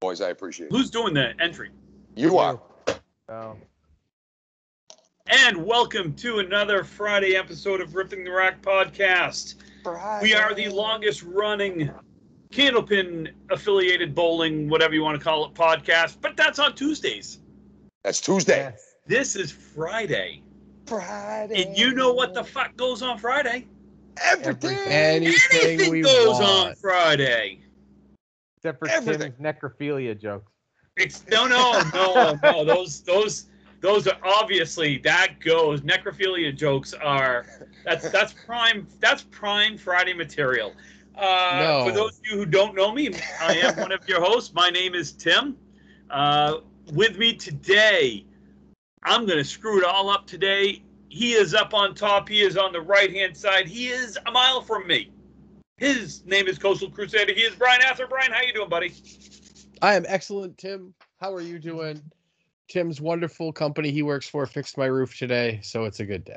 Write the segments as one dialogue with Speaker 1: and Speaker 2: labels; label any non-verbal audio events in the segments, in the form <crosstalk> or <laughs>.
Speaker 1: boys. I appreciate it.
Speaker 2: Who's doing the entry?
Speaker 1: You are.
Speaker 3: Oh.
Speaker 2: And welcome to another Friday episode of Ripping the Rock podcast. We are the longest running Candlepin affiliated bowling, whatever you want to call it, podcast, but that's on Tuesdays.
Speaker 1: That's Tuesday.
Speaker 3: Yes.
Speaker 2: This is Friday.
Speaker 1: Friday.
Speaker 2: And you know what the fuck goes on Friday?
Speaker 1: Everything.
Speaker 4: Anything, we
Speaker 2: Anything goes on
Speaker 4: want.
Speaker 2: Friday.
Speaker 3: Except for
Speaker 1: Everything.
Speaker 3: Tim's necrophilia jokes.
Speaker 2: It's no, no, no, no. Those, those, those are obviously that goes. Necrophilia jokes are that's that's prime that's prime Friday material. Uh,
Speaker 4: No.
Speaker 2: For those of you who don't know me, I am one of your hosts. My name is Tim. Uh, with me today, I'm gonna screw it all up today. He is up on top. He is on the right hand side. He is a mile from me. His name is Coastal Crusader. He is Brian Ather. Brian, how you doing, buddy?
Speaker 4: I am excellent, Tim. How are you doing? Tim's wonderful company he works for fixed my roof today, so it's a good day.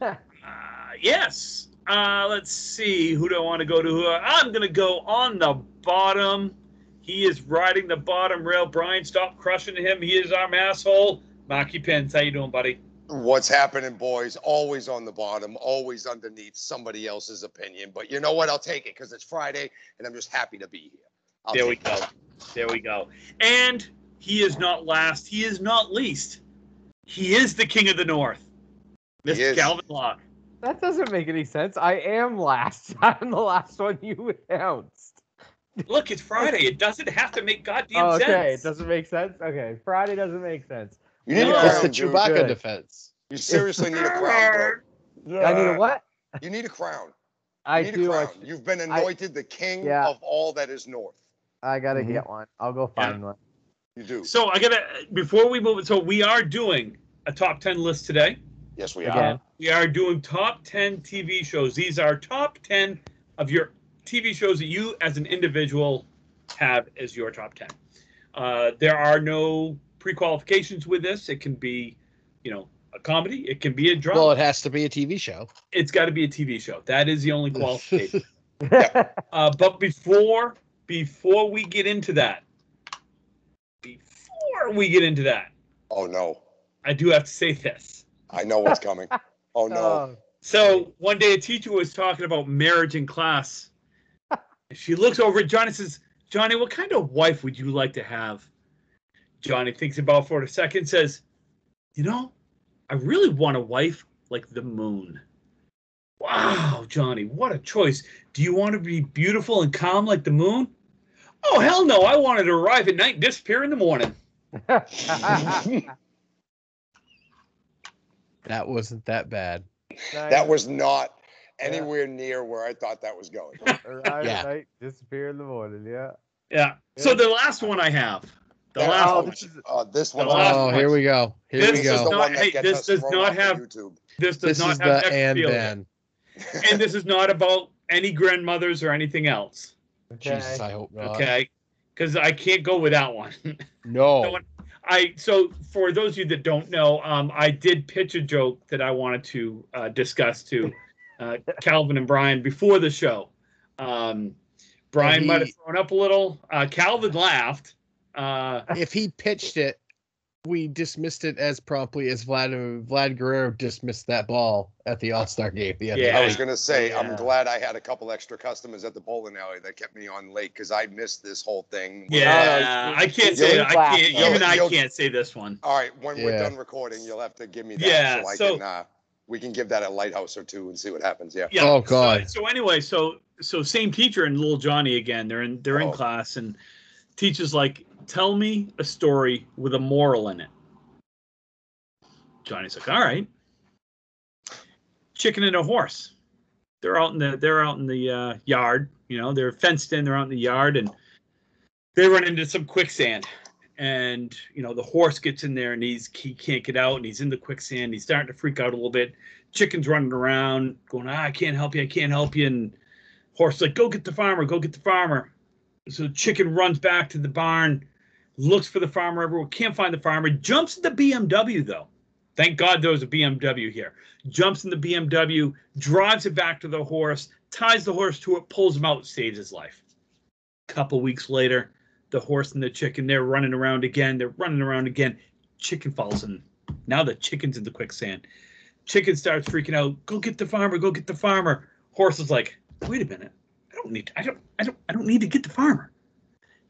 Speaker 2: uh, yes. Uh, let's see. Who do I want to go to? Uh, I'm going to go on the bottom. He is riding the bottom rail. Brian, stop crushing him. He is our asshole. Marky Pence, how you doing, buddy?
Speaker 1: What's happening, boys? Always on the bottom, always underneath somebody else's opinion. But you know what? I'll take it because it's Friday, and I'm just happy to be here. I'll
Speaker 2: there we
Speaker 1: take
Speaker 2: go. There we go. And he is not last. He is not least. He is the king of the north.
Speaker 1: He
Speaker 2: Mr.
Speaker 1: is.
Speaker 2: Calvin Locke.
Speaker 3: That doesn't make any sense. I am last. <laughs> I'm the last one you announced.
Speaker 2: Look, it's Friday. It doesn't have to make goddamn
Speaker 3: Oh, okay.
Speaker 2: sense.
Speaker 3: It doesn't make sense. Okay. Friday doesn't make sense.
Speaker 1: You need a
Speaker 2: Yeah.
Speaker 4: It's
Speaker 1: crown,
Speaker 4: the
Speaker 1: dude.
Speaker 4: Chewbacca
Speaker 3: good.
Speaker 4: defense.
Speaker 1: You seriously need a crown, bro.
Speaker 3: I need a what?
Speaker 1: You need a crown. You
Speaker 3: I
Speaker 1: need
Speaker 3: do.
Speaker 1: a
Speaker 3: I,
Speaker 1: crown. You've been anointed the king
Speaker 3: Yeah.
Speaker 1: of all that is north.
Speaker 3: I gotta
Speaker 4: Mhm.
Speaker 3: get one. I'll go find one.
Speaker 1: You do.
Speaker 2: So I gotta before we move. So we are doing a top ten list today.
Speaker 1: yes, we are.
Speaker 3: Again.
Speaker 2: We are doing top ten TV shows. These are top ten of your TV shows that you, as an individual, have as your top ten. Uh, there are no pre-qualifications with this. It can be, you know, a comedy. It can be a drama.
Speaker 4: Well, it has to be a TV show.
Speaker 2: it's got to be a TV show. That is the
Speaker 4: <laughs>
Speaker 2: only qualification.
Speaker 3: <laughs> Yeah.
Speaker 2: Uh, but before before we get into that, before we get into that,
Speaker 1: Oh no,
Speaker 2: I do have to say this.
Speaker 1: I know what's coming. Oh no.
Speaker 2: So one day a teacher was talking about marriage in
Speaker 4: <laughs>
Speaker 2: class. And she looks over at Johnny and says, Johnny, what kind of wife would you like to have? Johnny thinks about it for a second, says, You know, I really want a wife like the moon. Wow, Johnny, what a choice. Do you want to be beautiful and calm like the moon? Oh, hell no. I wanted to arrive at night and disappear in the morning.
Speaker 3: Oh.
Speaker 4: <laughs> That wasn't that bad.
Speaker 1: that was not
Speaker 3: Yeah.
Speaker 1: anywhere near where I thought that was going.
Speaker 3: Arrive
Speaker 4: Yeah.
Speaker 3: at night, disappear in the morning. Yeah.
Speaker 2: Yeah. So the last one I have. The
Speaker 1: That-
Speaker 2: last
Speaker 3: oh,
Speaker 2: one.
Speaker 3: this is-
Speaker 1: Uh, this
Speaker 2: The
Speaker 1: one.
Speaker 2: last
Speaker 4: Oh, here
Speaker 2: one.
Speaker 4: we go. Here
Speaker 2: This
Speaker 4: we
Speaker 1: This
Speaker 2: is
Speaker 1: is the
Speaker 4: go.
Speaker 2: not-
Speaker 1: one that
Speaker 2: hey,
Speaker 1: gets
Speaker 2: this
Speaker 1: us
Speaker 2: does
Speaker 1: thrown
Speaker 2: not
Speaker 1: off of
Speaker 2: have-
Speaker 1: YouTube.
Speaker 2: This does
Speaker 4: This
Speaker 2: not
Speaker 4: is
Speaker 2: have
Speaker 4: the and
Speaker 2: necrophilia.
Speaker 4: then.
Speaker 2: <laughs> and this is not about any grandmothers or anything else.
Speaker 3: Okay.
Speaker 4: Jesus, I hope not.
Speaker 2: Okay. Because I can't go with that one. <laughs>
Speaker 4: No.
Speaker 2: Don't- I so for those of you that don't know, um, I did pitch a joke that I wanted to uh, discuss to uh, Calvin and Brian before the show. Um, Brian might have
Speaker 4: He-
Speaker 2: thrown up a little. Uh, Calvin laughed. Uh,
Speaker 4: If he pitched it, we dismissed it as promptly as Vlad Vlad Guerrero dismissed that ball at the All Star game the other
Speaker 2: Yeah.
Speaker 1: <laughs> I was gonna say I'm
Speaker 3: Yeah.
Speaker 1: glad I had a couple extra customers at the bowling alley that kept me on late because I missed this whole thing.
Speaker 2: yeah, I can't say that. I can't.
Speaker 1: You'll-
Speaker 2: Even I
Speaker 1: you'll-
Speaker 2: can't say this one.
Speaker 1: All right, when we're
Speaker 4: Yeah.
Speaker 1: done recording, you'll have to give me that
Speaker 2: Yeah,
Speaker 1: so I
Speaker 2: so-
Speaker 1: can uh, we can give that a lighthouse or two and see what happens.
Speaker 2: <laughs>
Speaker 1: Yeah. <laughs>
Speaker 2: yeah.
Speaker 4: Oh,
Speaker 2: so-
Speaker 4: God.
Speaker 2: So, anyway, so so same teacher and little Johnny again. They're in they're in
Speaker 1: Oh.
Speaker 2: class and teacher's like, tell me a story with a moral in it. Johnny's like, all right. Chicken and a horse. They're out in the they're out in the uh, yard. You know, they're fenced in. They're out in the yard and they run into some quicksand. And you know the horse gets in there and he's he can't get out and he's in the quicksand. He's starting to freak out a little bit chickens running around going, ah, I can't help you, I can't help you. And horse like, go get the farmer, go get the farmer. So chicken runs back to the barn, looks for the farmer everywhere, can't find the farmer, jumps in the BMW though. Thank God there was a BMW here. Jumps in the BMW, drives it back to the horse, ties the horse to it, pulls him out, saves his life. Couple weeks later, the horse and the chicken. They're running around again. They're running around again. Chicken falls in. Now the chicken's in the quicksand. Chicken starts freaking out. Go get the farmer. Go get the farmer. Horse is like, wait a minute. I don't need. I don't. I don't. I don't need to get the farmer.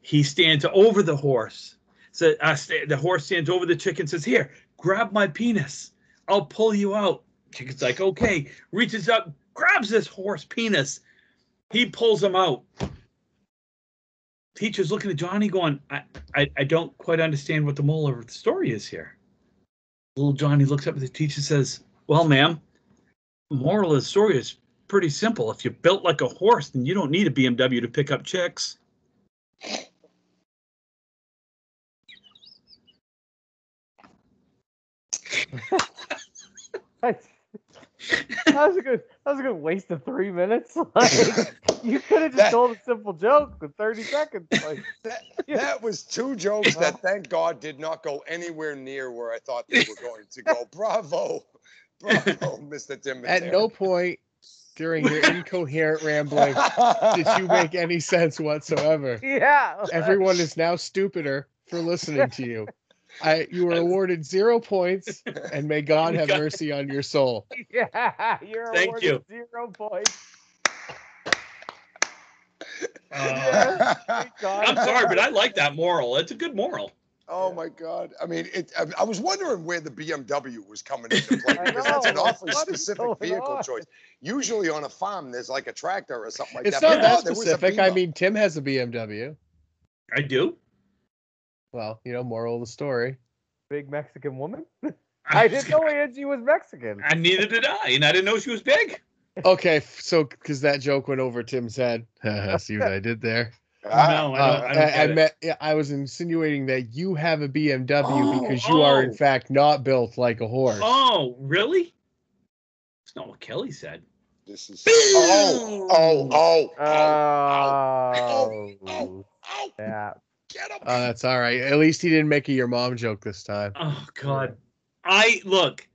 Speaker 2: He stands over the horse. So uh, sta- the horse stands over the chicken. Says, here, grab my penis. I'll pull you out. Chicken's like, okay. Reaches up, grabs this horse penis. He pulls him out teacher's looking at Johnny going, I, I, I don't quite understand what the moral of the story is here. Little Johnny looks up at the teacher and says, Well, ma'am, moral of the story is pretty simple. If you're built like a horse, then you don't need a BMW to pick up chicks.
Speaker 3: that was a good. <laughs> That was a good waste of three minutes. <laughs> Like, you could have just
Speaker 1: That-
Speaker 3: told a simple joke with thirty seconds. Like,
Speaker 1: That, that was two jokes
Speaker 2: <laughs>
Speaker 1: that, thank God, did not go anywhere near where I thought they were going to
Speaker 2: <laughs>
Speaker 1: go. Bravo, bravo, Mr. Timmons.
Speaker 4: At no point during your incoherent rambling did
Speaker 1: <laughs>
Speaker 4: you make any sense whatsoever.
Speaker 3: yeah.
Speaker 4: Everyone is now stupider for listening to you. I you were awarded zero points, and may God
Speaker 2: <laughs>
Speaker 4: have mercy on your soul.
Speaker 3: <laughs> Yeah, you're
Speaker 2: Thank
Speaker 3: awarded
Speaker 2: you.
Speaker 3: zero points.
Speaker 2: Uh,
Speaker 3: Thank God.
Speaker 2: I'm sorry, but I like that moral. It's a good moral.
Speaker 1: Oh my God! I mean, it, I, I was wondering where the BMW was coming into play
Speaker 3: <laughs> I
Speaker 1: because that's an
Speaker 3: know.
Speaker 1: awfully
Speaker 3: What is
Speaker 1: specific
Speaker 3: going
Speaker 1: vehicle
Speaker 3: on?
Speaker 1: choice. Usually on a farm, there's like a tractor or something like
Speaker 4: It's
Speaker 1: that.
Speaker 4: not
Speaker 1: but
Speaker 4: that
Speaker 1: no, there was a
Speaker 4: specific. I
Speaker 1: Beamer.
Speaker 4: mean, Tim has a BMW.
Speaker 2: I do.
Speaker 4: Well, you know, moral of the story.
Speaker 3: Big Mexican woman. I didn't know Angie was Mexican.
Speaker 2: I needed to die, and I didn't know she was big.
Speaker 4: Okay, f- so because that joke went over Tim's head. <laughs>
Speaker 2: <laughs>
Speaker 4: See what I did there?
Speaker 1: Ah,
Speaker 2: no, I
Speaker 4: Uh,
Speaker 2: don't. I, don't
Speaker 4: I, I
Speaker 2: get it.
Speaker 4: meant yeah, I was insinuating that you have a BMW
Speaker 2: Oh,
Speaker 4: because you are in
Speaker 2: oh.
Speaker 4: fact not built like a horse.
Speaker 2: Oh, really? That's not what Kelly said.
Speaker 1: this is. Oh, oh, oh,
Speaker 3: Oh,
Speaker 1: oh, oh, oh,
Speaker 3: yeah.
Speaker 1: get
Speaker 2: uh,
Speaker 1: him.
Speaker 4: Oh, that's all right. At least he didn't make a your mom joke this time.
Speaker 2: Oh God. I look,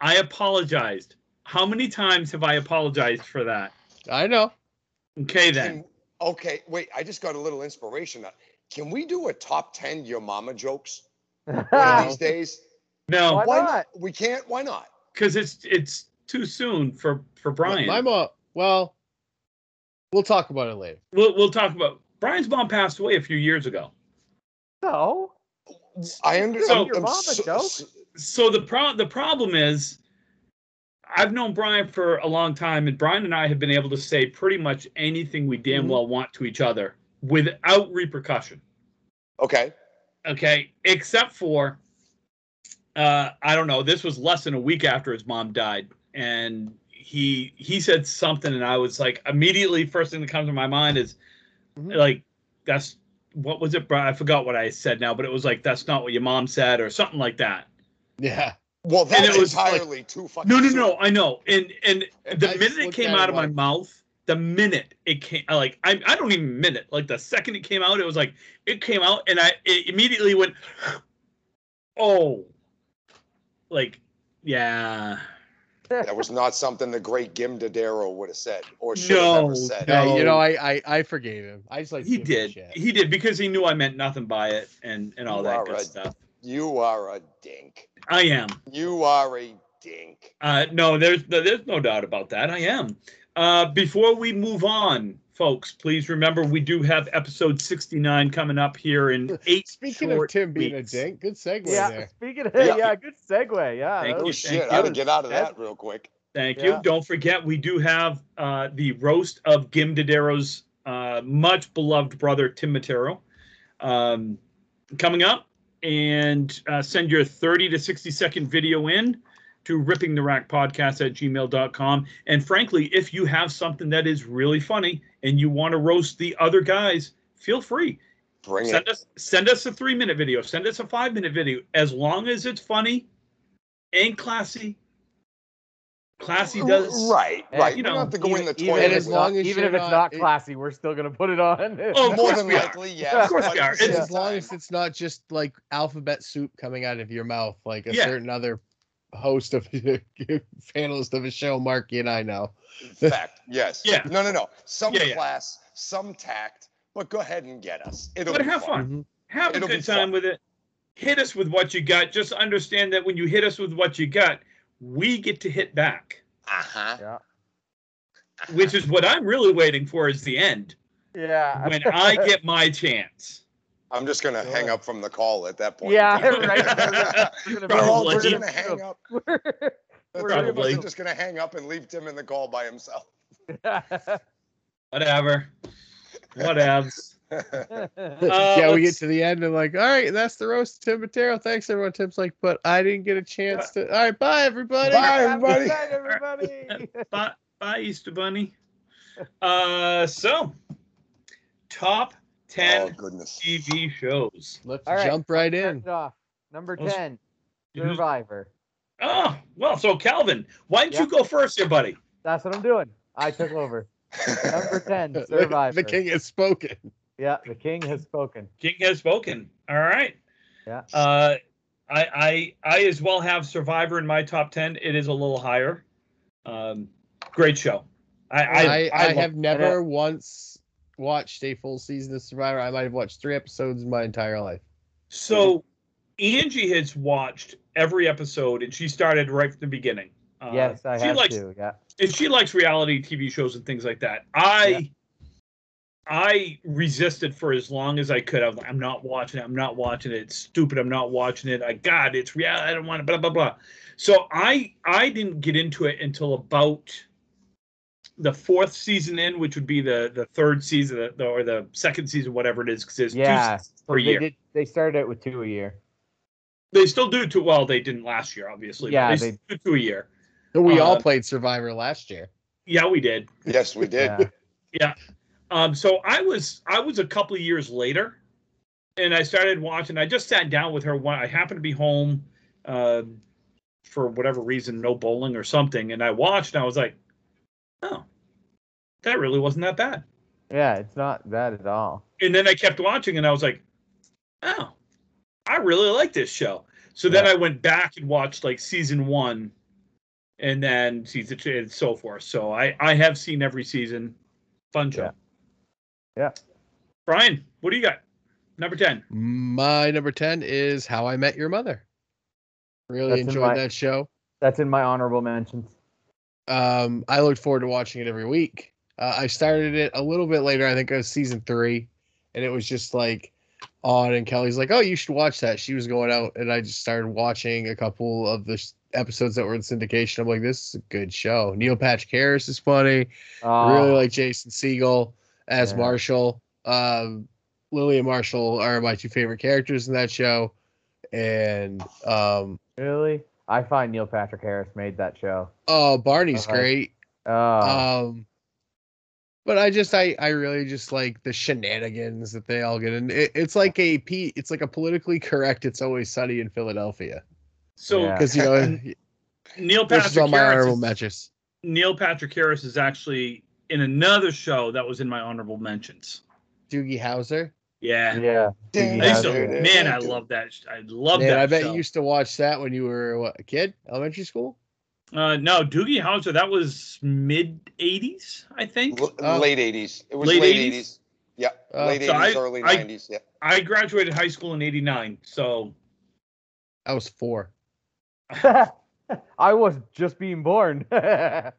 Speaker 2: I apologized. How many times have I apologized for that?
Speaker 4: I know.
Speaker 2: Okay
Speaker 4: Mm.
Speaker 2: then.
Speaker 1: Can- okay, wait. I just got a little inspiration. Uh, Can we do a top ten your mama jokes one of
Speaker 4: Wow.
Speaker 1: these days?
Speaker 2: No,
Speaker 3: Why
Speaker 1: why
Speaker 3: not?
Speaker 1: We can't. Why not?
Speaker 2: because it's it's too soon for for Brian.
Speaker 4: My mom. Well, we'll talk about it later.
Speaker 2: we'll we'll talk about Brian's mom passed away a few years ago.
Speaker 3: <laughs> So
Speaker 1: I under-
Speaker 2: So-
Speaker 1: I'm-
Speaker 3: Your
Speaker 1: I'm
Speaker 3: mama
Speaker 1: so-
Speaker 3: joke?
Speaker 1: so-
Speaker 2: So the pro the problem is I've known Brian for a long time, and Brian and I have been able to say pretty much anything we damn
Speaker 4: Mhm.
Speaker 2: well want to each other without repercussion.
Speaker 1: okay.
Speaker 2: okay except for uh i don't know this was less than a week after his mom died and he he said something and i was like immediately first thing that comes to my mind is
Speaker 4: Mhm.
Speaker 2: like that's what was it bro i forgot what i said now but it was like that's not what your mom said or something like that
Speaker 4: Yeah.
Speaker 1: Well,
Speaker 2: it
Speaker 1: that's
Speaker 2: was like-
Speaker 1: entirely too fucking.
Speaker 2: no no
Speaker 1: soon.
Speaker 2: no i know and and the
Speaker 4: I just
Speaker 2: minute it
Speaker 4: looked
Speaker 2: came
Speaker 4: at it
Speaker 2: out of my
Speaker 4: like-
Speaker 2: mouth the minute it came I, like I, I don't even minute like the second it came out it was like it came out and i it immediately went <gasps> oh like yeah
Speaker 1: That was not something the great Gim Dodaro would have said or should have
Speaker 2: No,
Speaker 1: ever said.
Speaker 2: <laughs> no.
Speaker 4: Hey, you know, I, I I forgave him. I just like to
Speaker 2: he
Speaker 4: give him
Speaker 2: did
Speaker 4: shit.
Speaker 2: he did because he knew i meant nothing by it and and all
Speaker 1: You
Speaker 2: that
Speaker 1: are
Speaker 2: good
Speaker 1: right.
Speaker 2: stuff
Speaker 1: You are a dink.
Speaker 2: i am
Speaker 1: You are a dink.
Speaker 2: Uh, no, there's no, there's no doubt about that. I am. Uh, before we move on, folks, please remember we do have episode 69 coming up here in eight.
Speaker 4: Speaking
Speaker 2: short
Speaker 4: of Tim being
Speaker 2: weeks.
Speaker 4: a dink, good segue
Speaker 3: yeah.
Speaker 4: there.
Speaker 3: Speaking of
Speaker 1: Yeah.
Speaker 3: yeah. good segue. Yeah.
Speaker 2: Thank
Speaker 3: that
Speaker 1: Oh
Speaker 2: you. thank
Speaker 3: was-
Speaker 1: shit! I
Speaker 2: you.
Speaker 1: gotta get out of
Speaker 3: That's-
Speaker 1: that real quick.
Speaker 2: Thank
Speaker 3: Yeah.
Speaker 2: you. Don't forget, we do have uh, the roast of Gim Dodero's uh, much beloved brother, Tim Matero, um, coming up. And uh, send your 30 to 60 second video in to rippingtherackpodcast at gmail.com. And frankly, if you have something that is really funny and you want to roast the other guys, feel free.
Speaker 1: Bring it.
Speaker 2: Send us send us a three minute video. Send us a five minute video. As long as it's funny and classy. Classy does uh,
Speaker 1: Right,
Speaker 3: Yeah,
Speaker 1: right.
Speaker 2: you
Speaker 1: You don't
Speaker 2: know, e-
Speaker 1: have to go in the
Speaker 3: even,
Speaker 1: toilet.
Speaker 4: And
Speaker 3: even,
Speaker 4: as
Speaker 3: as
Speaker 1: with-
Speaker 4: long
Speaker 3: long
Speaker 4: as
Speaker 3: even
Speaker 4: you're
Speaker 3: if it's
Speaker 4: not-
Speaker 3: not classy, we're still gonna put it on. <laughs>
Speaker 2: Oh,
Speaker 1: <laughs> more
Speaker 2: course
Speaker 1: than
Speaker 2: we are.
Speaker 1: likely, yes.
Speaker 3: Of
Speaker 2: course we are.
Speaker 1: But
Speaker 4: And
Speaker 2: It's-
Speaker 4: as long as it's not just like alphabet soup coming out of your mouth, like a
Speaker 2: Yeah.
Speaker 4: certain other host of <laughs> panelist of a
Speaker 2: <laughs>
Speaker 4: show, Marky and I know.
Speaker 1: <laughs> fact, yes.
Speaker 2: Yeah.
Speaker 1: No, no, no. Some
Speaker 2: Yeah, yeah.
Speaker 1: class, some tact, But go ahead and get us. It'll
Speaker 2: But
Speaker 1: be
Speaker 2: have
Speaker 1: fun.
Speaker 2: fun. Have
Speaker 1: It'll
Speaker 2: a
Speaker 1: be
Speaker 2: good time
Speaker 1: fun.
Speaker 2: with it. Hit us with what you got. Just understand that when you hit us with what you got, we get to hit back,
Speaker 1: Uh huh.
Speaker 3: Yeah.
Speaker 2: which is what I'm really waiting for is the end
Speaker 3: Yeah.
Speaker 2: when
Speaker 1: <laughs>
Speaker 2: I get my chance.
Speaker 1: I'm just gonna
Speaker 3: Go
Speaker 1: hang
Speaker 3: ahead.
Speaker 1: up from the call at that point. in <laughs>
Speaker 3: Yeah,
Speaker 1: time.
Speaker 3: right.
Speaker 1: we're
Speaker 3: <laughs>
Speaker 1: all
Speaker 2: Probably.
Speaker 1: we're just gonna hang
Speaker 4: <laughs>
Speaker 1: up. The three of us
Speaker 2: Probably.
Speaker 1: are just gonna hang up and leave Tim in the call by himself.
Speaker 2: Whatever. Whatevs.
Speaker 3: <laughs>
Speaker 4: yeah, we get
Speaker 2: Uh, let's-
Speaker 4: to the end and like, all right, that's the roast, Tim Matero. Thanks everyone. Tim's like, but I didn't get a chance to. All right, bye everybody.
Speaker 1: Bye. everybody.
Speaker 3: everybody.
Speaker 2: bye, bye, Easter Bunny. Uh, so top
Speaker 1: oh
Speaker 2: ten
Speaker 1: goodness.
Speaker 2: TV shows.
Speaker 4: Let's
Speaker 3: All right.
Speaker 4: jump right in.
Speaker 3: End off. Number
Speaker 2: Let's-
Speaker 3: 10,
Speaker 2: Who's-
Speaker 3: Survivor.
Speaker 2: Oh well, so Calvin, why don't you go first, there, buddy?
Speaker 3: That's what I'm doing. I took over. Number 10, <laughs>
Speaker 4: <laughs>
Speaker 3: Survivor.
Speaker 4: The king has spoken.
Speaker 3: Yeah, the king has spoken.
Speaker 2: King has spoken. All right.
Speaker 3: Yeah.
Speaker 2: Uh, I I I as well have Survivor in my top ten. It is a little higher. Um, great show. I I,
Speaker 4: I, I,
Speaker 2: I love-
Speaker 4: have never once watched a full season of Survivor. I might have watched three episodes in my entire life.
Speaker 2: so Angie has watched every episode and she started right from the beginning. Uh,
Speaker 3: yes, I
Speaker 2: she
Speaker 3: have
Speaker 2: likes
Speaker 3: to. Yeah.
Speaker 2: and she likes reality TV shows and things like that. I
Speaker 3: Yeah.
Speaker 2: I resisted for as long as I could. I was like, I'm not watching it. I'm not watching it. It's stupid. I'm not watching it. I God, it's real. I don't want to. Blah blah blah. So I I didn't get into it until about the fourth season in, which would be the the third season the, or the second season, whatever it is, because there's two
Speaker 3: Yeah.
Speaker 2: seasons per
Speaker 3: They,
Speaker 2: year.
Speaker 3: did, they started out with two a year.
Speaker 2: they still do two. Well, they didn't last year, obviously. but
Speaker 3: Yeah,
Speaker 2: they,
Speaker 3: they-
Speaker 2: still do two a year.
Speaker 4: And we all
Speaker 2: Uh,
Speaker 4: played Survivor last year.
Speaker 2: Yeah, we did.
Speaker 1: <laughs> Yes, we did.
Speaker 3: Yeah.
Speaker 2: Um, so I was I was a couple of years later, and I started watching. I just sat down with her. One, I happened to be home um for whatever reason, no bowling or something, and I watched. and I was like, oh, that really wasn't that bad.
Speaker 3: Yeah, it's not that at all.
Speaker 2: And then I kept watching, and I was like, oh, I really like this show. So then
Speaker 3: Yeah.
Speaker 2: I went back and watched like season one, and then season two, and so forth. So I I have seen every season. Fun show.
Speaker 3: Yeah. Yeah.
Speaker 2: Brian, what do you got? Number ten.
Speaker 4: My number 10 is How I Met Your Mother. Really
Speaker 3: That's in
Speaker 4: enjoyed
Speaker 3: my-
Speaker 4: that show.
Speaker 3: That's in my honorable mentions.
Speaker 4: Um, I look forward to watching it every week. Uh, I started it a little bit later. I think it was season three, and it was just like on. And Kelly's like, "Oh, you should watch that." She was going out, and I just started watching a couple of the s- episodes that were in syndication. I'm like, "This is a good show." Neil Patrick Harris is funny.
Speaker 3: Uh,
Speaker 4: really like Jason Siegel as
Speaker 3: Yeah.
Speaker 4: Marshall. Um, Lily and Marshall are my two favorite characters in that show, and um,
Speaker 3: Really? I find Neil Patrick Harris made that show.
Speaker 4: oh, Barney's
Speaker 3: Uh-huh.
Speaker 4: great.
Speaker 3: Oh,
Speaker 4: Um, but I just I I really just like the shenanigans that they all get in. It, it's like a P. It's like a politically correct. It's always sunny in Philadelphia
Speaker 2: So
Speaker 3: Yeah.
Speaker 4: because you know
Speaker 2: Neil
Speaker 4: this is
Speaker 2: Patrick
Speaker 4: on my
Speaker 2: Harris.
Speaker 4: honorable
Speaker 2: is-
Speaker 4: matches.
Speaker 2: Neil Patrick Harris is actually in another show that was in my honorable mentions.
Speaker 4: Doogie Howser.
Speaker 2: Yeah.
Speaker 3: yeah. <laughs>
Speaker 2: I used to,
Speaker 3: Yeah.
Speaker 2: man, I love that. sh- I love
Speaker 4: Man,
Speaker 2: that.
Speaker 4: I bet
Speaker 2: show.
Speaker 4: you used to watch that when you were what, a kid, elementary school.
Speaker 2: Uh, no, Doogie Howser. That was mid '80s, I think.
Speaker 1: L-
Speaker 4: Oh.
Speaker 1: late 80s. It was
Speaker 2: Uh, Late
Speaker 1: late,
Speaker 2: 80s?
Speaker 1: 80s. Yeah.
Speaker 4: Oh.
Speaker 1: late
Speaker 2: So
Speaker 1: 80s,
Speaker 2: I-
Speaker 1: early
Speaker 2: I-
Speaker 1: 90s. Yeah.
Speaker 2: I graduated high school in '89, so
Speaker 4: I was four.
Speaker 3: I was just being born. <laughs>
Speaker 2: God,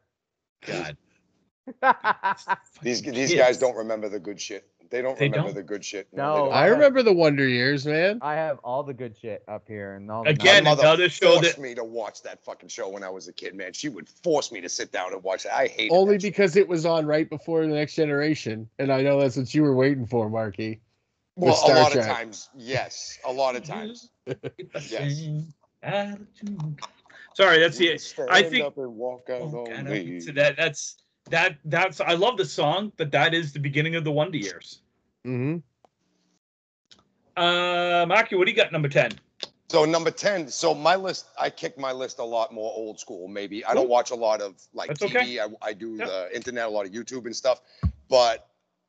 Speaker 1: These these
Speaker 2: kids.
Speaker 1: guys don't remember the good shit. They don't
Speaker 2: They
Speaker 1: remember
Speaker 2: don't?
Speaker 1: the good shit.
Speaker 3: No.
Speaker 1: they
Speaker 4: I
Speaker 3: yeah.
Speaker 4: remember the Wonder Years, man.
Speaker 3: I have all the good shit up here and all the
Speaker 2: Again,
Speaker 1: My
Speaker 3: nice-
Speaker 1: mother
Speaker 2: another show
Speaker 1: forced
Speaker 2: that
Speaker 1: me to watch that fucking show when I was a kid, man. She would force me to sit down and watch it. I hate
Speaker 4: Only
Speaker 1: that shit.
Speaker 4: because it was on right before the Next Generation, and I know that's what you were waiting for, Marky.
Speaker 1: well,
Speaker 4: Star
Speaker 1: a lot
Speaker 4: Trek.
Speaker 1: of times, yes, a lot of
Speaker 2: Mm-hmm.
Speaker 1: times.
Speaker 2: Sorry, that's
Speaker 1: You
Speaker 2: the.
Speaker 1: stand
Speaker 2: I think-
Speaker 1: up and walk out on
Speaker 2: Oh, God,
Speaker 1: me.
Speaker 2: I- so that that's that that's. I love the song, but that is the beginning of the Wonder Years.
Speaker 4: Mm-hmm.
Speaker 2: Uh, Maki, what do you got? Number ten.
Speaker 1: So number ten. So my list, I kick my list a lot more old school. Maybe I don't watch a lot of like
Speaker 2: That's
Speaker 1: TV.
Speaker 2: okay.
Speaker 1: I, I do
Speaker 2: Yeah.
Speaker 1: the internet, a lot of YouTube and stuff. But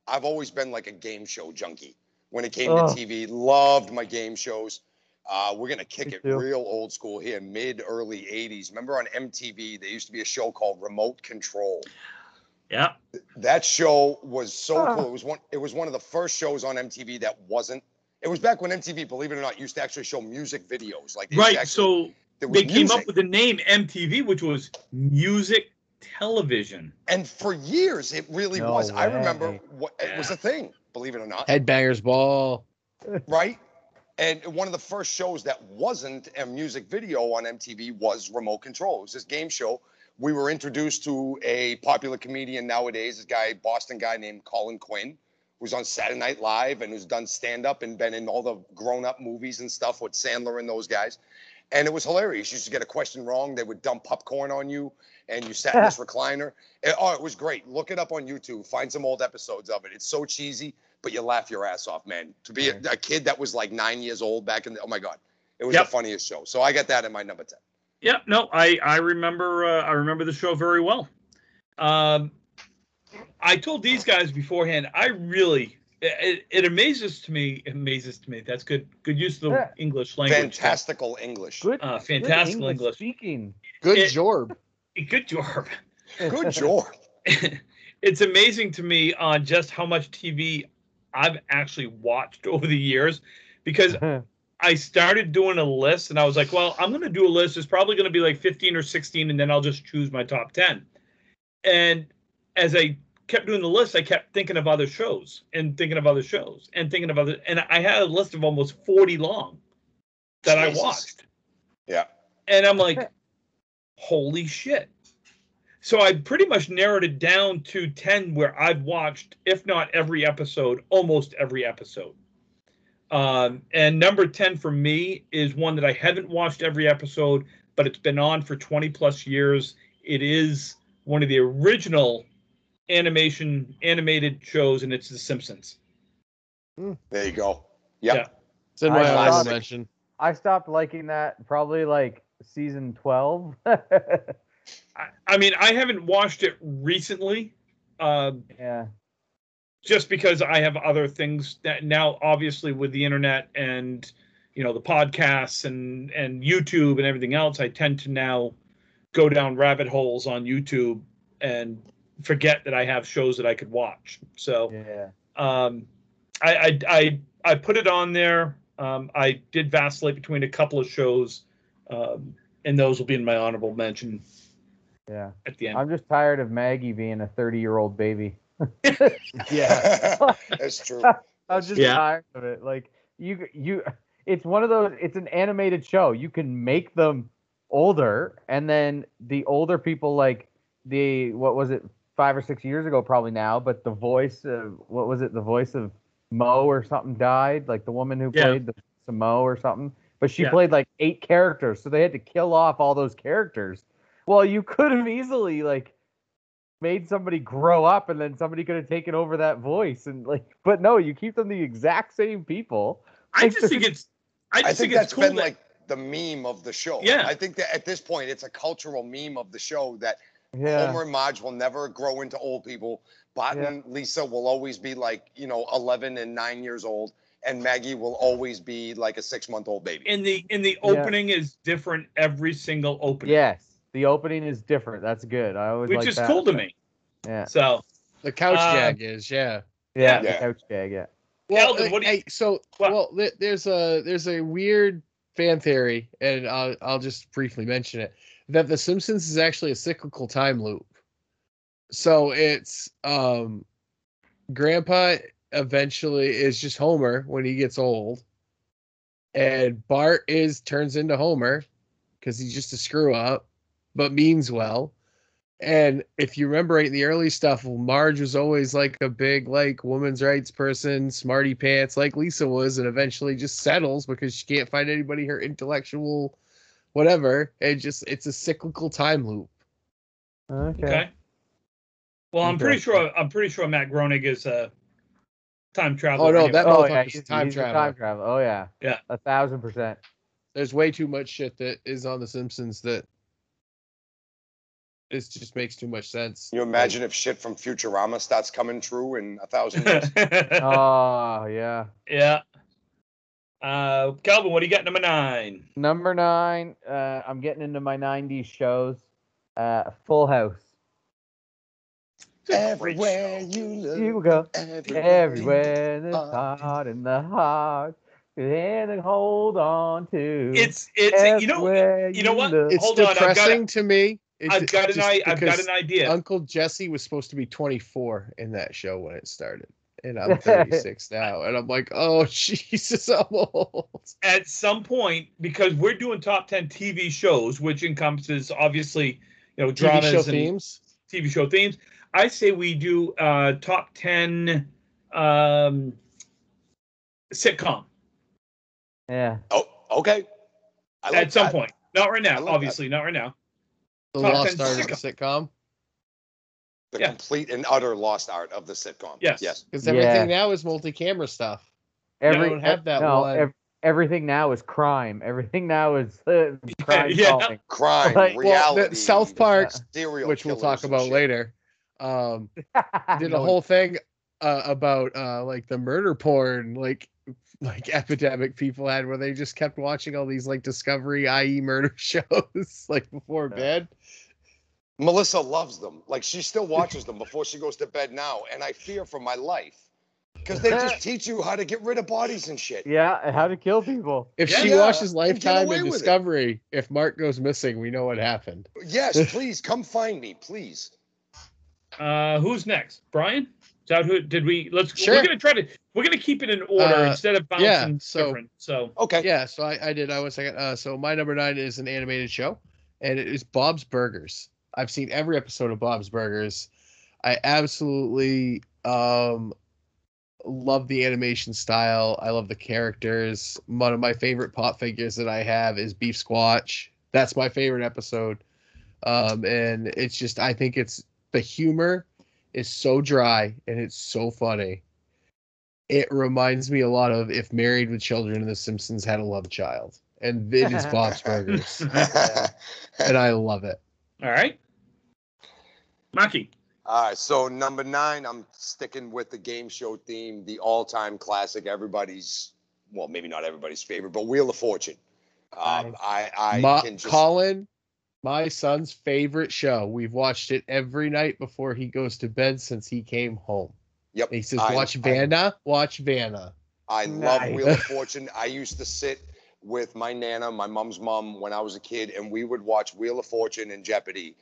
Speaker 1: I've always been like a game show junkie when it came
Speaker 3: Oh.
Speaker 1: to TV. Loved my game shows. Uh, we're gonna kick
Speaker 3: Me
Speaker 1: it
Speaker 3: too.
Speaker 1: real old school here, mid early '80s. Remember on MTV there used to be a show called Remote Control.
Speaker 2: Yeah.
Speaker 1: That show was so
Speaker 3: Ah.
Speaker 1: cool. It was one. It was one of the first shows on MTV that wasn't. It was back when MTV, believe it or not, used to actually show music videos. Like they used to
Speaker 2: Right.
Speaker 1: actually-
Speaker 2: So
Speaker 1: there was
Speaker 2: they came
Speaker 1: music.
Speaker 2: up with the name MTV, which was music television.
Speaker 1: and for years it really
Speaker 3: No
Speaker 1: was. I remember
Speaker 3: way.
Speaker 1: what it was
Speaker 2: Yeah.
Speaker 1: a thing. Believe it or not,
Speaker 4: Headbangers Ball.
Speaker 1: right? And one of the first shows that wasn't a music video on MTV was Remote Control. It was this game show. We were introduced to a popular comedian nowadays, this guy, Boston guy named Colin Quinn, who's on Saturday Night Live and who's done stand up and been in all the grown up movies and stuff with Sandler and those guys. And it was hilarious. You used to get a question wrong, they would dump popcorn on you, and you sat in this recliner. It- oh, it was great. Look it up on YouTube. Find some old episodes of it. It's so cheesy but you laugh your ass off, man. To be a, a kid that was like nine years old back in the, oh my God, it was
Speaker 2: Yep.
Speaker 1: the funniest show. So I got that in my number 10.
Speaker 2: Yeah, no, I I remember uh, I remember the show very well. Um, I told these guys beforehand. I really it, it amazes to me. It amazes to me. That's good good use of the
Speaker 3: Yeah.
Speaker 2: English language.
Speaker 1: Fantastical English. Good,
Speaker 3: Good,
Speaker 2: Uh,
Speaker 3: good
Speaker 2: fantastic
Speaker 3: English
Speaker 2: English.
Speaker 3: speaking.
Speaker 4: Good
Speaker 2: It-
Speaker 4: Jorb.
Speaker 2: Good job. <laughs>
Speaker 3: <laughs>
Speaker 1: job.
Speaker 2: it's amazing to me on just how much TV I've actually watched over the years because I started doing a list and I was like, well, I'm going to do a list. It's probably going to be like 15 or 16, and then I'll just choose my top 10. And as I kept doing the list, I kept thinking of other shows and thinking of other shows and thinking of other. And I had a list of almost 40 long that
Speaker 1: Jesus.
Speaker 2: I watched.
Speaker 1: Yeah.
Speaker 2: And I'm like, holy shit. So I pretty much narrowed it down to 10 where I've watched, if not every episode, almost every episode. Um, and number 10 for me is one that I haven't watched every episode, but it's been on for 20 plus years. It is one of the original animation animated shows, and it's The Simpsons.
Speaker 1: There you go. Yep.
Speaker 2: Yeah.
Speaker 4: It's in
Speaker 3: I
Speaker 4: my honorable
Speaker 1: lost it.
Speaker 4: mention.
Speaker 3: I stopped liking that probably like season twelve. <laughs>
Speaker 2: I, I mean, I haven't watched it recently. Um,
Speaker 3: yeah.
Speaker 2: just because I have other things that now obviously with the internet and you know the podcasts and and YouTube and everything else, I tend to now go down rabbit holes on YouTube and forget that I have shows that I could watch. So
Speaker 3: Yeah.
Speaker 2: um, I, I I I put it on there. Um, I did vacillate between a couple of shows, um, and those will be in my honorable mention
Speaker 3: Yeah.
Speaker 2: at the end.
Speaker 3: I'm just tired of Maggie being a 30 year old baby.
Speaker 1: <laughs>
Speaker 4: Yeah.
Speaker 1: That's true.
Speaker 3: I'm just
Speaker 2: Yeah.
Speaker 3: tired of it. Like you, you. It's one of those. It's an animated show. You can make them older, and then the older people, like the what was it, five or six years ago, probably now. But the voice of what was it, the voice of Mo or something died. Like the woman who
Speaker 2: Yeah.
Speaker 3: played the some Mo or something. But she
Speaker 2: Yeah.
Speaker 3: played like eight characters, so they had to kill off all those characters. Well, you could have easily like made somebody grow up and then somebody could have taken over that voice and like but no you keep them the exact same people
Speaker 2: I just think it's I
Speaker 1: I think,
Speaker 2: just think,
Speaker 1: that's
Speaker 2: it's cool
Speaker 1: been
Speaker 2: that-
Speaker 1: like the meme of the show.
Speaker 2: Yeah.
Speaker 1: I think that at this point, it's a cultural meme of the show that Homer and Marge will never grow into old people. Bot and Lisa will always be like, you know, 11 and nine years old. And Maggie will always be like a six month old baby.
Speaker 2: in the in the
Speaker 3: Yeah.
Speaker 2: opening is different every single opening.
Speaker 3: yes the opening is different that's good i always
Speaker 2: which
Speaker 3: like
Speaker 2: is
Speaker 3: that.
Speaker 2: cool to me.
Speaker 3: yeah
Speaker 2: So
Speaker 4: The couch
Speaker 2: Uh,
Speaker 4: gag is, yeah.
Speaker 3: yeah,
Speaker 1: Yeah.
Speaker 3: The couch gag yeah
Speaker 4: Well, uh,
Speaker 2: Calvin, what do you-
Speaker 4: hey, so
Speaker 2: what?
Speaker 4: well, th- there's a there's a weird fan theory, and I'll I'll just briefly mention it that The Simpsons is actually a cyclical time loop. So it's um, Grandpa eventually is just Homer when he gets old, and Bart is turns into Homer because he's just a screw up, but means well. And if you remember right in the early stuff, Marge was always like a big like woman's rights person, smarty pants, like Lisa was, and eventually just settles because she can't find anybody her intellectual, whatever. And just it's a cyclical time loop.
Speaker 3: okay,
Speaker 2: okay. Well, I'm pretty
Speaker 4: Interesting.
Speaker 2: sure I'm pretty sure Matt Groening is a time traveler.
Speaker 4: Oh, no,
Speaker 2: anyway.
Speaker 4: that-
Speaker 2: <laughs>
Speaker 3: oh yeah
Speaker 4: motherfucker's
Speaker 3: he's,
Speaker 4: time
Speaker 3: he's a
Speaker 4: traveler.
Speaker 3: time travel oh yeah
Speaker 2: Yeah.
Speaker 3: a thousand percent <laughs>
Speaker 4: There's way too much shit that is on The Simpsons that it just makes too much sense.
Speaker 1: Can you imagine if shit from Futurama starts coming true in a
Speaker 2: <laughs>
Speaker 1: thousand years?
Speaker 3: oh yeah
Speaker 2: yeah. Uh, Calvin, what do you got? Number nine.
Speaker 3: number nine uh i'm getting into my 90s shows uh full house
Speaker 1: Everywhere you look.
Speaker 3: You go
Speaker 1: everywhere.
Speaker 3: everywhere it's
Speaker 1: Uh,
Speaker 3: hot in the heart. And hold on to
Speaker 2: It's it's you know
Speaker 3: everywhere
Speaker 2: you know what?
Speaker 3: look.
Speaker 4: It's
Speaker 2: Hold on, I've got
Speaker 4: depressing to me. It-
Speaker 2: I've got an
Speaker 4: just
Speaker 2: I, I've got
Speaker 4: because
Speaker 2: an idea.
Speaker 4: Uncle Jesse was supposed to be 24 in that show when it started, and I'm 36 now, and I'm like, oh <laughs> Jesus, I'm old.
Speaker 2: at some point because we're doing top 10 TV shows, which encompasses obviously, you know,
Speaker 4: TV
Speaker 2: dramas
Speaker 4: show
Speaker 2: and
Speaker 4: themes.
Speaker 2: TV show themes. I say we do uh, top 10 um, sitcom
Speaker 3: yeah.
Speaker 1: Oh, okay. I like
Speaker 2: at some
Speaker 1: that.
Speaker 2: point. Not right
Speaker 1: I
Speaker 2: now,
Speaker 1: like that.
Speaker 2: obviously, not right now.
Speaker 4: The
Speaker 2: Top
Speaker 4: Lost
Speaker 2: 10
Speaker 4: Art of the sitcom.
Speaker 1: The
Speaker 2: Yeah.
Speaker 1: complete and utter lost art of the sitcom.
Speaker 2: Yes.
Speaker 1: Yes.
Speaker 4: Because
Speaker 3: Yeah.
Speaker 4: everything now is multi-camera stuff.
Speaker 3: Every,
Speaker 4: don't have that
Speaker 3: no,
Speaker 4: one.
Speaker 3: ev- everything now is crime. Everything now is <laughs> uh,
Speaker 4: <laughs>
Speaker 3: crime
Speaker 2: yeah.
Speaker 3: solving. <laughs>
Speaker 1: Crime,
Speaker 3: Like, well, the
Speaker 4: Well,
Speaker 1: reality. uh,
Speaker 4: the South Park,
Speaker 1: serial
Speaker 4: which we'll
Speaker 1: killers
Speaker 4: talk
Speaker 1: and
Speaker 4: about
Speaker 1: shit.
Speaker 4: later, um, did a
Speaker 3: No,
Speaker 4: whole thing uh, about uh, like the murder porn, like <laughs> like epidemic people had, where they just kept watching all these like Discovery, IE murder <laughs> shows, like before
Speaker 3: Yeah.
Speaker 4: bed.
Speaker 1: Melissa loves them. Like she still watches them before she goes to bed now, and I fear for my life because they just teach you how to get rid of bodies and shit.
Speaker 3: yeah, how to kill people.
Speaker 4: If
Speaker 1: Yeah,
Speaker 4: she
Speaker 1: yeah,
Speaker 4: watches
Speaker 1: and get
Speaker 4: Lifetime
Speaker 1: away
Speaker 4: and
Speaker 1: with it.
Speaker 4: Discovery, if Mark goes missing, we know what happened.
Speaker 1: Yes, please come find me, please.
Speaker 2: Uh, who's next? Brian? Is that who did we let's
Speaker 4: Sure.
Speaker 2: we're gonna try to we're gonna keep it in order
Speaker 4: Uh,
Speaker 2: instead of bouncing
Speaker 4: yeah, so-
Speaker 2: so, different. So
Speaker 1: Okay.
Speaker 4: Yeah, so I, I did. I was second. Uh, so my number nine is an animated show, and it is Bob's Burgers. I've seen every episode of Bob's Burgers. I absolutely um, love the animation style. I love the characters. One of my favorite pop figures that I have is Beef Squatch. That's my favorite episode. Um, and it's just, I think it's the humor is so dry and it's so funny. It reminds me a lot of if Married with Children and The Simpsons had a love child. And it is Bob's Burgers.
Speaker 1: <laughs>
Speaker 4: and I love it.
Speaker 2: all right. Maki.
Speaker 1: All right, so number nine, I'm sticking with the game show theme, the all-time classic, everybody's, well, maybe not everybody's favorite, but Wheel of Fortune. Um, I, I
Speaker 4: Ma-
Speaker 1: can just,
Speaker 4: Colin, my son's favorite show. We've watched it every night before he goes to bed since he came home.
Speaker 1: yep.
Speaker 4: He says,
Speaker 1: I-
Speaker 4: "Watch
Speaker 1: I-
Speaker 4: Vanna, watch Vanna."
Speaker 1: I love
Speaker 3: Nice.
Speaker 1: Wheel
Speaker 4: <laughs>
Speaker 1: of Fortune. I used to sit with my nana, my mom's mom, when I was a kid, and we would watch Wheel of Fortune and Jeopardy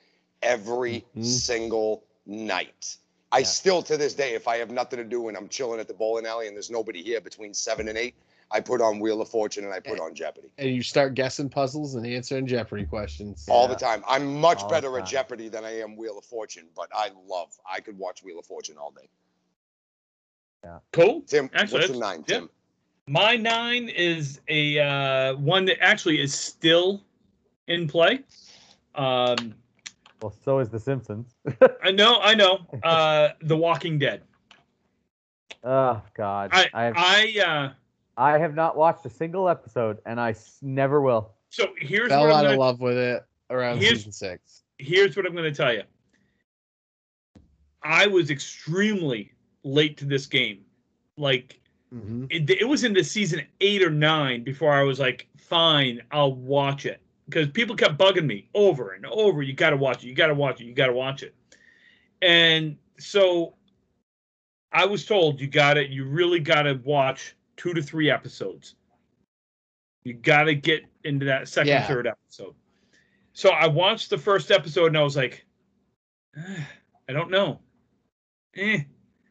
Speaker 1: every
Speaker 4: Mhm.
Speaker 1: single night. I
Speaker 4: Yeah.
Speaker 1: still, to this day, if I have nothing to do and I'm chilling at the bowling alley and there's nobody here between seven and eight, I put on Wheel of Fortune and I
Speaker 4: Eh.
Speaker 1: put on Jeopardy
Speaker 4: And you start guessing puzzles and answering Jeopardy questions.
Speaker 1: all the time. I'm much
Speaker 3: All the
Speaker 1: better at
Speaker 3: time.
Speaker 1: Jeopardy than I am Wheel of Fortune, but I love. I could watch Wheel of Fortune all day.
Speaker 2: Cool.
Speaker 1: Tim,
Speaker 2: Actually,
Speaker 1: what's your
Speaker 2: that's-
Speaker 1: nine,
Speaker 2: yeah.
Speaker 1: Tim?
Speaker 2: My nine is a uh, one that actually is still in play. Um,
Speaker 3: Well, so is The Simpsons.
Speaker 2: I know, I know. Uh, the Walking Dead.
Speaker 3: Oh God,
Speaker 2: I,
Speaker 3: I have,
Speaker 2: I. Uh,
Speaker 3: I have not watched a single episode, and I s- never will.
Speaker 2: so here's
Speaker 4: Fell
Speaker 2: what I'm
Speaker 4: out of
Speaker 2: gonna,
Speaker 4: love with it around
Speaker 2: Here's-
Speaker 4: season six.
Speaker 2: here's what I'm going to tell you. I was extremely late to this game. Like
Speaker 4: Mm-hmm.
Speaker 2: it, it was into season eight or nine before I was like, fine, I'll watch it. Because people kept bugging me over and over. You got to watch it. You got to watch it. You got to watch it. And so I was told you got to, you really got to watch two to three episodes. You got to get into that second,
Speaker 4: Yeah.
Speaker 2: third episode. So I watched the first episode and I was like, "Eh, I don't know. Eh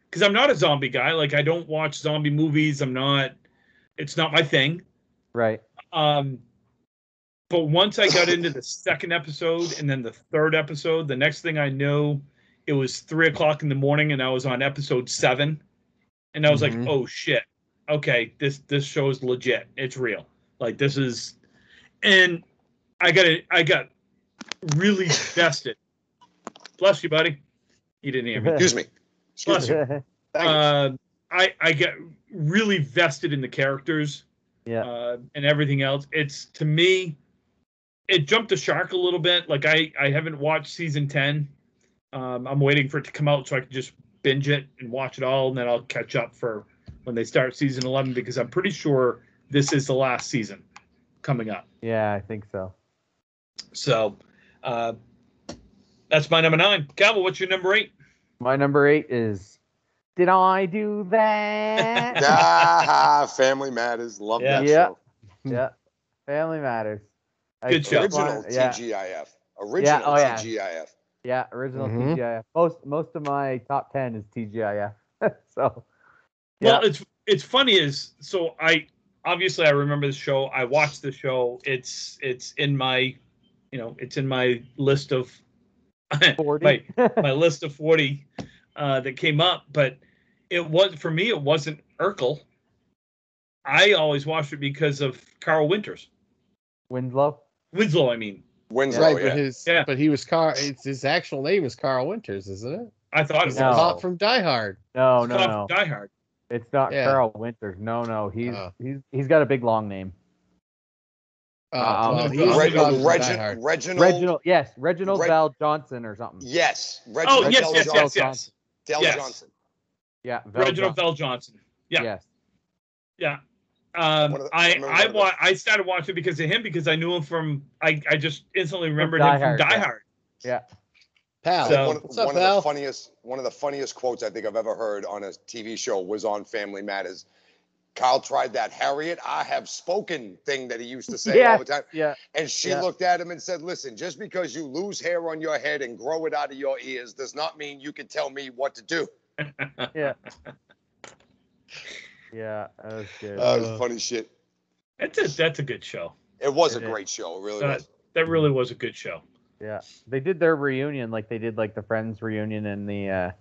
Speaker 2: because I'm not a zombie guy. Like I don't watch zombie movies. I'm not. It's not my thing.
Speaker 3: Right?
Speaker 2: Um, but once I got into the second episode and then the third episode, the next thing I know, it was three o'clock in the morning, and I was on episode seven, and I was
Speaker 4: Mhm.
Speaker 2: like, "Oh shit! Okay, this this show is legit. It's real. Like this is," and I got it. I got really vested. Bless you, buddy. You didn't hear me.
Speaker 1: Excuse me. Excuse
Speaker 2: Bless
Speaker 1: me.
Speaker 2: you.
Speaker 3: yeah.
Speaker 1: Thank you.
Speaker 2: Uh, I I get really vested in the characters uh, and everything else. It's to me, it jumped the shark a little bit. Like I I haven't watched season ten. Um, I'm waiting for it to come out so I can just binge it and watch it all, and then I'll catch up for when they start season eleven because I'm pretty sure this is the last season coming up.
Speaker 3: <laughs> yeah, I think so.
Speaker 2: So uh, that's my number nine. Calvin, what's your number eight?
Speaker 3: My number eight is Did I Do
Speaker 4: <laughs>
Speaker 3: That?
Speaker 2: <laughs>
Speaker 1: ah, Family Matters. Love
Speaker 2: Yeah.
Speaker 1: that
Speaker 3: Yeah.
Speaker 1: show.
Speaker 3: yeah. Family Matters. I-
Speaker 2: Good show.
Speaker 1: Original
Speaker 3: Yeah,
Speaker 1: TGIF. Original
Speaker 3: oh, yeah.
Speaker 1: TGIF.
Speaker 3: yeah, original
Speaker 4: Mhm.
Speaker 3: TGIF. Most most of my top ten is TGIF. <laughs> so
Speaker 2: Well,
Speaker 3: Yeah.
Speaker 2: it's it's funny is so I obviously I remember the show. I watched the show. It's it's in my you know it's in my list of
Speaker 3: forty.
Speaker 2: my
Speaker 3: <laughs>
Speaker 2: my list of forty uh, that came up. But it was for me it wasn't Urkel. I always watched it because of Carl Winters
Speaker 3: Winslow.
Speaker 2: Winslow. I mean,
Speaker 1: Winslow,
Speaker 4: right,
Speaker 1: Oh, yeah.
Speaker 4: but his
Speaker 2: Yeah.
Speaker 4: but he was Carl. It's his actual name is Carl Winters, isn't it?
Speaker 2: I thought it
Speaker 4: He's
Speaker 2: was
Speaker 4: the
Speaker 3: No. Oh,
Speaker 4: cop from Die Hard.
Speaker 3: No, no,
Speaker 2: Stop
Speaker 3: no.
Speaker 2: Die Hard.
Speaker 3: It's not
Speaker 4: Yeah.
Speaker 3: Carl Winters. No, no. He's
Speaker 4: Oh.
Speaker 3: he's he's got a big long name.
Speaker 4: Oh,
Speaker 3: Uh,
Speaker 4: well,
Speaker 3: um,
Speaker 4: he was the
Speaker 1: Reg-
Speaker 4: cop from Die
Speaker 1: Reg-
Speaker 4: Hard.
Speaker 1: Reginald,
Speaker 3: Reginald. Yes, Reginald
Speaker 1: Reg-
Speaker 3: Val Johnson or something.
Speaker 1: Yes. Reginald
Speaker 2: Oh yes,
Speaker 1: Del
Speaker 2: yes,
Speaker 1: Johnson.
Speaker 2: yes, yes.
Speaker 1: Del
Speaker 2: yes.
Speaker 1: Johnson.
Speaker 3: Yeah, Val
Speaker 2: Reginald
Speaker 3: Johnson.
Speaker 2: Bell Johnson. yeah.
Speaker 3: Yes.
Speaker 2: Yeah. Um,
Speaker 1: One of the- I
Speaker 2: I
Speaker 1: remember one
Speaker 2: I
Speaker 1: of
Speaker 2: wa-
Speaker 1: those.
Speaker 2: I started watching because of him because I knew him from I, I just instantly remembered
Speaker 3: Die
Speaker 2: him
Speaker 3: Hard,
Speaker 2: from Die
Speaker 3: yeah.
Speaker 2: Hard.
Speaker 4: Pal,
Speaker 2: So-
Speaker 1: one,
Speaker 4: what's up,
Speaker 1: one of
Speaker 4: pal?
Speaker 1: the funniest one of the funniest quotes I think I've ever heard on a TV show was on Family Matters. Kyle tried that Harriet, I have spoken thing that he used to say all
Speaker 3: Yes.
Speaker 1: the time.
Speaker 3: Yeah.
Speaker 1: And she
Speaker 3: Yeah.
Speaker 1: looked at him and said, Listen, just because you lose hair on your head and grow it out of your ears does not mean you can tell me what to do.
Speaker 3: Yeah. That was good.
Speaker 1: That was
Speaker 4: Uh.
Speaker 1: funny shit.
Speaker 2: That's a that's a good show.
Speaker 1: It was a
Speaker 3: It is.
Speaker 1: great show. It really
Speaker 2: Uh,
Speaker 1: was.
Speaker 2: That really was a good show.
Speaker 3: Yeah, they did their reunion like they did like the Friends reunion and the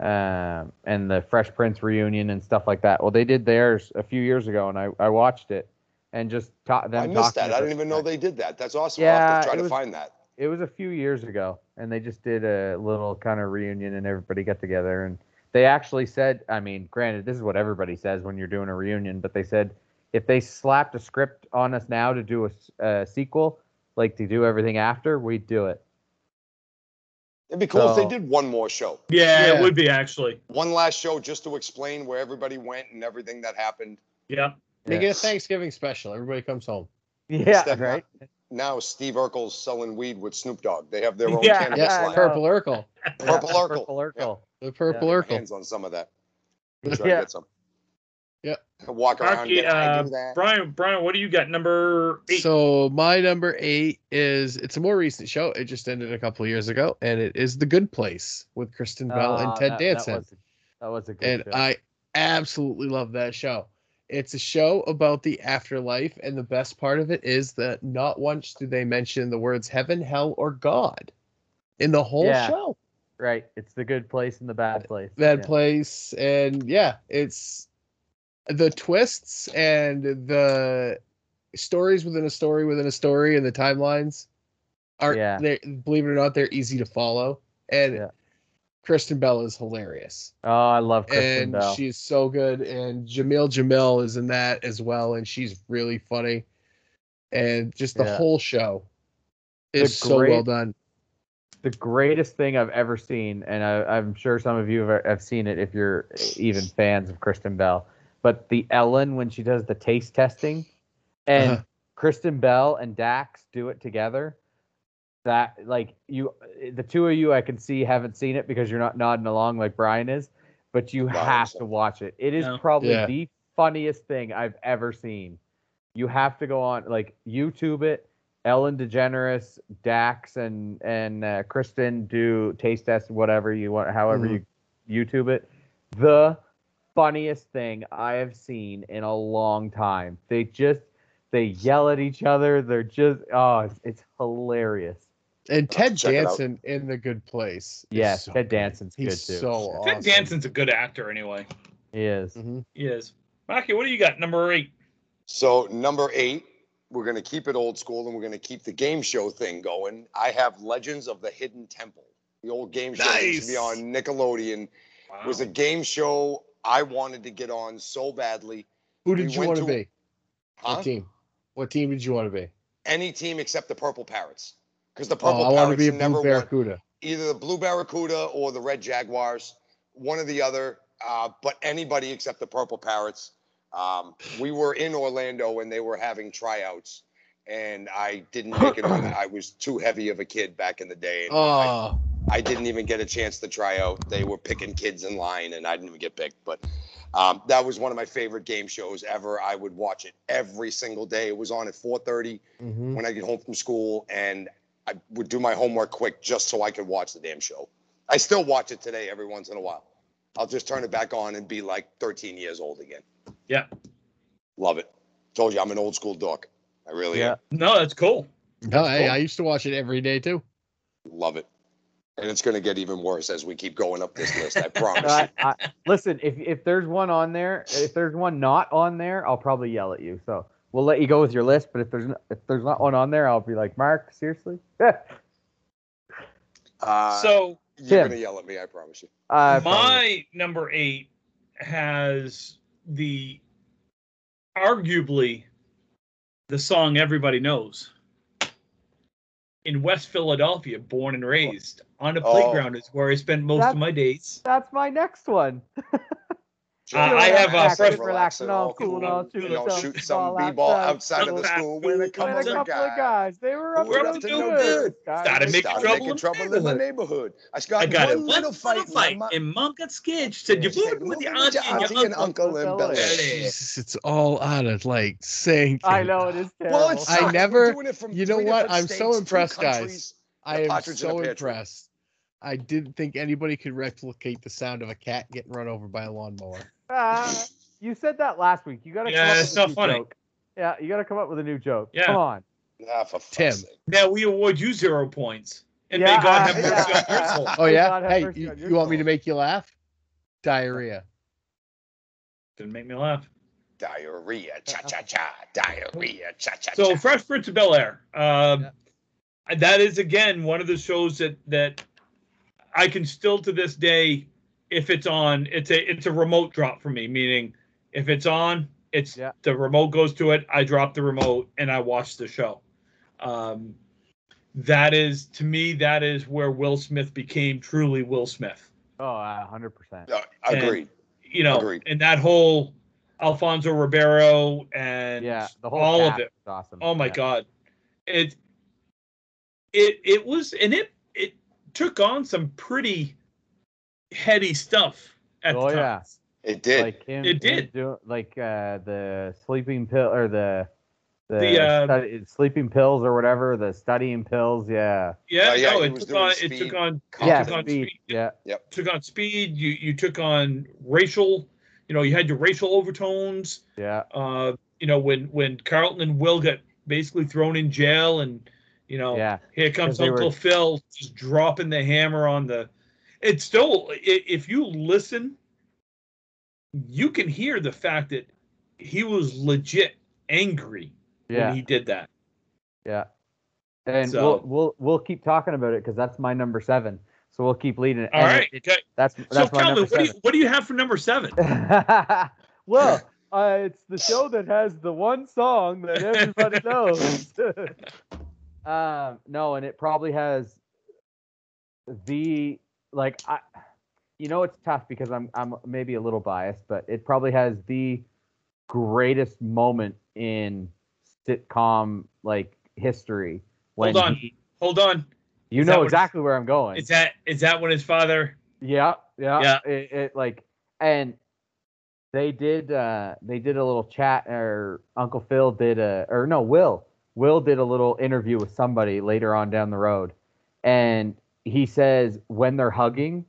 Speaker 3: uh, um and the Fresh Prince reunion and stuff like that. Well, they did theirs a few years ago, and I, I watched it and just ta- them
Speaker 1: I missed
Speaker 3: talking
Speaker 1: that. I
Speaker 3: about
Speaker 1: didn't even know they did that. That's awesome. I'll
Speaker 3: Yeah,
Speaker 1: have to
Speaker 3: it
Speaker 1: try to
Speaker 3: was-
Speaker 1: find that.
Speaker 3: It was a few years ago, and they just did a little kind of reunion, and everybody got together, and they actually said, I mean, granted, this is what everybody says when you're doing a reunion, but they said if they slapped a script on us now to do a s- a sequel, like to do everything after, we'd do it.
Speaker 1: It'd be cool if
Speaker 3: So-
Speaker 1: they did one more show.
Speaker 2: Yeah,
Speaker 4: Yeah.
Speaker 2: it would be actually.
Speaker 1: One last show just to explain where everybody went and everything that happened.
Speaker 2: Yeah.
Speaker 4: They get a Thanksgiving special. Everybody comes home.
Speaker 2: <laughs>
Speaker 3: <laughs> Yeah,
Speaker 1: Step
Speaker 3: right.
Speaker 1: Now Steve Urkel's selling weed with Snoop Dogg. They have their own
Speaker 2: Yeah,
Speaker 1: cannabis
Speaker 4: Yeah,
Speaker 3: I
Speaker 1: line.
Speaker 3: know.
Speaker 4: Purple Urkel.
Speaker 1: Purple Urkel.
Speaker 3: Purple Urkel.
Speaker 4: The Purple
Speaker 1: Get my
Speaker 4: Urkel.
Speaker 1: Hands on some of that.
Speaker 3: Yeah.
Speaker 1: Try to get some.
Speaker 4: Yeah.
Speaker 1: Walk around.
Speaker 2: Marky,
Speaker 1: Get, I
Speaker 2: uh,
Speaker 1: do that.
Speaker 2: Brian, Brian, what do you got? Number eight.
Speaker 4: So my number eight is it's a more recent show. It just ended a couple years ago, and it is The Good Place with Kristen Bell and
Speaker 3: Ah,
Speaker 4: Ted
Speaker 3: that-
Speaker 4: Danson.
Speaker 3: That was, that was a good
Speaker 4: and
Speaker 3: show.
Speaker 4: I absolutely love that show. It's a show about the afterlife, and the best part of it is that not once do they mention the words heaven, hell, or God in the whole
Speaker 3: Yeah.
Speaker 4: show.
Speaker 3: right. It's the good place and the bad place.
Speaker 4: That
Speaker 3: yeah.
Speaker 4: place, and yeah, it's the twists and the stories within a story within a story, and the timelines are
Speaker 3: Yeah.
Speaker 4: they believe it or not, they're easy to follow. And
Speaker 3: Yeah.
Speaker 4: Kristen Bell is hilarious.
Speaker 3: Oh, I love Kristen
Speaker 4: and
Speaker 3: Bell.
Speaker 4: she's so good. And Jamil Jamil is in that as well, and she's really funny. And just the
Speaker 3: Yeah.
Speaker 4: whole show
Speaker 3: The
Speaker 4: is so well
Speaker 3: great-
Speaker 4: done.
Speaker 3: the greatest thing I've ever seen, and I, I'm sure some of you have, have seen it if you're even fans of Kristen Bell. But the Ellen when she does the taste testing, and
Speaker 4: Uh-huh.
Speaker 3: Kristen Bell and Dax do it together. That like you, the two of you, I can see haven't seen it because you're not nodding along like Brian is, but you
Speaker 1: No, I
Speaker 3: have
Speaker 1: understand.
Speaker 3: to watch it. It is
Speaker 2: No.
Speaker 3: probably
Speaker 4: Yeah.
Speaker 3: the funniest thing I've ever seen. You have to go on like YouTube it. Ellen DeGeneres, Dax, and and uh, Kristen do taste test whatever you want, however you YouTube it. The funniest thing I have seen in a long time. They just they yell at each other. They're just oh, it's, it's hilarious.
Speaker 4: And Ted
Speaker 1: check it out.
Speaker 4: Danson in The Good Place. is
Speaker 3: Yes,
Speaker 4: so
Speaker 3: Ted
Speaker 4: good.
Speaker 3: Danson's good too.
Speaker 4: He's so awesome.
Speaker 2: Ted Danson's a good actor anyway.
Speaker 3: He is.
Speaker 4: Mhm.
Speaker 2: He is. Marky, what do you got? Number eight.
Speaker 1: So number eight, we're gonna keep it old school and we're gonna keep the game show thing going. I have Legends of the Hidden Temple. The old game show that used to be on
Speaker 4: Nice.
Speaker 1: Nickelodeon
Speaker 2: Wow.
Speaker 1: was a game show I wanted to get on so badly.
Speaker 4: Who
Speaker 1: We
Speaker 4: did you
Speaker 1: went
Speaker 4: want to
Speaker 1: to-
Speaker 4: be?
Speaker 1: Huh?
Speaker 4: What team? What team did you want to be?
Speaker 1: Any team except the Purple Parrots, because the Purple
Speaker 4: Oh, I want to
Speaker 1: Parrots
Speaker 4: be a
Speaker 1: never
Speaker 4: blue
Speaker 1: won.
Speaker 4: barracuda.
Speaker 1: either the Blue Barracuda or the Red Jaguars, one or the other. Uh, but anybody except the Purple Parrots. Um, we were in Orlando and they were having tryouts, and I didn't make it on. I was too heavy of a kid back in the day. and I-
Speaker 4: Oh,
Speaker 1: I didn't even get a chance to try out. They were picking kids in line, and I didn't even get picked. But um, that was one of my favorite game shows ever. I would watch it every single day. It was on at 4:30
Speaker 3: Mm-hmm.
Speaker 4: Mhm.
Speaker 1: when I get home from school, and I would do my homework quick just so I could watch the damn show. I still watch it today every once in a while. I'll just turn it back on and be like 13 years old again.
Speaker 2: Yeah.
Speaker 1: Love it. Told you I'm an old school dork. I really am.
Speaker 2: No, that's cool.
Speaker 4: No, Mm-hmm. Oh, I, I used to watch it every day too.
Speaker 1: Love it. And it's going to get even worse as we keep going up this list. I promise.
Speaker 3: <laughs> I, I, listen, if if there's one on there, if there's one not on there, I'll probably yell at you. So we'll let you go with your list. But if there's n- if there's not one on there, I'll be like, Mark, seriously. <laughs>
Speaker 1: Uh,
Speaker 2: so
Speaker 1: you're
Speaker 3: Tim.
Speaker 1: going to yell at me. I promise you.
Speaker 3: Uh,
Speaker 2: my number eight has the arguably the song everybody knows. In West Philadelphia, born and raised on a
Speaker 1: Oh.
Speaker 2: playground is where I spent most
Speaker 3: That's-
Speaker 2: of my days.
Speaker 3: that's my next one.
Speaker 2: Uh, I have, uh,
Speaker 1: Relax,
Speaker 2: friends-
Speaker 1: relax
Speaker 3: relaxing
Speaker 1: it all
Speaker 3: all cool,
Speaker 1: cool.
Speaker 3: all
Speaker 1: You
Speaker 3: chill,
Speaker 1: know,
Speaker 3: so
Speaker 1: shoot
Speaker 3: all
Speaker 1: some b-ball
Speaker 3: outside.
Speaker 1: outside of the school when it
Speaker 2: When
Speaker 1: comes
Speaker 3: And
Speaker 1: to
Speaker 3: a couple of
Speaker 1: guys.
Speaker 3: guys, they were up,
Speaker 1: We're
Speaker 3: to
Speaker 1: up to
Speaker 3: no
Speaker 1: no
Speaker 3: good.
Speaker 1: good.
Speaker 2: Started making
Speaker 1: Started
Speaker 2: trouble
Speaker 1: making
Speaker 2: in
Speaker 1: trouble
Speaker 2: the
Speaker 1: in my neighborhood. I got,
Speaker 2: I got
Speaker 1: one
Speaker 2: in
Speaker 1: little fight, in my
Speaker 2: fight
Speaker 1: mom-
Speaker 2: in Monk's kids. Said you
Speaker 3: Yeah.
Speaker 2: moved with your
Speaker 1: with
Speaker 2: auntie and your uncle.
Speaker 1: uncle and
Speaker 3: Bel Air.
Speaker 1: Bel-Air.
Speaker 4: Jesus, it's all out of like sync.
Speaker 3: I
Speaker 4: and
Speaker 3: know it is terrible.
Speaker 1: Well, it
Speaker 4: I
Speaker 1: sucks. We're
Speaker 4: never-
Speaker 1: doing it from
Speaker 4: you know
Speaker 1: three
Speaker 4: what?
Speaker 1: different
Speaker 4: I'm so
Speaker 1: states, two
Speaker 4: impressed, guys.
Speaker 1: countries.
Speaker 4: I
Speaker 1: A
Speaker 4: am
Speaker 1: partridge in a
Speaker 4: so
Speaker 1: pear tree.
Speaker 4: impressed. I didn't think anybody could replicate the sound of a cat getting run over by a lawnmower.
Speaker 3: Ah, you said that last week. You got to
Speaker 2: Yeah,
Speaker 3: come up
Speaker 2: it's
Speaker 3: with a
Speaker 2: not
Speaker 3: new
Speaker 2: funny.
Speaker 3: joke. Yeah, you got to come up with a new joke.
Speaker 2: Yeah.
Speaker 3: Come on.
Speaker 1: Nah, for fuck's
Speaker 4: Tim.
Speaker 1: sake.
Speaker 2: Now we award you zero points, and
Speaker 3: Yeah,
Speaker 2: may God
Speaker 3: I-
Speaker 2: have mercy
Speaker 1: yeah.
Speaker 2: on your
Speaker 3: <laughs>
Speaker 2: soul.
Speaker 4: Oh
Speaker 3: May
Speaker 4: yeah.
Speaker 3: God have
Speaker 4: Hey,
Speaker 3: mercy
Speaker 4: you,
Speaker 3: on your
Speaker 4: you want me to
Speaker 3: soul.
Speaker 4: make you laugh? Diarrhea.
Speaker 2: Didn't make me laugh.
Speaker 1: Diarrhea, cha cha cha. Diarrhea, cha cha
Speaker 2: So
Speaker 1: cha.
Speaker 2: Fresh Prince of Bel Air. Um, That is again one of the shows that that I can still to this day, if it's on, it's a it's a remote drop for me. Meaning, if it's on, it's
Speaker 3: Yeah.
Speaker 2: the remote goes to it. I drop the remote and I watch the show. Um, that is to me that is where Will Smith became truly Will Smith.
Speaker 3: Oh, uh, 100%.
Speaker 1: Uh, agreed.
Speaker 2: You know,
Speaker 1: Agreed.
Speaker 2: and that whole Alfonso Ribeiro and
Speaker 3: Yeah, the whole
Speaker 2: all of
Speaker 3: cast
Speaker 2: it.
Speaker 3: is awesome.
Speaker 2: Oh my
Speaker 3: Yeah.
Speaker 2: god. It it it was and it it took on some pretty heady stuff at
Speaker 3: Oh,
Speaker 2: the time.
Speaker 3: yeah.
Speaker 1: It did.
Speaker 3: Like him,
Speaker 2: It
Speaker 3: him
Speaker 2: did.
Speaker 3: do- like uh, the sleeping pill or the the,
Speaker 2: The, uh,
Speaker 3: study- sleeping pills or whatever, the studying pills, yeah.
Speaker 2: Yeah,
Speaker 1: Oh, yeah,
Speaker 2: no,
Speaker 1: he
Speaker 2: it
Speaker 1: was
Speaker 2: took
Speaker 1: doing
Speaker 2: on it
Speaker 1: speed
Speaker 2: took on
Speaker 1: Yeah,
Speaker 2: it
Speaker 3: Yeah,
Speaker 2: took on
Speaker 1: content.
Speaker 2: speed,
Speaker 3: speed, yeah.
Speaker 2: it took on speed, you you took on racial, you know, you had your racial overtones.
Speaker 3: Yeah.
Speaker 2: Uh, you know, when when Carlton and Will got basically thrown in jail Oh. and you know,
Speaker 3: Yeah.
Speaker 2: Here comes
Speaker 3: 'Cause they were-
Speaker 2: Uncle Phil just dropping the hammer on the. It's still, i- if you listen, you can hear the fact that he was legit angry
Speaker 3: Yeah.
Speaker 2: when he did that.
Speaker 3: Yeah. And
Speaker 2: So-
Speaker 3: we'll we'll we'll keep talking about it because that's my number seven. So we'll keep leading it.
Speaker 2: All
Speaker 3: And
Speaker 2: right.
Speaker 3: it-
Speaker 2: okay.
Speaker 3: that's
Speaker 2: So,
Speaker 3: that's my
Speaker 2: Calvin,
Speaker 3: number
Speaker 2: what do, you,
Speaker 3: seven.
Speaker 2: what do you have for number seven?
Speaker 3: <laughs> well, uh, it's the show that has the one song that everybody knows. <laughs> um, no, and it probably has the like I, you know, it's tough because I'm I'm maybe a little biased, but it probably has the greatest moment in sitcom like history. When
Speaker 2: Hold on.
Speaker 3: he-
Speaker 2: Hold on.
Speaker 3: you
Speaker 2: Is that
Speaker 3: know
Speaker 2: what-
Speaker 3: exactly where I'm going.
Speaker 2: Is that is that when his father?
Speaker 3: Yeah, yeah,
Speaker 2: Yeah.
Speaker 3: It, it like and they did uh they did a little chat or Uncle Phil did a or no Will Will did a little interview with somebody later on down the road, and he says when they're hugging,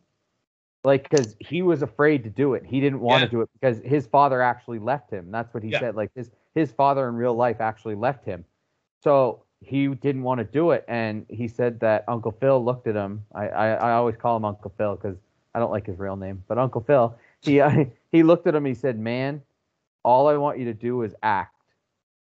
Speaker 3: like because he was afraid to do it. He didn't want
Speaker 2: Yeah.
Speaker 3: to do it because his father actually left him. That's what he
Speaker 2: Yeah.
Speaker 3: said. Like his his father in real life actually left him. So he didn't want to do it, and he said that Uncle Phil looked at him. I I, I always call him Uncle Phil because I don't like his real name, but Uncle Phil. He <laughs> he looked at him. He said, "Man, all I want you to do is act.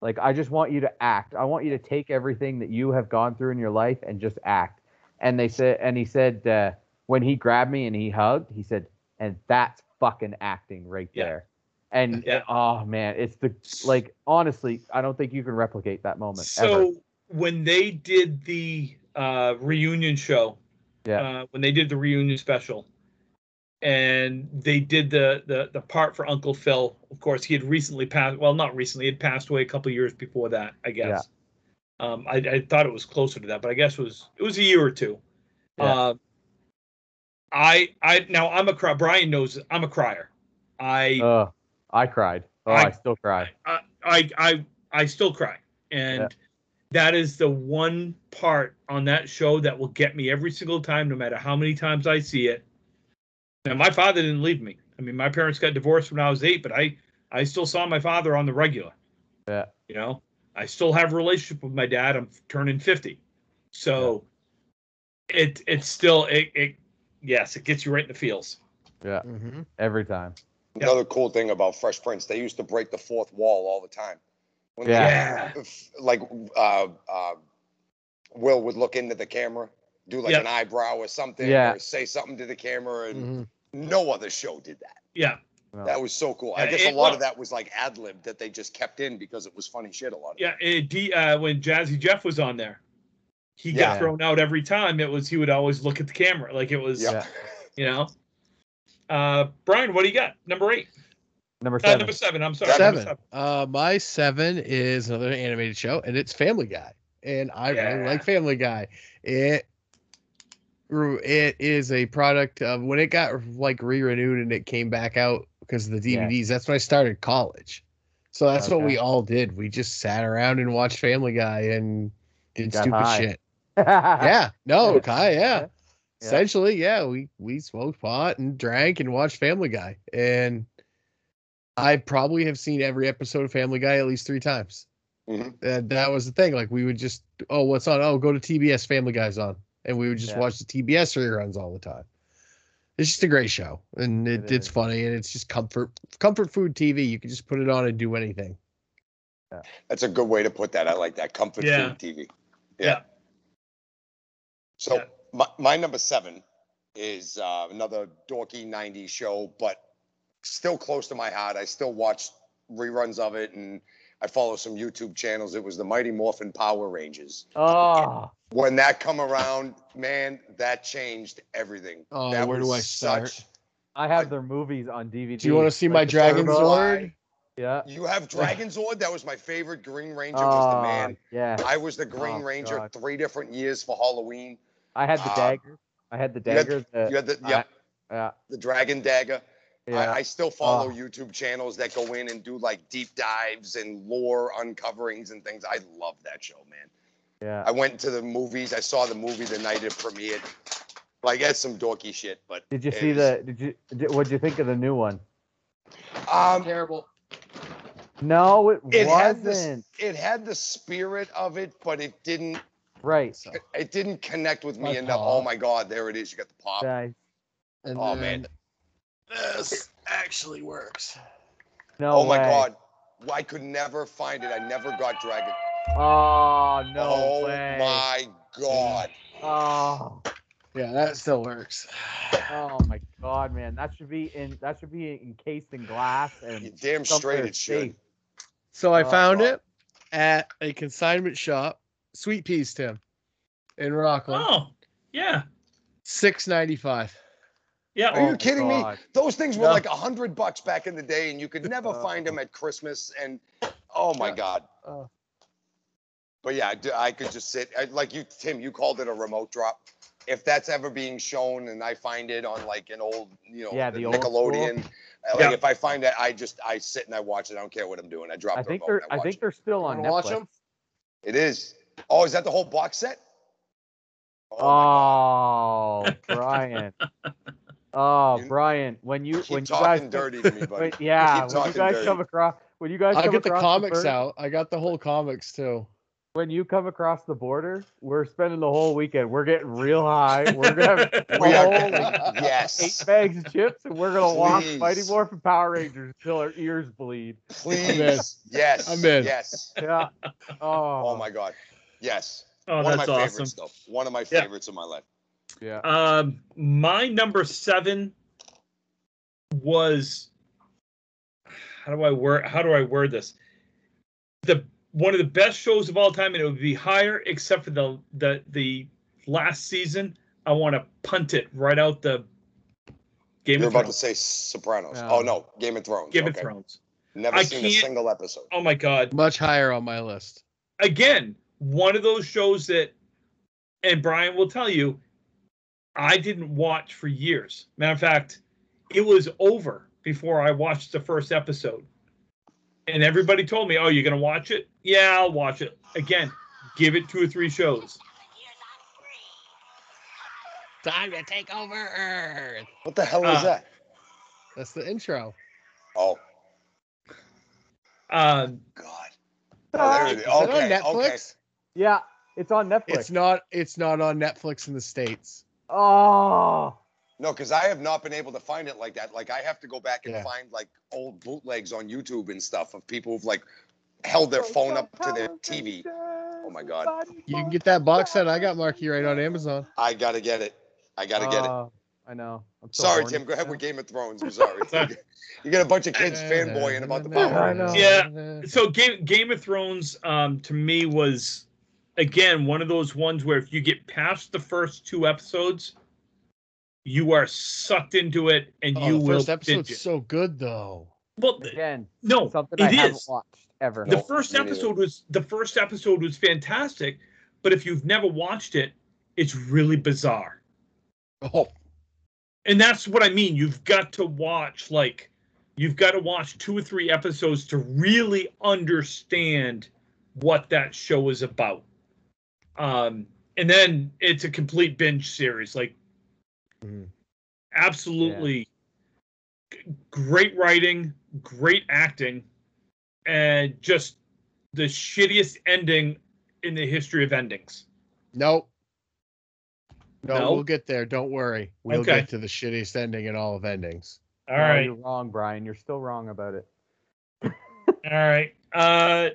Speaker 3: Like I just want you to act. I want you to take everything that you have gone through in your life and just act." And they said, and he said, uh, when he grabbed me and he hugged, he said, "And that's fucking acting right
Speaker 2: Yeah.
Speaker 3: there." And
Speaker 2: Yeah.
Speaker 3: oh man, it's the like honestly, I don't think you can replicate that moment.
Speaker 2: So
Speaker 3: ever.
Speaker 2: when they did the uh, reunion show,
Speaker 3: Yeah.
Speaker 2: uh, when they did the reunion special, and they did the the the part for Uncle Phil. Of course, he had recently passed. Well, not recently, he had passed away a couple years before that, I guess. Um, I, I thought it was closer to that, but I guess it was it was a year or two.
Speaker 3: Yeah.
Speaker 2: Uh, I I now I'm a cry. Brian knows I'm a crier. I
Speaker 3: Ugh, I cried. Oh,
Speaker 2: I-
Speaker 3: I, still cry.
Speaker 2: I I I, I still cry, and
Speaker 3: Yeah.
Speaker 2: that is the one part on that show that will get me every single time, no matter how many times I see it. Now, my father didn't leave me. I mean, my parents got divorced when I was eight, but I I still saw my father on the regular.
Speaker 3: Yeah.
Speaker 2: You know, I still have a relationship with my dad. I'm turning fifty, so it it's still it, it yes it gets you right in the feels.
Speaker 3: Yeah,
Speaker 4: Mhm.
Speaker 3: every time.
Speaker 2: Yeah.
Speaker 1: Another cool thing about Fresh Prince, they used to break the fourth wall all the time. When they-
Speaker 2: Yeah.
Speaker 1: if- like uh, uh, Will would look into the camera, do like
Speaker 2: Yeah.
Speaker 1: an eyebrow or something,
Speaker 3: Yeah.
Speaker 1: or say something to the camera, and
Speaker 4: Mhm.
Speaker 1: no other show did that.
Speaker 2: Yeah.
Speaker 3: No.
Speaker 1: That was so cool. I
Speaker 2: Yeah,
Speaker 1: guess
Speaker 2: it
Speaker 1: a lot
Speaker 2: was.
Speaker 1: of that was like ad lib that they just kept in because it was funny shit. A lot of it.
Speaker 2: Yeah, and D, uh, when Jazzy Jeff was on there, he
Speaker 1: Yeah.
Speaker 2: got thrown out every time. It was he would always look at the camera, like it was,
Speaker 1: yeah.
Speaker 2: you know. Uh, Brian, what do you got? Number eight,
Speaker 3: Number
Speaker 2: uh,
Speaker 3: seven.
Speaker 2: number seven. I'm sorry, number
Speaker 4: Seven. Uh, my seven is another animated show, and it's Family Guy, and I
Speaker 2: Yeah.
Speaker 4: really like Family Guy. It it is a product of when it got like re renewed and it came back out because of the
Speaker 3: Yeah.
Speaker 4: DVDs. That's when I started college, so that's what
Speaker 3: Okay.
Speaker 4: we all did. We just sat around and watched Family Guy and did
Speaker 3: Got
Speaker 4: stupid
Speaker 3: high.
Speaker 4: shit.
Speaker 3: <laughs> yeah.
Speaker 4: Yeah,
Speaker 1: oh,
Speaker 4: no, Kai, yeah.
Speaker 3: Yeah.
Speaker 4: Essentially, yeah, we we smoked pot and drank and watched Family Guy, and I probably have seen every episode of Family Guy at least three times.
Speaker 1: Mhm.
Speaker 4: That that was the thing. Like we would just, oh, what's on? Oh, go to TBS. Family Guy's on, and we would just
Speaker 3: Yeah.
Speaker 4: watch the TBS reruns all the time. It's just a great show, and it,
Speaker 3: It
Speaker 4: it's
Speaker 3: is.
Speaker 4: funny, and it's just comfort comfort food TV. You can just put it on and do anything.
Speaker 1: That's a good way to put that. I like that comfort
Speaker 2: Yeah.
Speaker 1: food TV.
Speaker 2: Yeah.
Speaker 1: So
Speaker 2: Yeah.
Speaker 1: My, my number seven is uh, another dorky '90s show, but still close to my heart. I still watch reruns of it, and I follow some YouTube channels. It was the Mighty Morphin Power Rangers.
Speaker 3: Oh,
Speaker 1: When that come around, man, that changed everything.
Speaker 4: Oh,
Speaker 1: that
Speaker 4: where do I start?
Speaker 3: I have their movies on DVD.
Speaker 4: Do you want to see
Speaker 3: Like
Speaker 4: my
Speaker 3: the
Speaker 4: Dragon
Speaker 3: Turbo.
Speaker 4: Zord?
Speaker 3: Yeah.
Speaker 1: You
Speaker 4: <laughs>
Speaker 1: have Dragon Zord. That was my favorite. Green Ranger was
Speaker 4: Ah.
Speaker 1: the
Speaker 3: Oh,
Speaker 1: man.
Speaker 3: yeah.
Speaker 1: I was the Green
Speaker 3: Oh,
Speaker 1: Ranger
Speaker 3: God.
Speaker 1: three different years for Halloween.
Speaker 3: I had the
Speaker 1: Uh,
Speaker 3: dagger. I had the
Speaker 1: you had-
Speaker 3: dagger. the-
Speaker 1: You had the
Speaker 3: Uh, I-
Speaker 1: yep,
Speaker 3: yeah.
Speaker 1: the Dragon Dagger.
Speaker 3: Yeah.
Speaker 1: I, I still follow
Speaker 3: Oh.
Speaker 1: YouTube channels that go in and do like deep dives and lore uncoverings and things. I love that show, man.
Speaker 3: yeah.
Speaker 1: I went to the movies. I saw the movie the night it premiered. Like that's some dorky shit, but
Speaker 3: Did you
Speaker 1: it
Speaker 3: see
Speaker 1: is-
Speaker 3: the? Did you? Did, what'd you think of the new one?
Speaker 1: Um,
Speaker 4: Terrible.
Speaker 3: No, it,
Speaker 1: it had
Speaker 3: wasn't.
Speaker 1: the it had the spirit of it, but it didn't
Speaker 3: Right.
Speaker 1: it didn't connect with me
Speaker 4: My
Speaker 1: enough.
Speaker 4: pop.
Speaker 1: Oh my god, there it is. You got the pop.
Speaker 3: Guys.
Speaker 4: And
Speaker 1: Oh,
Speaker 4: then
Speaker 1: man.
Speaker 4: this actually works.
Speaker 3: No
Speaker 1: oh my
Speaker 3: way.
Speaker 1: god, I could never find it. I never got Dragon.
Speaker 3: Oh no
Speaker 1: oh
Speaker 3: way.
Speaker 1: my god.
Speaker 3: Oh.
Speaker 4: Yeah, that still works.
Speaker 3: Oh my god, man. That should be in. That should be encased in glass
Speaker 1: You're
Speaker 3: and.
Speaker 1: damn straight
Speaker 3: somewhere
Speaker 1: it should.
Speaker 3: safe.
Speaker 4: So I
Speaker 3: Oh,
Speaker 4: found
Speaker 1: wow.
Speaker 4: it at a consignment shop, Sweet Peas Tim, in Rockland,
Speaker 2: Oh, yeah,
Speaker 4: six ninety five.
Speaker 2: yeah.
Speaker 1: Are
Speaker 3: Oh
Speaker 1: you
Speaker 3: my
Speaker 1: kidding me?
Speaker 3: God.
Speaker 1: Those things were
Speaker 4: No.
Speaker 1: like a hundred bucks back in the day, and you could never
Speaker 3: Oh.
Speaker 1: find them at Christmas. And oh my
Speaker 4: Yeah.
Speaker 1: god!
Speaker 3: Uh.
Speaker 4: Oh.
Speaker 1: But yeah, I d- I could just sit I, like you, Tim. You called it a remote drop. If that's ever being shown, and I find it on like an old, you know,
Speaker 3: Yeah,
Speaker 1: the
Speaker 3: the old
Speaker 1: Nickelodeon, uh, like
Speaker 2: Yeah.
Speaker 1: if I find that, I just I sit and I watch it. I don't care what I'm doing. I drop
Speaker 3: I
Speaker 1: the
Speaker 3: think
Speaker 1: remote.
Speaker 3: they're.
Speaker 1: and I
Speaker 3: I
Speaker 1: watch
Speaker 3: think they're still on
Speaker 4: Wanna watch
Speaker 3: Netflix.
Speaker 4: 'em?
Speaker 1: it. it is. Oh, is that the whole box set? Oh,
Speaker 3: Uh,
Speaker 1: my God.
Speaker 4: <laughs>
Speaker 3: Oh, Brian. Oh,
Speaker 1: You-
Speaker 3: Brian. When you
Speaker 1: keep
Speaker 3: <laughs> when you guys
Speaker 1: talking
Speaker 3: come-
Speaker 1: dirty to me, buddy.
Speaker 3: Wait, yeah,
Speaker 1: Keep
Speaker 3: when
Speaker 1: talking
Speaker 3: you guys
Speaker 1: dirty.
Speaker 3: come across when you guys
Speaker 4: I'll
Speaker 3: come
Speaker 4: get the
Speaker 3: across
Speaker 4: comics
Speaker 3: bor-
Speaker 4: out. I got the whole comics too.
Speaker 3: When you come across the border, we're spending the whole weekend. We're getting real high. We're gonna have
Speaker 1: <laughs>
Speaker 2: Oh.
Speaker 1: We
Speaker 2: <laughs>
Speaker 1: are-
Speaker 3: Holy eight
Speaker 1: <laughs> yes.
Speaker 3: bags of chips, and we're gonna watch Mighty
Speaker 1: Please.
Speaker 3: Morphin Power Rangers until our ears bleed.
Speaker 1: Please. Yes.
Speaker 4: I'm in.
Speaker 1: Yes.
Speaker 3: Yeah. Oh,
Speaker 1: Oh my God. Yes.
Speaker 2: Oh,
Speaker 1: One of
Speaker 2: that's
Speaker 1: my
Speaker 2: awesome.
Speaker 1: favorites though. One of my
Speaker 2: Yeah.
Speaker 1: favorites in my life.
Speaker 3: Yeah.
Speaker 2: Um, my number seven was how do I word how do I word this? The one of the best shows of all time, and it would be higher except for the the the last season. I want to punt it right out the Game
Speaker 1: You're
Speaker 2: of
Speaker 1: about to
Speaker 2: Thrones.
Speaker 1: say Sopranos.
Speaker 3: No.
Speaker 1: Oh no, Game of Thrones.
Speaker 2: Game
Speaker 1: Okay.
Speaker 2: of Thrones.
Speaker 1: Never
Speaker 2: I
Speaker 1: seen a
Speaker 2: can't-
Speaker 1: single episode.
Speaker 2: Oh my god!
Speaker 4: Much higher on my list.
Speaker 2: Again, one of those shows that, and Brian will tell you, I didn't watch for years. Matter of fact, it was over before I watched the first episode. And everybody told me, "Oh, you're gonna watch it? Yeah, I'll watch it again. Give it two or three shows."
Speaker 4: Time to take over Earth.
Speaker 1: What the hell is
Speaker 2: Uh,
Speaker 1: that?
Speaker 4: That's the intro.
Speaker 1: Ah. Oh
Speaker 2: Um,
Speaker 1: God. Oh, there it is.
Speaker 4: Is
Speaker 1: Okay,
Speaker 4: that on
Speaker 1: okay.
Speaker 4: Netflix?
Speaker 3: Yeah, it's on Netflix.
Speaker 4: It's not. It's not on Netflix in the states.
Speaker 3: oh,
Speaker 1: No, because I have not been able to find it like that. Like I have to go back and
Speaker 4: Yeah.
Speaker 1: find like old bootlegs on YouTube and stuff of people who've like held their phone up to their TV. Oh my God.
Speaker 4: You can get that box set. I got Marky right on Amazon.
Speaker 1: I gotta get it. I gotta get it.
Speaker 3: Oh, I know. I'm so
Speaker 1: Sorry,
Speaker 3: horny
Speaker 1: Tim. Go ahead
Speaker 3: now.
Speaker 1: with Game of Thrones. I'm sorry.
Speaker 3: <laughs>
Speaker 1: you get a bunch of
Speaker 4: <laughs>
Speaker 1: kids fanboying about the power.
Speaker 3: I know.
Speaker 2: Yeah. so Game Game of Thrones um, to me was again one of those ones where if you get past the first two episodes, you are sucked into it and
Speaker 4: Oh,
Speaker 2: you
Speaker 4: the
Speaker 2: will
Speaker 4: first episode's
Speaker 2: binge it.
Speaker 4: so good though.
Speaker 2: Well, th-
Speaker 3: Again,
Speaker 2: no,
Speaker 3: something I
Speaker 2: Oh, it
Speaker 3: haven't
Speaker 2: is.
Speaker 3: watched ever.
Speaker 2: The
Speaker 1: No,
Speaker 2: first
Speaker 1: me neither.
Speaker 2: episode was the first episode was fantastic, but if you've never watched it, it's really bizarre.
Speaker 4: Oh,
Speaker 2: And that's what I mean. You've got to watch like you've got to watch two or three episodes to really understand what that show is about. Um and then it's a complete binge series. Like
Speaker 4: Mhm.
Speaker 2: absolutely g- great writing, great acting, and just the shittiest ending in the history of endings.
Speaker 4: nope. No,
Speaker 2: No?
Speaker 4: we'll get there. Don't worry. We'll
Speaker 2: Okay.
Speaker 4: get to the shittiest ending in all of endings.
Speaker 2: All
Speaker 3: No,
Speaker 2: right.
Speaker 3: you're wrong, Brian. You're still wrong about it.
Speaker 2: All right. Uh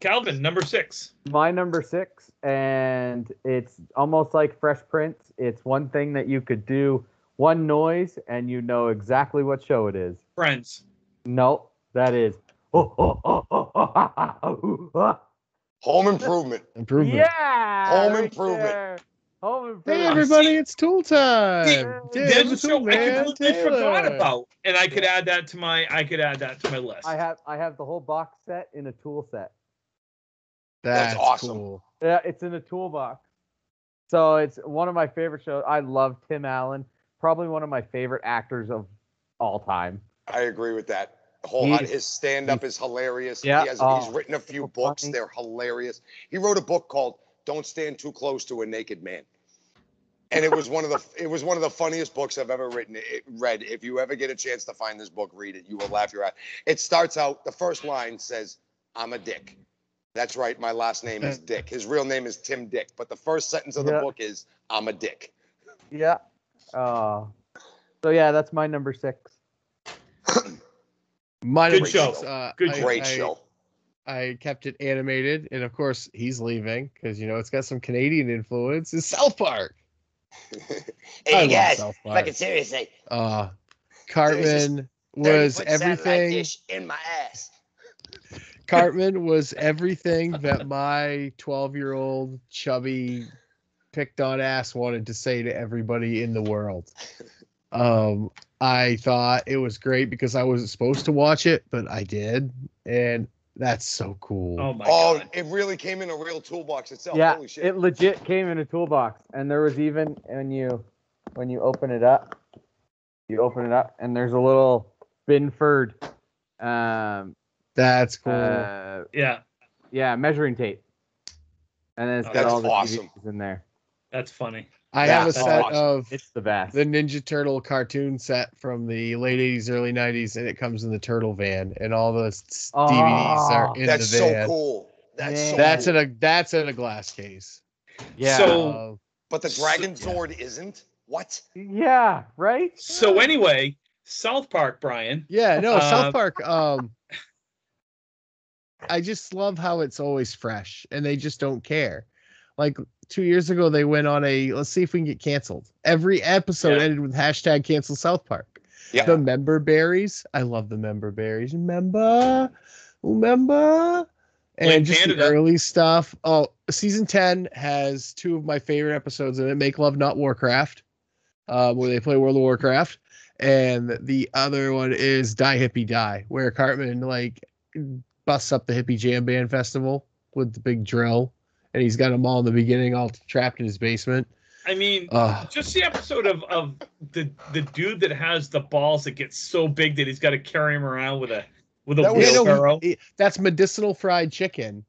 Speaker 2: Calvin, number six.
Speaker 3: My number six, and it's almost like Fresh Prince. It's one thing that you could do, one noise, and you know exactly what show it is.
Speaker 2: Friends.
Speaker 3: No, that is. <laughs>
Speaker 2: <laughs>
Speaker 3: Home
Speaker 1: Home Improvement.
Speaker 4: Improvement.
Speaker 3: Yeah.
Speaker 1: Home
Speaker 3: right
Speaker 1: improvement.
Speaker 3: there. Home improvement.
Speaker 4: Hey everybody, it's tool time.
Speaker 2: See,
Speaker 4: Tim,
Speaker 2: There's
Speaker 4: the
Speaker 2: a show I
Speaker 4: man,
Speaker 2: completely
Speaker 4: Taylor.
Speaker 2: forgot about, and I could add that to my I could add that to my list.
Speaker 3: I have I have the whole box set in a tool set.
Speaker 1: That's
Speaker 4: That's,
Speaker 1: awesome.
Speaker 4: Cool.
Speaker 3: Yeah, it's in a toolbox. So it's one of my favorite shows. I love Tim Allen, probably one of my favorite actors of all time.
Speaker 1: I agree with that. Whole,
Speaker 3: He's-
Speaker 1: his stand up is hilarious.
Speaker 3: Yeah,
Speaker 1: He has,
Speaker 3: oh,
Speaker 1: he's written a few
Speaker 3: so
Speaker 1: books.
Speaker 3: funny.
Speaker 1: They're hilarious. He wrote a book called Don't Stand Too Close to a Naked Man. And it was one of the it was one of the funniest books I've ever written. It, read. If you ever get a chance to find this book, read it. You will laugh your ass. It starts out the first line says, "I'm a dick." That's right. My last name
Speaker 4: <laughs>
Speaker 1: is Dick. His real name is Tim Dick. But the first sentence of the
Speaker 3: Yeah.
Speaker 1: book is, "I'm a dick."
Speaker 3: Yeah. Uh, so yeah, that's my number six.
Speaker 4: My
Speaker 2: Good
Speaker 4: number
Speaker 2: show.
Speaker 4: six, uh,
Speaker 2: Good
Speaker 4: I-
Speaker 1: Great
Speaker 4: I-
Speaker 1: show.
Speaker 4: I kept it animated, and of course he's leaving because you know it's got some Canadian influence. Is South Park? I love South Park.
Speaker 1: seriously.
Speaker 4: Uh, Cartman
Speaker 1: Thirty
Speaker 4: was
Speaker 1: foot satellite
Speaker 4: everything.
Speaker 1: dish in my ass.
Speaker 4: Cartman was everything that my twelve-year-old chubby picked on ass wanted to say to everybody in the world. Um, I thought it was great because I wasn't supposed to watch it, but I did, and that's so cool.
Speaker 2: oh my
Speaker 1: oh,
Speaker 2: god.
Speaker 1: it really came in a real toolbox itself.
Speaker 3: yeah,
Speaker 1: Oh, Holy shit.
Speaker 3: it legit came in a toolbox, and there was even when you when you open it up, you open it up, and there's a little Binford, um,
Speaker 4: that's cool.
Speaker 3: uh,
Speaker 2: Yeah,
Speaker 3: yeah, measuring tape, and then it's
Speaker 2: Oh,
Speaker 3: got
Speaker 1: that's
Speaker 3: all the
Speaker 1: awesome.
Speaker 3: TVs in there.
Speaker 2: that's funny.
Speaker 4: I have a
Speaker 1: that's
Speaker 4: set
Speaker 1: awesome.
Speaker 4: of
Speaker 3: It's the best.
Speaker 4: the Ninja Turtle cartoon set from the late 80s, early 90s, and it comes in the turtle van, and all the s-
Speaker 3: Oh,
Speaker 4: DVDs are in
Speaker 1: Ah, That's
Speaker 4: the
Speaker 1: so
Speaker 4: van.
Speaker 1: cool. That's so
Speaker 3: Man.
Speaker 4: That's
Speaker 1: cool.
Speaker 4: in a that's in a glass case.
Speaker 3: yeah.
Speaker 2: So-
Speaker 4: Uh,
Speaker 1: But the
Speaker 2: so-
Speaker 1: Dragon Zord isn't? What?
Speaker 3: yeah, right.
Speaker 2: So anyway, South Park, Brian.
Speaker 4: yeah, no,
Speaker 2: Uh,
Speaker 4: South Park. Um, I just love how it's always fresh, and they just don't care. Like two years ago, they went on a let's see if we can get canceled. Every episode
Speaker 2: Yeah.
Speaker 4: ended with hashtag cancel South Park.
Speaker 1: Yeah.
Speaker 4: The member berries. I love the member berries. Remember? Remember? And
Speaker 2: Blame
Speaker 4: just
Speaker 2: Canada.
Speaker 4: the early stuff. Oh, season 10 has two of my favorite episodes in it Make Love Not Warcraft, uh, where they play World of Warcraft. And the other one is Die Hippie Die, where Cartman like busts up the hippie jam band festival with the big drill. And he's got them all in the beginning, all trapped in his basement.
Speaker 2: I mean,
Speaker 4: Uh,
Speaker 2: just the episode of of the the dude that has the balls that gets so big that he's got to carry him around with a with a
Speaker 1: That was-
Speaker 4: yeah, no,
Speaker 2: wheelbarrow.
Speaker 4: he- Oh. that's medicinal fried chicken,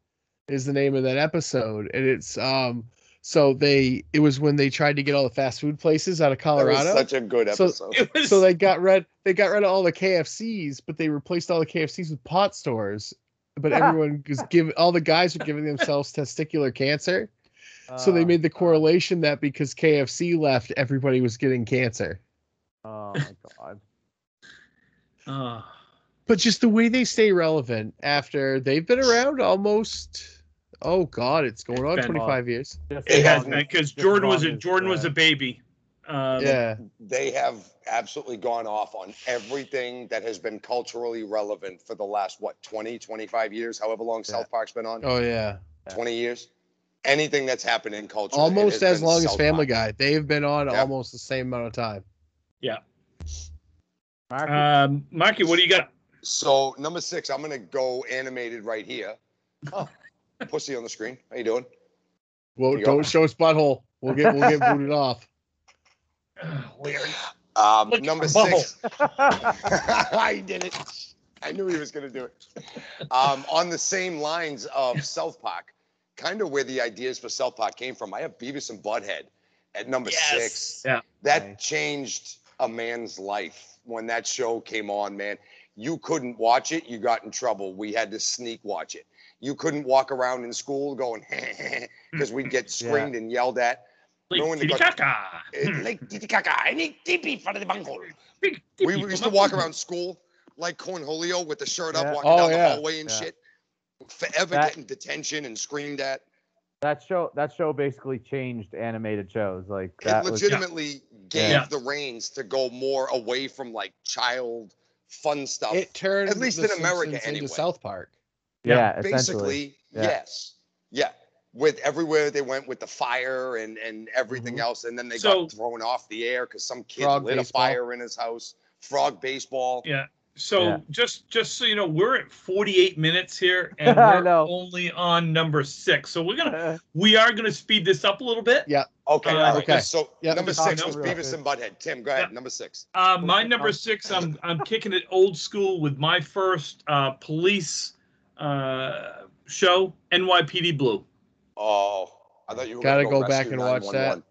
Speaker 4: is the name of that episode, and it's um. So they it was when they tried to get all the fast food places out of
Speaker 1: That was
Speaker 4: Colorado.
Speaker 1: such a good
Speaker 4: So-
Speaker 1: episode.
Speaker 2: <laughs> It was
Speaker 4: so they got rid they got rid of all the KFCs, but they replaced all the KFCs with pot stores.
Speaker 1: <laughs>
Speaker 4: But everyone was giving all the guys were giving themselves testicular cancer.
Speaker 1: Ah.
Speaker 4: so they
Speaker 3: Uh,
Speaker 4: made the correlation that because KFC left, everybody was getting cancer.
Speaker 3: Oh my god.
Speaker 2: Oh.
Speaker 4: But just the way they stay relevant after they've been around almost oh god, it's going on
Speaker 2: It's been
Speaker 4: twenty five years.
Speaker 3: Just
Speaker 2: it has
Speaker 3: long
Speaker 2: been because
Speaker 3: just uh,
Speaker 2: Jordan was
Speaker 3: long
Speaker 2: a
Speaker 3: as
Speaker 2: Jordan was
Speaker 3: the-
Speaker 2: a baby. Um,
Speaker 4: yeah.
Speaker 1: they have absolutely gone off on everything that has been culturally relevant for the last what 20 25 years however long
Speaker 4: Yeah.
Speaker 1: south park's been on
Speaker 4: Oh yeah.
Speaker 1: 20 years anything that's happened in culture it
Speaker 4: Almost
Speaker 1: has
Speaker 4: as
Speaker 1: been
Speaker 4: long as
Speaker 1: South Park.
Speaker 4: Family Guy. They've been on
Speaker 1: Yeah.
Speaker 4: almost the same amount of time.
Speaker 3: Mark,
Speaker 2: Um, Marky, what do you got?
Speaker 1: so number six i'm gonna go animated right here
Speaker 3: Oh.
Speaker 1: <laughs> pussy on the screen how you doing
Speaker 4: Well,
Speaker 1: There you go.
Speaker 4: don't show us butthole. We'll get we'll <laughs> get booted off.
Speaker 2: Oh, Larry.
Speaker 1: um
Speaker 2: Look at
Speaker 1: number
Speaker 2: your butthole.
Speaker 1: six <laughs>
Speaker 2: uh,
Speaker 1: I did it. I knew he was going to do it. Um, on the same lines of South Park, kind of where the ideas for South Park came from. I have Beavis and Butthead at number
Speaker 2: Yes.
Speaker 1: six.
Speaker 2: Yeah.
Speaker 1: That
Speaker 4: Nice.
Speaker 1: changed a man's life when that show came on, man. You couldn't watch it, you got in trouble. We had to sneak watch it. You couldn't walk around in school going, <laughs> because we'd
Speaker 3: <laughs>
Speaker 1: get screamed and yelled
Speaker 3: <clears throat>
Speaker 1: at.
Speaker 2: Like
Speaker 1: No one that got-
Speaker 2: Titicaca.
Speaker 1: Eh, Like, "Titicaca, I need TP for the bunghole
Speaker 2: Big
Speaker 1: we,
Speaker 2: tippy
Speaker 1: we used
Speaker 2: from
Speaker 1: to
Speaker 2: a-
Speaker 1: walk around school like Cornholio with the shirt up,
Speaker 3: Yeah.
Speaker 1: walking
Speaker 4: Oh,
Speaker 1: down the
Speaker 4: yeah.
Speaker 1: hallway and
Speaker 3: Yeah.
Speaker 1: shit. Forever
Speaker 3: That-
Speaker 1: getting detention and screamed at.
Speaker 3: <laughs> that show that show basically changed animated shows. Like that
Speaker 1: it
Speaker 3: was
Speaker 1: legitimately gave
Speaker 2: Yeah.
Speaker 1: the reins to go more away from like child fun stuff.
Speaker 4: It turned
Speaker 1: At least
Speaker 4: The
Speaker 1: in America,
Speaker 4: Simpsons
Speaker 1: anyway.
Speaker 4: into South Park.
Speaker 3: yeah, essentially.
Speaker 1: Basically,
Speaker 3: Yeah.
Speaker 1: yes, yeah. With everywhere they went with the fire and and everything else, and then they
Speaker 2: So-
Speaker 1: got thrown off the air because some kid
Speaker 4: Mm-hmm. Frog
Speaker 1: lit
Speaker 4: baseball.
Speaker 1: a fire in his house. Frog baseball.
Speaker 2: Yeah. So
Speaker 3: Yeah.
Speaker 2: just just so you know, we're at 48 minutes
Speaker 3: <laughs>
Speaker 2: here, and
Speaker 3: I
Speaker 2: we're
Speaker 3: know.
Speaker 2: only on number six. So we're gonna
Speaker 3: <laughs>
Speaker 2: we are gonna speed this up a little bit.
Speaker 4: Yeah.
Speaker 1: Okay,
Speaker 2: Uh,
Speaker 1: all right.
Speaker 4: okay.
Speaker 1: So
Speaker 4: Yeah.
Speaker 1: number
Speaker 3: Talk
Speaker 1: six
Speaker 2: to
Speaker 1: was
Speaker 3: real
Speaker 1: Beavis
Speaker 3: quick.
Speaker 1: and Butthead. Tim, go ahead. Number six.
Speaker 2: Uh, my number six, I'm I'm kicking it old school with my first uh, police uh, show, NYPD Blue.
Speaker 1: Oh, I thought you were
Speaker 4: Gotta
Speaker 1: gonna go,
Speaker 4: go back
Speaker 1: Rescue
Speaker 4: and watch that.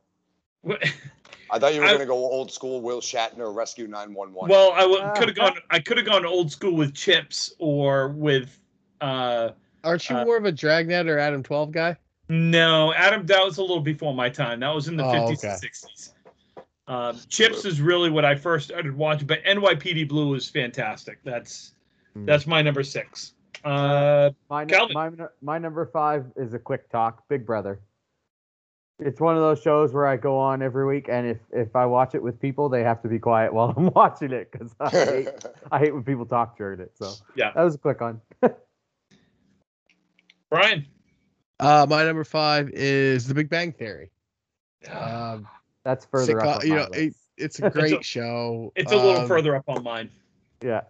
Speaker 1: 911. I thought you were
Speaker 2: I-
Speaker 1: gonna go old school Will Shatner Rescue 911. <laughs>
Speaker 2: Well, I
Speaker 3: Ah.
Speaker 2: could have gone. I could have gone old school with Chips or with. Uh,
Speaker 4: Aren't you
Speaker 2: Uh,
Speaker 4: more of a Dragnet or Adam Twelve guy?
Speaker 2: no, Adam, that was a little before my time. That was in the
Speaker 4: Oh,
Speaker 2: 50s and 60s. Um, Chips is really what I first started watching, but NYPD Blue is fantastic. That's
Speaker 4: Hmm.
Speaker 2: that's my number six. Uh,
Speaker 3: My, nu-
Speaker 2: Calvin.
Speaker 3: my, nu- my number five is a quick talk, Big Brother. It's one of those shows where I go on every week, and if, if I watch it with people, they have to be quiet while <laughs> I'm watching it because
Speaker 4: <laughs>
Speaker 3: I hate, I hate when people talk during it. So
Speaker 2: Yeah.
Speaker 3: that was a quick one.
Speaker 2: Brian.
Speaker 4: Uh, my number five is The Big Bang Theory. Um,
Speaker 3: That's further
Speaker 4: sitcom-
Speaker 3: up. on
Speaker 4: you
Speaker 3: my
Speaker 4: know, it,
Speaker 3: list.
Speaker 4: it's a great show.
Speaker 2: It's a little
Speaker 4: Um,
Speaker 2: further up on mine.
Speaker 3: yeah,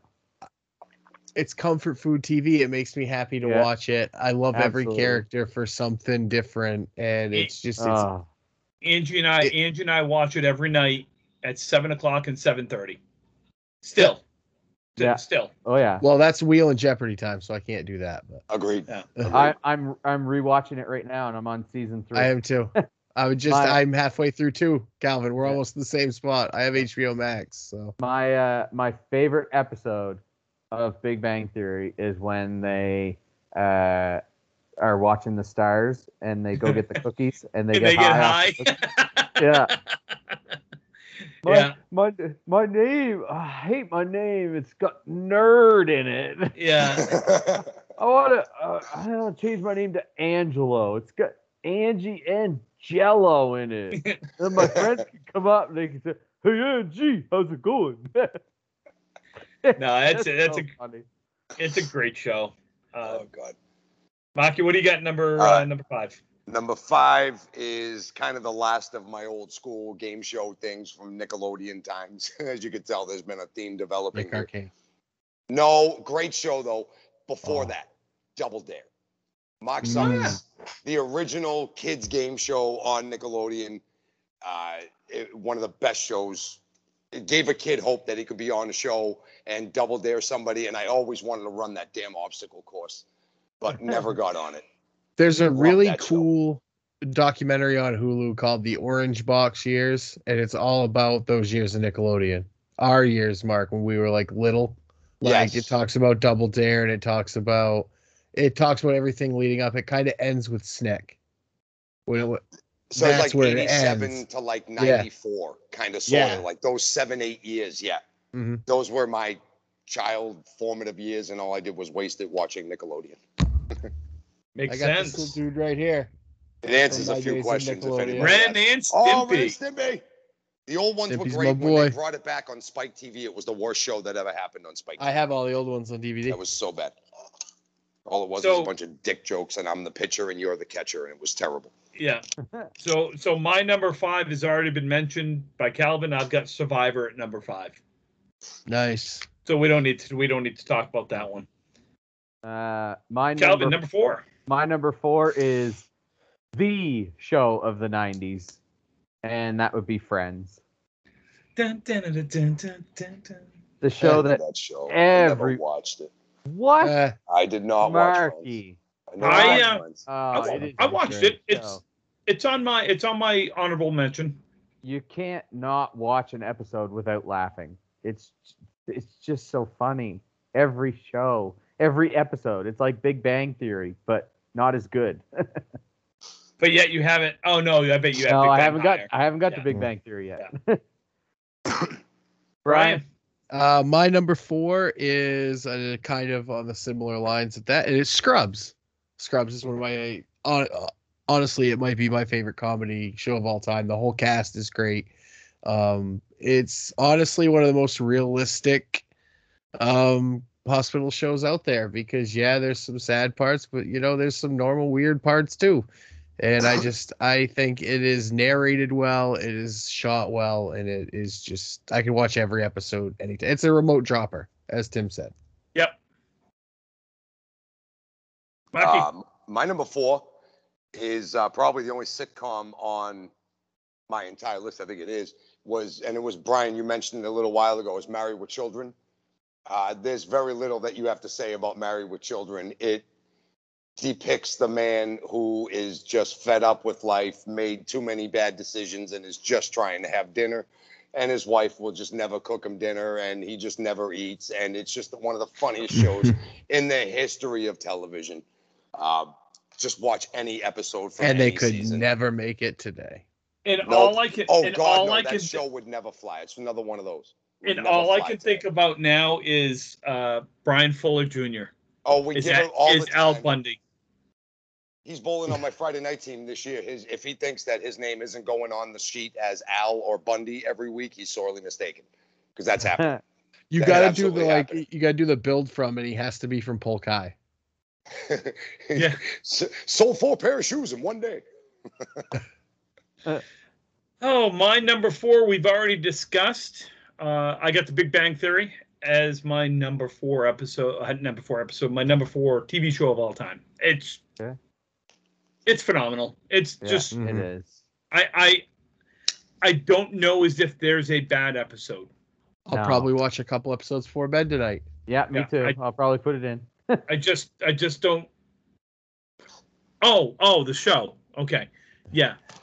Speaker 4: It's comfort food TV. It makes me happy to
Speaker 3: Yeah.
Speaker 4: watch it. I love every
Speaker 3: Absolutely.
Speaker 4: character for something different, and
Speaker 2: It-
Speaker 4: it's just it's,
Speaker 3: oh,
Speaker 2: Angie and I,
Speaker 4: It-
Speaker 2: Angie and I watch it every night at seven o'clock and seven thirty. Still, St-
Speaker 3: Yeah.
Speaker 2: still.
Speaker 3: oh yeah.
Speaker 4: well, that's Wheel and Jeopardy time, so I can't do that. But
Speaker 1: Agreed.
Speaker 2: Yeah.
Speaker 1: Agreed.
Speaker 3: I, I'm I'm rewatching it right now, and I'm on season three.
Speaker 4: I am too. I would just
Speaker 3: My-
Speaker 4: I'm halfway through too, Calvin. We're
Speaker 3: Yeah.
Speaker 4: almost in the same spot. I have HBO Max, so
Speaker 3: My uh, my favorite episode of Big Bang Theory is when they uh, are watching the stars and they go
Speaker 2: <laughs>
Speaker 3: get the cookies and they
Speaker 2: And
Speaker 3: get
Speaker 2: they get
Speaker 3: high.
Speaker 2: high.
Speaker 3: off the cookies. yeah. My,
Speaker 2: yeah,
Speaker 3: my my name. oh, I hate my name. It's got nerd in it.
Speaker 2: <laughs> yeah.
Speaker 3: I want to. Uh, I want to change my name to Angelo. It's got Angie and Jello in it. and
Speaker 2: <laughs>
Speaker 3: my friends can come up and they can say, "Hey Angie, how's it going?" <laughs>
Speaker 2: No, that's a, that's
Speaker 3: so
Speaker 2: a
Speaker 3: funny.
Speaker 2: it's a great show. Uh,
Speaker 1: <laughs> oh God.
Speaker 2: Maki, what do you got number
Speaker 1: All
Speaker 2: uh,
Speaker 1: right.
Speaker 2: number five?
Speaker 1: Number five is kind of the last of my old school game show things from Nickelodeon times. <laughs> As you can tell, there's been a theme developing.
Speaker 4: Nick
Speaker 1: here.
Speaker 4: Arcane.
Speaker 1: No, great show though. Before
Speaker 4: Oh.
Speaker 1: that, Double Dare. Mock
Speaker 4: Mm.
Speaker 1: Summers, the original kids game show on Nickelodeon. uh, it, one of the best shows. It gave a kid hope that he could be on a show and double dare somebody. And I always wanted to run that damn obstacle course,
Speaker 4: <laughs>
Speaker 1: but never got on it.
Speaker 4: There's a
Speaker 1: Love
Speaker 4: really
Speaker 1: that show.
Speaker 4: cool documentary on Hulu called The Orange Box Years, and it's all about those years of Nickelodeon. Our years, Mark, when we were like little. Like
Speaker 1: Yes.
Speaker 4: it talks about Double Dare and it talks about it talks about everything leading up. It kind of ends with Snick. When it,
Speaker 1: So
Speaker 4: That's
Speaker 1: it's like
Speaker 4: where it
Speaker 1: 87
Speaker 4: ends.
Speaker 1: to like
Speaker 4: Yeah.
Speaker 1: 94, kind of sort
Speaker 4: Yeah.
Speaker 1: of like those seven, eight years. Yeah.
Speaker 4: Mhm.
Speaker 1: Those were my child formative years, and all I did was waste it watching Nickelodeon.
Speaker 4: I
Speaker 2: Makes
Speaker 4: got this
Speaker 2: sense.
Speaker 4: little dude right here.
Speaker 1: It answers
Speaker 4: my
Speaker 1: a
Speaker 4: days
Speaker 1: few
Speaker 4: in
Speaker 1: questions, if
Speaker 4: Nickelodeon.
Speaker 1: anybody.
Speaker 2: Ren and
Speaker 1: Oh, Ren and
Speaker 2: Stimpy.
Speaker 1: Stimpy. The old ones
Speaker 4: Stimpy's
Speaker 1: were
Speaker 4: my
Speaker 1: great when they
Speaker 4: boy.
Speaker 1: brought it back on Spike TV. It was the worst show that ever happened on Spike.
Speaker 4: I have all the old ones on DVD.
Speaker 1: That was so bad. All it was was
Speaker 2: So-
Speaker 1: a bunch of dick jokes, and I'm the pitcher and you're the catcher, and it was terrible. <laughs>
Speaker 2: Yeah. So so my number five has already been mentioned by Calvin. I've got Survivor at number five.
Speaker 4: Nice.
Speaker 2: So we don't need to we don't need to talk about that one.
Speaker 3: Uh, my
Speaker 2: Calvin,
Speaker 3: number,
Speaker 2: number four.
Speaker 3: my number four is the show of the '90s, and that would be Friends,
Speaker 2: Dun, dun, dun, dun, dun, dun, dun.
Speaker 3: the show
Speaker 1: I did
Speaker 3: that
Speaker 1: that show. I
Speaker 3: every-
Speaker 1: never watched it.
Speaker 3: what
Speaker 4: Uh,
Speaker 1: I did not watch Friends.
Speaker 3: Marky.
Speaker 1: I, never
Speaker 2: I,
Speaker 1: watched
Speaker 2: uh,
Speaker 1: Friends.
Speaker 3: Oh,
Speaker 2: wa-
Speaker 3: it is
Speaker 2: I
Speaker 3: a
Speaker 2: watched
Speaker 3: great
Speaker 2: it. It's-
Speaker 3: show.
Speaker 2: It's on my it's on my honorable mention.
Speaker 3: you can't not watch an episode without laughing. It's it's just so funny. Every show, every episode, it's like Big Bang Theory, but not as good.
Speaker 2: But yet you haven't. Oh no, I bet you have.
Speaker 3: no,
Speaker 2: Big
Speaker 3: I
Speaker 2: Bang
Speaker 3: haven't got
Speaker 2: higher.
Speaker 3: I haven't got
Speaker 2: Yeah.
Speaker 3: to Big
Speaker 4: Mm.
Speaker 3: Bang Theory yet.
Speaker 2: <laughs>
Speaker 3: <laughs>
Speaker 2: Brian.
Speaker 4: uh, my number four is uh, kind of on the similar lines of that. and It's Scrubs. Scrubs is one of my hon- honestly, it might be my favorite comedy show of all time. The whole cast is great. Um, it's honestly one of the most realistic um, hospital shows out there because yeah, there's some sad parts, but you know, there's some normal weird parts too.
Speaker 1: <laughs>
Speaker 4: And I just I think it is narrated well, it is shot well, and it is just I can watch every episode anytime. It's a remote dropper, as Tim said.
Speaker 2: Yep. Marky.
Speaker 1: Um, my number four is uh, probably the only sitcom on my entire list. I think it is was, and it was Brian. You mentioned it a little while ago. Is Married with Children. Uh, there's very little that you have to say about Married with Children. It depicts the man who is just fed up with life, made too many bad decisions, and is just trying to have dinner. And his wife will just never cook him dinner, and he just never eats. And it's just one of the
Speaker 4: <laughs>
Speaker 1: funniest <laughs> shows in the history of television. Uh, just watch any episode from
Speaker 4: and they
Speaker 1: any
Speaker 4: could
Speaker 1: season.
Speaker 4: never make it today.
Speaker 2: and
Speaker 1: no.
Speaker 2: all I can
Speaker 1: Oh
Speaker 2: and
Speaker 1: God,
Speaker 2: all
Speaker 1: no,
Speaker 2: I
Speaker 1: that
Speaker 2: can
Speaker 1: show would never fly. It's another one of those. Would
Speaker 2: and
Speaker 1: never
Speaker 2: all I
Speaker 1: fly
Speaker 2: can
Speaker 1: today.
Speaker 2: think about now is uh, Brian Fuller Jr.
Speaker 1: Oh, we
Speaker 2: is
Speaker 1: give
Speaker 2: that,
Speaker 1: it all
Speaker 2: is
Speaker 1: the
Speaker 2: Al
Speaker 1: time.
Speaker 2: Bundy.
Speaker 1: He's bowling on my Friday night team this year. His, if he thinks that his name isn't going on the sheet as Al or Bundy every week, he's sorely mistaken because
Speaker 4: <laughs>
Speaker 1: that's happening.
Speaker 4: You
Speaker 1: That
Speaker 4: gotta do
Speaker 1: absolutely
Speaker 4: the like
Speaker 1: happened.
Speaker 4: you gotta do the build from and he has to be from Polkai.
Speaker 2: Yeah.
Speaker 1: S- Sold four pair of shoes in one day.
Speaker 2: Oh, my number four we've already discussed. Uh, I got The Big Bang Theory as my number four episode. uh, Number four episode. My number four TV show of all time. It's
Speaker 3: Okay.
Speaker 2: it's phenomenal. It's
Speaker 3: Yeah.
Speaker 2: just
Speaker 3: It is.
Speaker 2: I I I don't know as if there's a bad episode.
Speaker 4: I'll
Speaker 3: No.
Speaker 4: probably watch a couple episodes before bed tonight.
Speaker 3: Yeah, me
Speaker 2: Yeah,
Speaker 3: too.
Speaker 2: I-
Speaker 3: I, will probably put it in.
Speaker 2: I just I just don't. Oh oh the show. Okay, yeah. <laughs>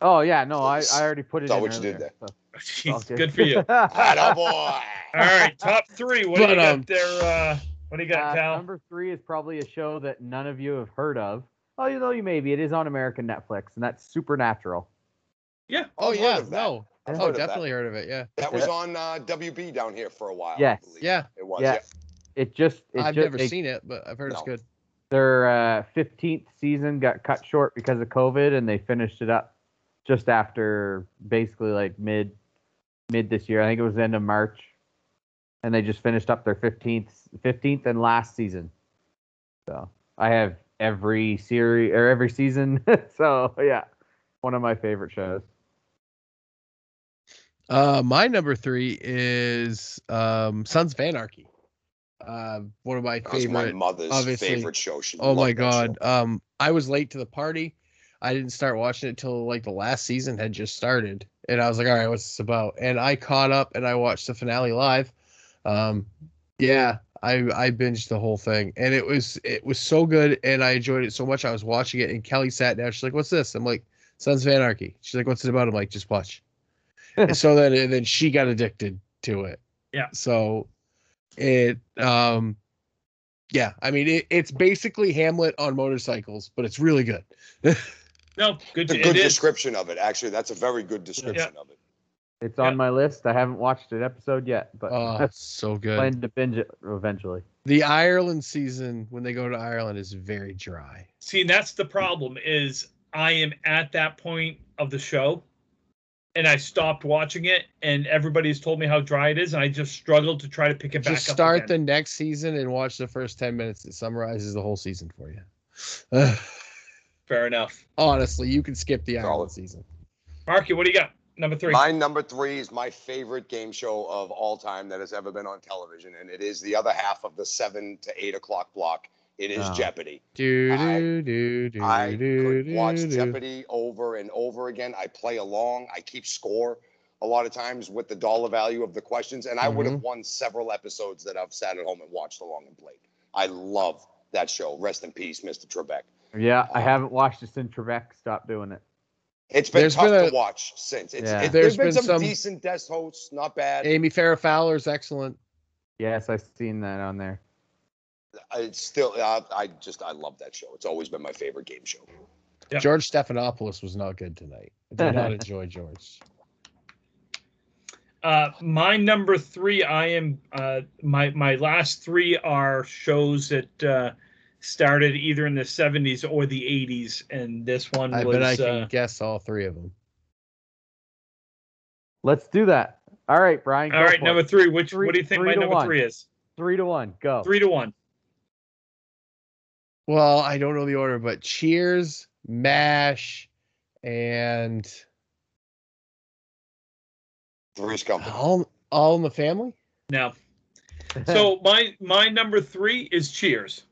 Speaker 3: Oh yeah, no, I, I already put it
Speaker 1: Saw
Speaker 3: in.
Speaker 1: what you did
Speaker 3: earlier, so-
Speaker 2: Jeez,
Speaker 3: okay.
Speaker 2: good for <laughs>
Speaker 3: <laughs>
Speaker 2: you.
Speaker 1: Atta
Speaker 4: <laughs> Oh,
Speaker 1: boy.
Speaker 2: All right, top three. What do
Speaker 4: But,
Speaker 2: you got
Speaker 4: um,
Speaker 2: there? Uh, what do you got, <laughs>
Speaker 3: Uh,
Speaker 2: Cal?
Speaker 3: number three is probably a show that none of you have heard of. Oh, you know you maybe it is on American Netflix, and that's Supernatural.
Speaker 4: Oh
Speaker 1: I've heard
Speaker 4: yeah,
Speaker 1: of that.
Speaker 4: no.
Speaker 1: I've heard
Speaker 4: Oh
Speaker 1: of that.
Speaker 4: definitely heard of it, yeah.
Speaker 1: That was on uh, WB down here for a while. I
Speaker 3: Yes.
Speaker 1: believe.
Speaker 4: Yeah.
Speaker 1: It was.
Speaker 3: Yeah.
Speaker 1: yeah.
Speaker 3: It just it
Speaker 4: I've
Speaker 3: just,
Speaker 4: never
Speaker 3: they-
Speaker 4: seen it, but I've heard it's
Speaker 1: No.
Speaker 4: good.
Speaker 3: their uh, 15th season got cut short because of COVID, and they finished it up just after basically like mid mid this year. I think it was the end of March, and they just finished up their 15th 15th and last season. So I have every series or every season. <laughs> so yeah, one of my favorite shows.
Speaker 4: Uh, my number three is um, Sons of Anarchy. Uh, one of my
Speaker 1: That was my
Speaker 4: favorite.
Speaker 1: mother's
Speaker 4: obviously.
Speaker 1: favorite show. She
Speaker 4: oh my
Speaker 1: loved that show.
Speaker 4: god! Um, I was late to the party. I didn't start watching it till like the last season had just started, and I was like, all right, what's this about? And I caught up and I watched the finale live. Um, yeah, I I binged the whole thing, and it was it was so good, and I enjoyed it so much. I was watching it, and Kelly sat down. She's like, "What's this?" I'm like, "Sons of Anarchy." She's like, "What's it about?" I'm like, "Just watch." and so then and then she got addicted to it.
Speaker 2: Yeah.
Speaker 4: So it um yeah, I mean it, it's basically Hamlet on motorcycles, but it's really good.
Speaker 2: No, good.
Speaker 1: It's a
Speaker 2: it
Speaker 1: good
Speaker 2: is.
Speaker 1: description of it. Actually, that's a very good description of it.
Speaker 3: It's
Speaker 2: Yeah.
Speaker 3: on my list. I haven't watched an episode yet, but <laughs>
Speaker 4: Oh,
Speaker 3: I
Speaker 4: it's so good.
Speaker 3: plan to binge it eventually.
Speaker 4: The Ireland season when they go to Ireland is very dry.
Speaker 2: See, that's the problem is I am at that point of the show and I stopped watching it and everybody's told me how dry it is and I just struggled to try to pick it back
Speaker 4: Just
Speaker 2: up.
Speaker 4: start the
Speaker 2: again.
Speaker 4: next season and watch the first 10 minutes. It summarizes the whole season for you.
Speaker 2: Fair enough.
Speaker 4: Honestly, you can skip the
Speaker 1: Solid.
Speaker 4: Ireland season.
Speaker 2: Marky, what do you got? Number three.
Speaker 1: My number three is my favorite game show of all time that has ever been on television, and it is the other half of the seven to eight o'clock block. It is
Speaker 3: Oh.
Speaker 1: Jeopardy.
Speaker 4: Do
Speaker 1: I-
Speaker 4: do Ah. do do
Speaker 1: I
Speaker 4: do
Speaker 1: could
Speaker 4: do.
Speaker 1: watch
Speaker 4: do.
Speaker 1: Jeopardy over and over again. I play along. I keep score a lot of times with the dollar value of the questions, and I would
Speaker 4: Mm-hmm.
Speaker 1: have won several episodes that I've sat at home and watched along and played. I love that show. Rest in peace, Mr. Trebek.
Speaker 3: Yeah, I haven't watched it since Trebek stopped doing it.
Speaker 1: It's been
Speaker 4: There's
Speaker 1: tough
Speaker 4: been a-
Speaker 1: to watch since. It's,
Speaker 3: Yeah.
Speaker 1: it,
Speaker 4: There's
Speaker 1: there's been,
Speaker 4: been
Speaker 1: some,
Speaker 4: some-
Speaker 1: decent guest hosts, not bad.
Speaker 4: Amy Farrah Fowler is excellent.
Speaker 3: Yes, I've seen that on there.
Speaker 1: It's still, I, I just, I love that show. It's always been my favorite game show.
Speaker 2: Yeah.
Speaker 4: George Stephanopoulos was not good tonight. I
Speaker 2: <laughs>
Speaker 4: did not enjoy George.
Speaker 2: Uh, my number three, I am uh, my my last three are shows that uh, started either in the seventies or the eighties, and this one
Speaker 4: I
Speaker 2: was
Speaker 4: bet I can
Speaker 2: uh,
Speaker 4: guess all three of them.
Speaker 3: Let's do that. All right, Brian.
Speaker 2: all
Speaker 3: go
Speaker 2: right.
Speaker 3: for it.
Speaker 2: Number three. Which
Speaker 3: Three-
Speaker 2: what do you think
Speaker 3: three
Speaker 2: my
Speaker 3: to
Speaker 2: number
Speaker 3: one.
Speaker 2: three is?
Speaker 3: three to one. Go. <laughs>
Speaker 2: Three to one.
Speaker 4: Well, I don't know the order, but Cheers, MASH, and
Speaker 1: Three's Company.
Speaker 4: all all in the family.
Speaker 2: Now, so my my number three is Cheers.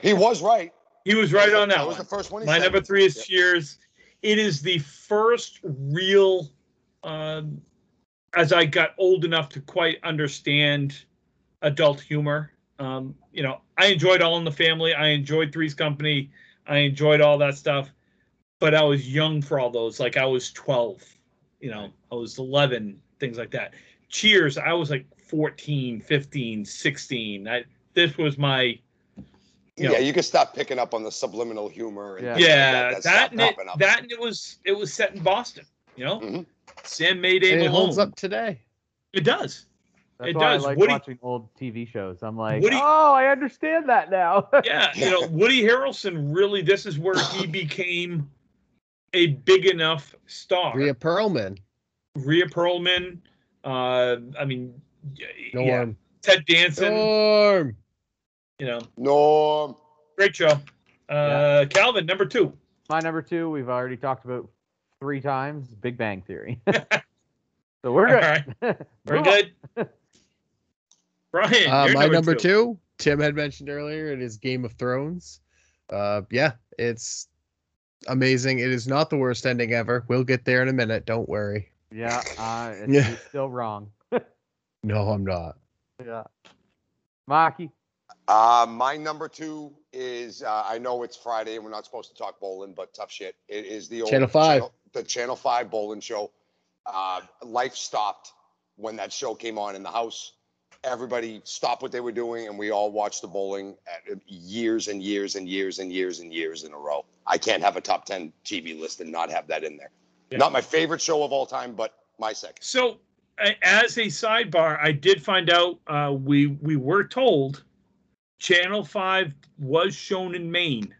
Speaker 1: He was right.
Speaker 2: He was right on that
Speaker 1: was
Speaker 2: one.
Speaker 1: the first one. he
Speaker 2: My
Speaker 1: said.
Speaker 2: number three is
Speaker 1: Yeah.
Speaker 2: Cheers. It is the first real, um, as I got old enough to quite understand adult humor. Um, you know, I enjoyed All in the Family. I enjoyed Three's Company. I enjoyed all that stuff, but I was young for all those. Like I was 12, you know, I was 11, things like that. Cheers, I was like 14, 15, 16. I, this was my you know.
Speaker 1: Yeah, you can stop picking up on the subliminal humor. And
Speaker 3: Yeah.
Speaker 1: things like
Speaker 2: Yeah,
Speaker 1: that,
Speaker 2: that
Speaker 1: that,
Speaker 2: and it,
Speaker 1: popping up.
Speaker 2: that and it was it was set in Boston. You know,
Speaker 1: Mhm.
Speaker 2: Sam Mayday
Speaker 4: And it
Speaker 2: Malone.
Speaker 4: holds up today.
Speaker 2: It does.
Speaker 3: That's
Speaker 2: It
Speaker 3: why
Speaker 2: does.
Speaker 3: I like
Speaker 2: Woody-
Speaker 3: watching old TV shows. I'm like,
Speaker 2: Woody-
Speaker 3: oh, I understand that now. <laughs>
Speaker 1: <laughs>
Speaker 2: Yeah, you know, Woody Harrelson really. This is where he became a big enough star.
Speaker 4: Rhea
Speaker 2: Rhea,
Speaker 4: Perlman.
Speaker 2: Perlman. Uh, I mean, y- yeah,
Speaker 4: Norm.
Speaker 2: Ted Danson.
Speaker 4: Norm.
Speaker 2: You know,
Speaker 1: Norm.
Speaker 2: great show. Uh, Calvin, number two.
Speaker 3: My number two, we've already talked about three times. Big
Speaker 2: <laughs>
Speaker 3: Bang Theory. so we're
Speaker 2: All
Speaker 3: good.
Speaker 2: right,
Speaker 3: <laughs>
Speaker 2: we're
Speaker 3: Move on.
Speaker 2: good.
Speaker 4: <laughs>
Speaker 2: Brian,
Speaker 4: Uh,
Speaker 2: you're
Speaker 4: my number two, Tim had mentioned earlier, it is Game of Thrones. Uh, yeah, it's amazing. It is not the worst ending ever. We'll get there in a minute. Don't worry.
Speaker 3: Yeah, uh, it's,
Speaker 4: Yeah.
Speaker 3: it's still wrong.
Speaker 4: No, I'm not.
Speaker 3: Yeah. Maki.
Speaker 1: Uh, my number two is uh, I know it's Friday and we're not supposed to talk bowling, but tough shit. It is the old
Speaker 4: Channel five.
Speaker 1: the Channel Five bowling show. Uh, life stopped when that show came on in the house. Everybody stopped what they were doing, and we all watched the bowling at uh, years and years and years and years and years in a row. I can't have a top ten TV list and not have that in there.
Speaker 2: Yeah.
Speaker 1: Not my favorite show of all time, but my
Speaker 2: <laughs>
Speaker 1: second. <laughs>
Speaker 2: So, a- as a sidebar, I did find out uh, we we were told Channel Five was shown in Maine,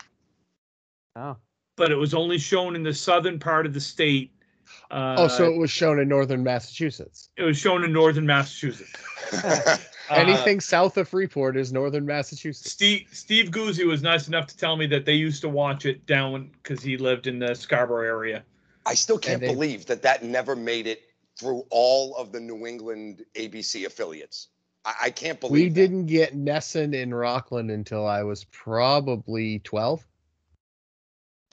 Speaker 3: Oh.
Speaker 2: but it was only shown in the southern part of the state. Uh,
Speaker 4: oh, so it was shown in northern Massachusetts.
Speaker 2: it was shown in northern Massachusetts. Uh,
Speaker 4: Anything south of Freeport is northern Massachusetts.
Speaker 2: Steve Steve Guzzi was nice enough to tell me that they used to watch it down because he lived in the Scarborough area.
Speaker 1: I still can't
Speaker 4: they-
Speaker 1: believe that that never made it through all of the New England ABC affiliates. I, I can't believe
Speaker 4: We
Speaker 1: that.
Speaker 4: didn't get Nesson in Rockland until I was probably 12.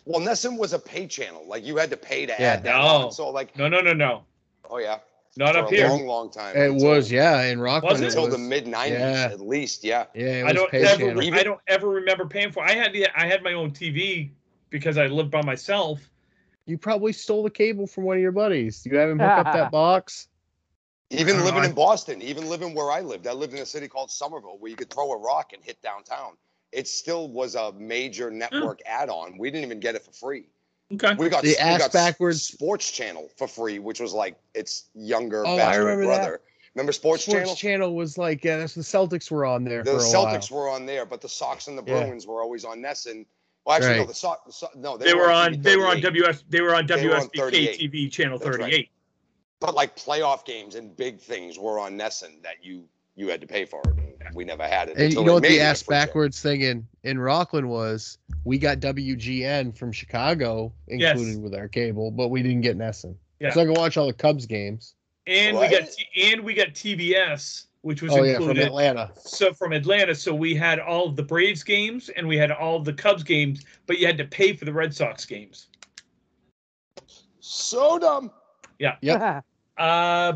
Speaker 1: Well, Nessun was a pay channel. Like you had to pay to
Speaker 3: Yeah.
Speaker 1: add that.
Speaker 2: No.
Speaker 1: on. So like,
Speaker 2: No, no, no, no.
Speaker 1: oh yeah,
Speaker 2: Not
Speaker 1: for
Speaker 2: up
Speaker 1: a
Speaker 2: here.
Speaker 1: long, long time.
Speaker 4: It
Speaker 1: until-
Speaker 4: was, yeah, in Rockland.
Speaker 2: Was it?
Speaker 4: it
Speaker 1: until the
Speaker 4: was-
Speaker 1: mid '90s
Speaker 4: Yeah.
Speaker 1: at least. Yeah.
Speaker 4: Yeah, it
Speaker 2: I
Speaker 4: was
Speaker 2: don't
Speaker 4: pay
Speaker 2: ever.
Speaker 4: channel.
Speaker 1: channel.
Speaker 2: I don't ever remember paying for. I had the. I had my own TV because I lived by myself.
Speaker 4: You probably stole the cable from one of your buddies. You have him hook
Speaker 1: <laughs>
Speaker 4: up that box.
Speaker 2: I
Speaker 1: Even
Speaker 2: don't
Speaker 1: living
Speaker 2: know, I-
Speaker 1: in Boston, even living where I lived, I lived in a city called Somerville where you could throw a rock and hit downtown. It still was a
Speaker 2: Hmm.
Speaker 1: major network add-on. We didn't even get it for free.
Speaker 2: Okay.
Speaker 1: We got
Speaker 4: The
Speaker 1: we got
Speaker 4: ass backwards-
Speaker 1: Sports Channel for free, which was like its younger,
Speaker 4: Oh, I
Speaker 1: faster
Speaker 4: remember that.
Speaker 1: brother. Remember Sports, Channel?
Speaker 4: was like, yeah, that's the Celtics were on there.
Speaker 1: The
Speaker 4: for a
Speaker 1: Celtics
Speaker 4: While.
Speaker 1: were on there, but the Sox and the
Speaker 4: Yeah.
Speaker 1: Bruins were always on Nesson. Well, actually, no,
Speaker 4: Right.
Speaker 1: the Sox. The Sox no,
Speaker 2: They, were on. They were on E.
Speaker 1: WB.
Speaker 2: WS. They were on
Speaker 1: They were on
Speaker 2: WSBK
Speaker 1: 38.
Speaker 2: TV channel
Speaker 1: That's right.
Speaker 2: 38.
Speaker 1: But like playoff games and big things were on Nesson that you you had to pay for it. And we never had it.
Speaker 4: And
Speaker 1: until
Speaker 4: you
Speaker 1: they
Speaker 4: know what
Speaker 1: made
Speaker 4: the
Speaker 1: it a
Speaker 4: ass
Speaker 1: free channel.
Speaker 4: backwards thing in in Rockland was? We got WGN from Chicago
Speaker 2: Yes.
Speaker 4: included with our cable, but we didn't get Nesson.
Speaker 2: Yeah.
Speaker 4: So I could watch all the Cubs games.
Speaker 2: And we got. T- and we got TBS, which was
Speaker 4: Oh yeah, from
Speaker 2: included.
Speaker 4: Atlanta.
Speaker 2: so from Atlanta, so we had all of the Braves games and we had all of the Cubs games, but you had to pay for the Red Sox games.
Speaker 1: So dumb.
Speaker 3: <laughs>
Speaker 4: Yep.
Speaker 2: Uh,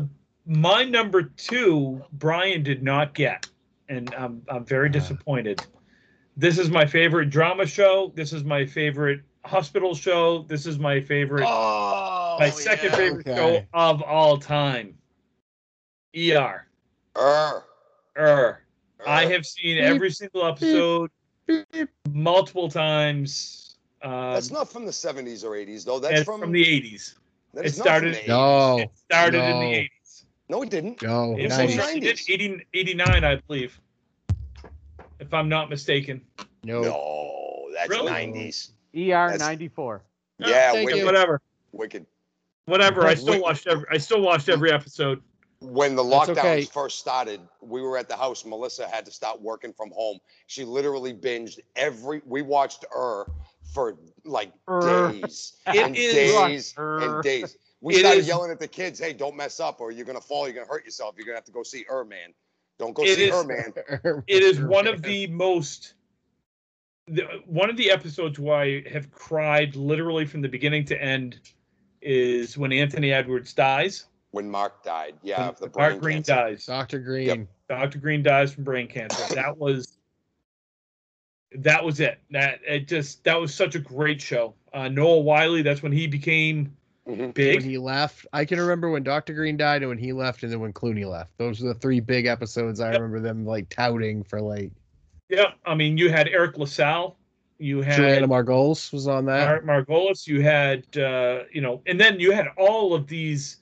Speaker 2: my number two, Brian did not get, and I'm I'm very
Speaker 4: Ah.
Speaker 2: disappointed. This is my favorite drama show. This is my favorite hospital show. This is my favorite,
Speaker 1: Oh,
Speaker 2: my second favorite show
Speaker 4: Okay.
Speaker 2: of all time. ER.
Speaker 1: Err,
Speaker 2: Er. I
Speaker 1: err.
Speaker 2: have seen every single episode multiple times. Um,
Speaker 1: That's not from the '70s or '80s though. That's
Speaker 2: it's
Speaker 1: from,
Speaker 2: from, the 80s.
Speaker 1: that
Speaker 2: it
Speaker 1: is not from
Speaker 2: started-
Speaker 1: the 80s.
Speaker 4: No,
Speaker 2: it started in
Speaker 4: Oh, no. Oh,
Speaker 2: the 80s.
Speaker 1: no, it didn't.
Speaker 4: no,
Speaker 2: It
Speaker 1: was
Speaker 2: was
Speaker 4: 90s.
Speaker 1: nice. 90s.
Speaker 2: 80, 89, I believe, if I'm not mistaken.
Speaker 4: no.
Speaker 1: No, that's
Speaker 2: Really? Oh,
Speaker 1: '90s.
Speaker 3: ER ninety four.
Speaker 2: No,
Speaker 1: yeah,
Speaker 4: thank
Speaker 1: wicked,
Speaker 4: you.
Speaker 2: Whatever,
Speaker 1: wicked.
Speaker 2: whatever. I still
Speaker 1: Wait.
Speaker 2: watched every. I still watched every episode.
Speaker 1: When the
Speaker 4: That's
Speaker 1: lockdowns
Speaker 4: okay.
Speaker 1: first started, we were at the house. Melissa had to stop working from home. She literally binged every. We watched her for like
Speaker 3: Err.
Speaker 1: days
Speaker 2: It
Speaker 1: and
Speaker 2: is-
Speaker 1: days
Speaker 3: Err.
Speaker 1: and days. We
Speaker 2: It
Speaker 1: started
Speaker 2: is-
Speaker 1: yelling at the kids, "Hey, don't mess up, or you're gonna fall. You're gonna hurt yourself. You're gonna have to go see her, man. Don't go
Speaker 2: It
Speaker 1: see
Speaker 2: is-
Speaker 1: her,
Speaker 4: <laughs>
Speaker 1: man."
Speaker 2: It is one of the most. The, one of the episodes where I have cried literally from the beginning to end is when Anthony Edwards dies.
Speaker 1: When Mark died, yeah,
Speaker 2: when
Speaker 1: of the brain
Speaker 2: Mark Green
Speaker 1: cancer.
Speaker 2: dies.
Speaker 4: Dr. Green.
Speaker 1: Yep.
Speaker 2: Dr. Green dies from brain cancer. That was that was it. That it just that was such a great show. Uh, Noah Wiley, that's when he became
Speaker 1: Mhm.
Speaker 2: big.
Speaker 4: When he left, I can remember when Dr. Green died and when he left, and then when Clooney left. Those are the three big episodes I
Speaker 2: Yep.
Speaker 4: remember them like touting for like
Speaker 2: yeah, I mean you had Eric LaSalle, you had
Speaker 4: Joanna Margolis was on that.
Speaker 2: Mar- Margolis, you had uh, you know, and then you had all of these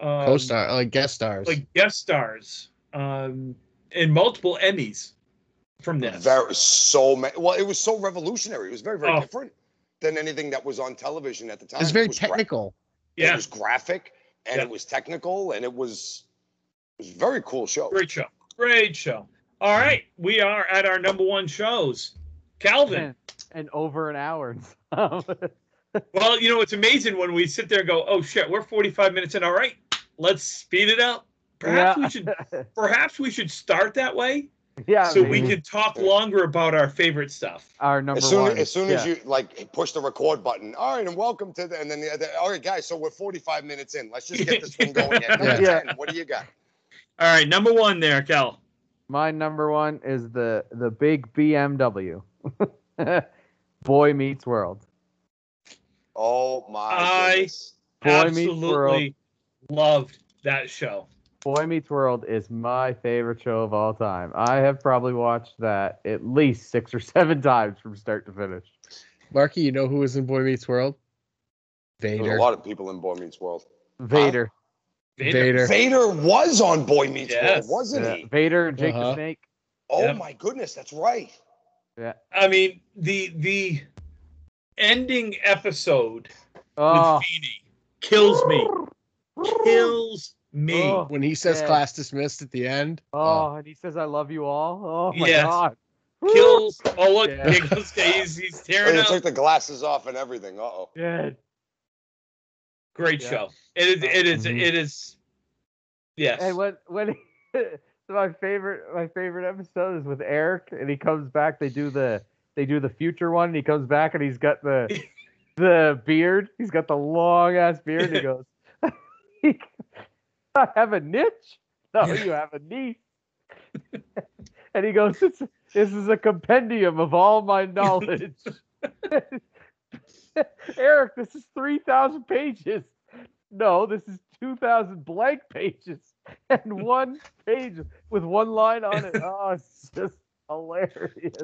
Speaker 2: um,
Speaker 4: Co-star, like guest stars.
Speaker 2: like guest stars um, and multiple Emmys from this.
Speaker 1: Very so ma- well, it was so revolutionary. It was very, very
Speaker 2: Oh.
Speaker 1: different than anything that was on television at the time.
Speaker 4: it's very
Speaker 1: It was gra-
Speaker 4: technical.
Speaker 1: It
Speaker 2: yeah,
Speaker 1: was graphic and
Speaker 2: Yeah.
Speaker 1: it was technical and it was it was a very cool show.
Speaker 2: great show, great show. All
Speaker 3: Hmm.
Speaker 2: right, we are at our number one shows. Calvin,
Speaker 3: And, <laughs> and over an hour. <laughs> So,
Speaker 2: Well, you know, it's amazing when we sit there and go, "Oh shit, we're 45 minutes in. All right, let's speed it up." Perhaps we should, perhaps we should start that way,
Speaker 3: <laughs> yeah.
Speaker 2: so we
Speaker 3: maybe.
Speaker 2: can talk longer about our favorite stuff.
Speaker 3: our number
Speaker 1: As soon
Speaker 3: one.
Speaker 1: as soon
Speaker 3: yeah.
Speaker 1: as you like push the record button, all right, and welcome to the and then the, other all right, guys. So we're 45 minutes in. Let's just get this thing going.
Speaker 2: <laughs>
Speaker 1: At number
Speaker 3: Yeah.
Speaker 1: 10, what do you got?
Speaker 2: All right, number one there, Cal.
Speaker 3: My number one is the the big BMW. <laughs> Boy Meets World.
Speaker 1: Oh my!
Speaker 2: I-
Speaker 1: goodness.
Speaker 3: Boy Meets
Speaker 2: Absolutely loved that show.
Speaker 3: Boy Meets World is my favorite show of all time. I have probably watched that at least six or seven times from start to finish.
Speaker 4: Marky, you know who was in Boy Meets World?
Speaker 1: There's a
Speaker 4: Vader.
Speaker 1: lot of people in Boy Meets World.
Speaker 3: Vader.
Speaker 4: Vader.
Speaker 1: Vader was on Boy Meets
Speaker 2: Yes.
Speaker 1: World, wasn't
Speaker 3: Yeah,
Speaker 1: he?
Speaker 3: Uh, Vader and Jake
Speaker 4: Uh-huh.
Speaker 3: the Snake.
Speaker 1: Oh
Speaker 2: Yep.
Speaker 1: my goodness, that's right.
Speaker 2: I mean, the the ending episode
Speaker 3: Oh,
Speaker 2: with Feeny kills me. Kills me.
Speaker 3: Oh.
Speaker 4: When he says
Speaker 3: Yeah.
Speaker 4: class dismissed at the end.
Speaker 3: oh, and he says, I love you all. Oh, my
Speaker 2: Yes.
Speaker 3: God.
Speaker 2: Kills. Oh look,
Speaker 3: Yeah.
Speaker 2: Giggles, he's, he's
Speaker 1: Oh,
Speaker 2: tearing
Speaker 1: they
Speaker 2: up.
Speaker 1: took the glasses off and everything. Uh oh.
Speaker 3: Yeah.
Speaker 2: great
Speaker 3: Yeah.
Speaker 2: show. It is. It is.
Speaker 4: Mhm.
Speaker 2: It is. Yes.
Speaker 3: And when when <laughs> so my favorite my favorite episode is with Eric and he comes back. They do the they do the future one. And he comes back and he's got the the beard. He's got the long ass beard. He goes, <laughs> I have a niche. No, you have a niche. <laughs> and he goes, "This- This is a compendium of all my knowledge. <laughs> Eric, this is 3,000 pages. No, this is 2,000 blank pages <laughs> and one page with one line on it. Oh, it's just hilarious.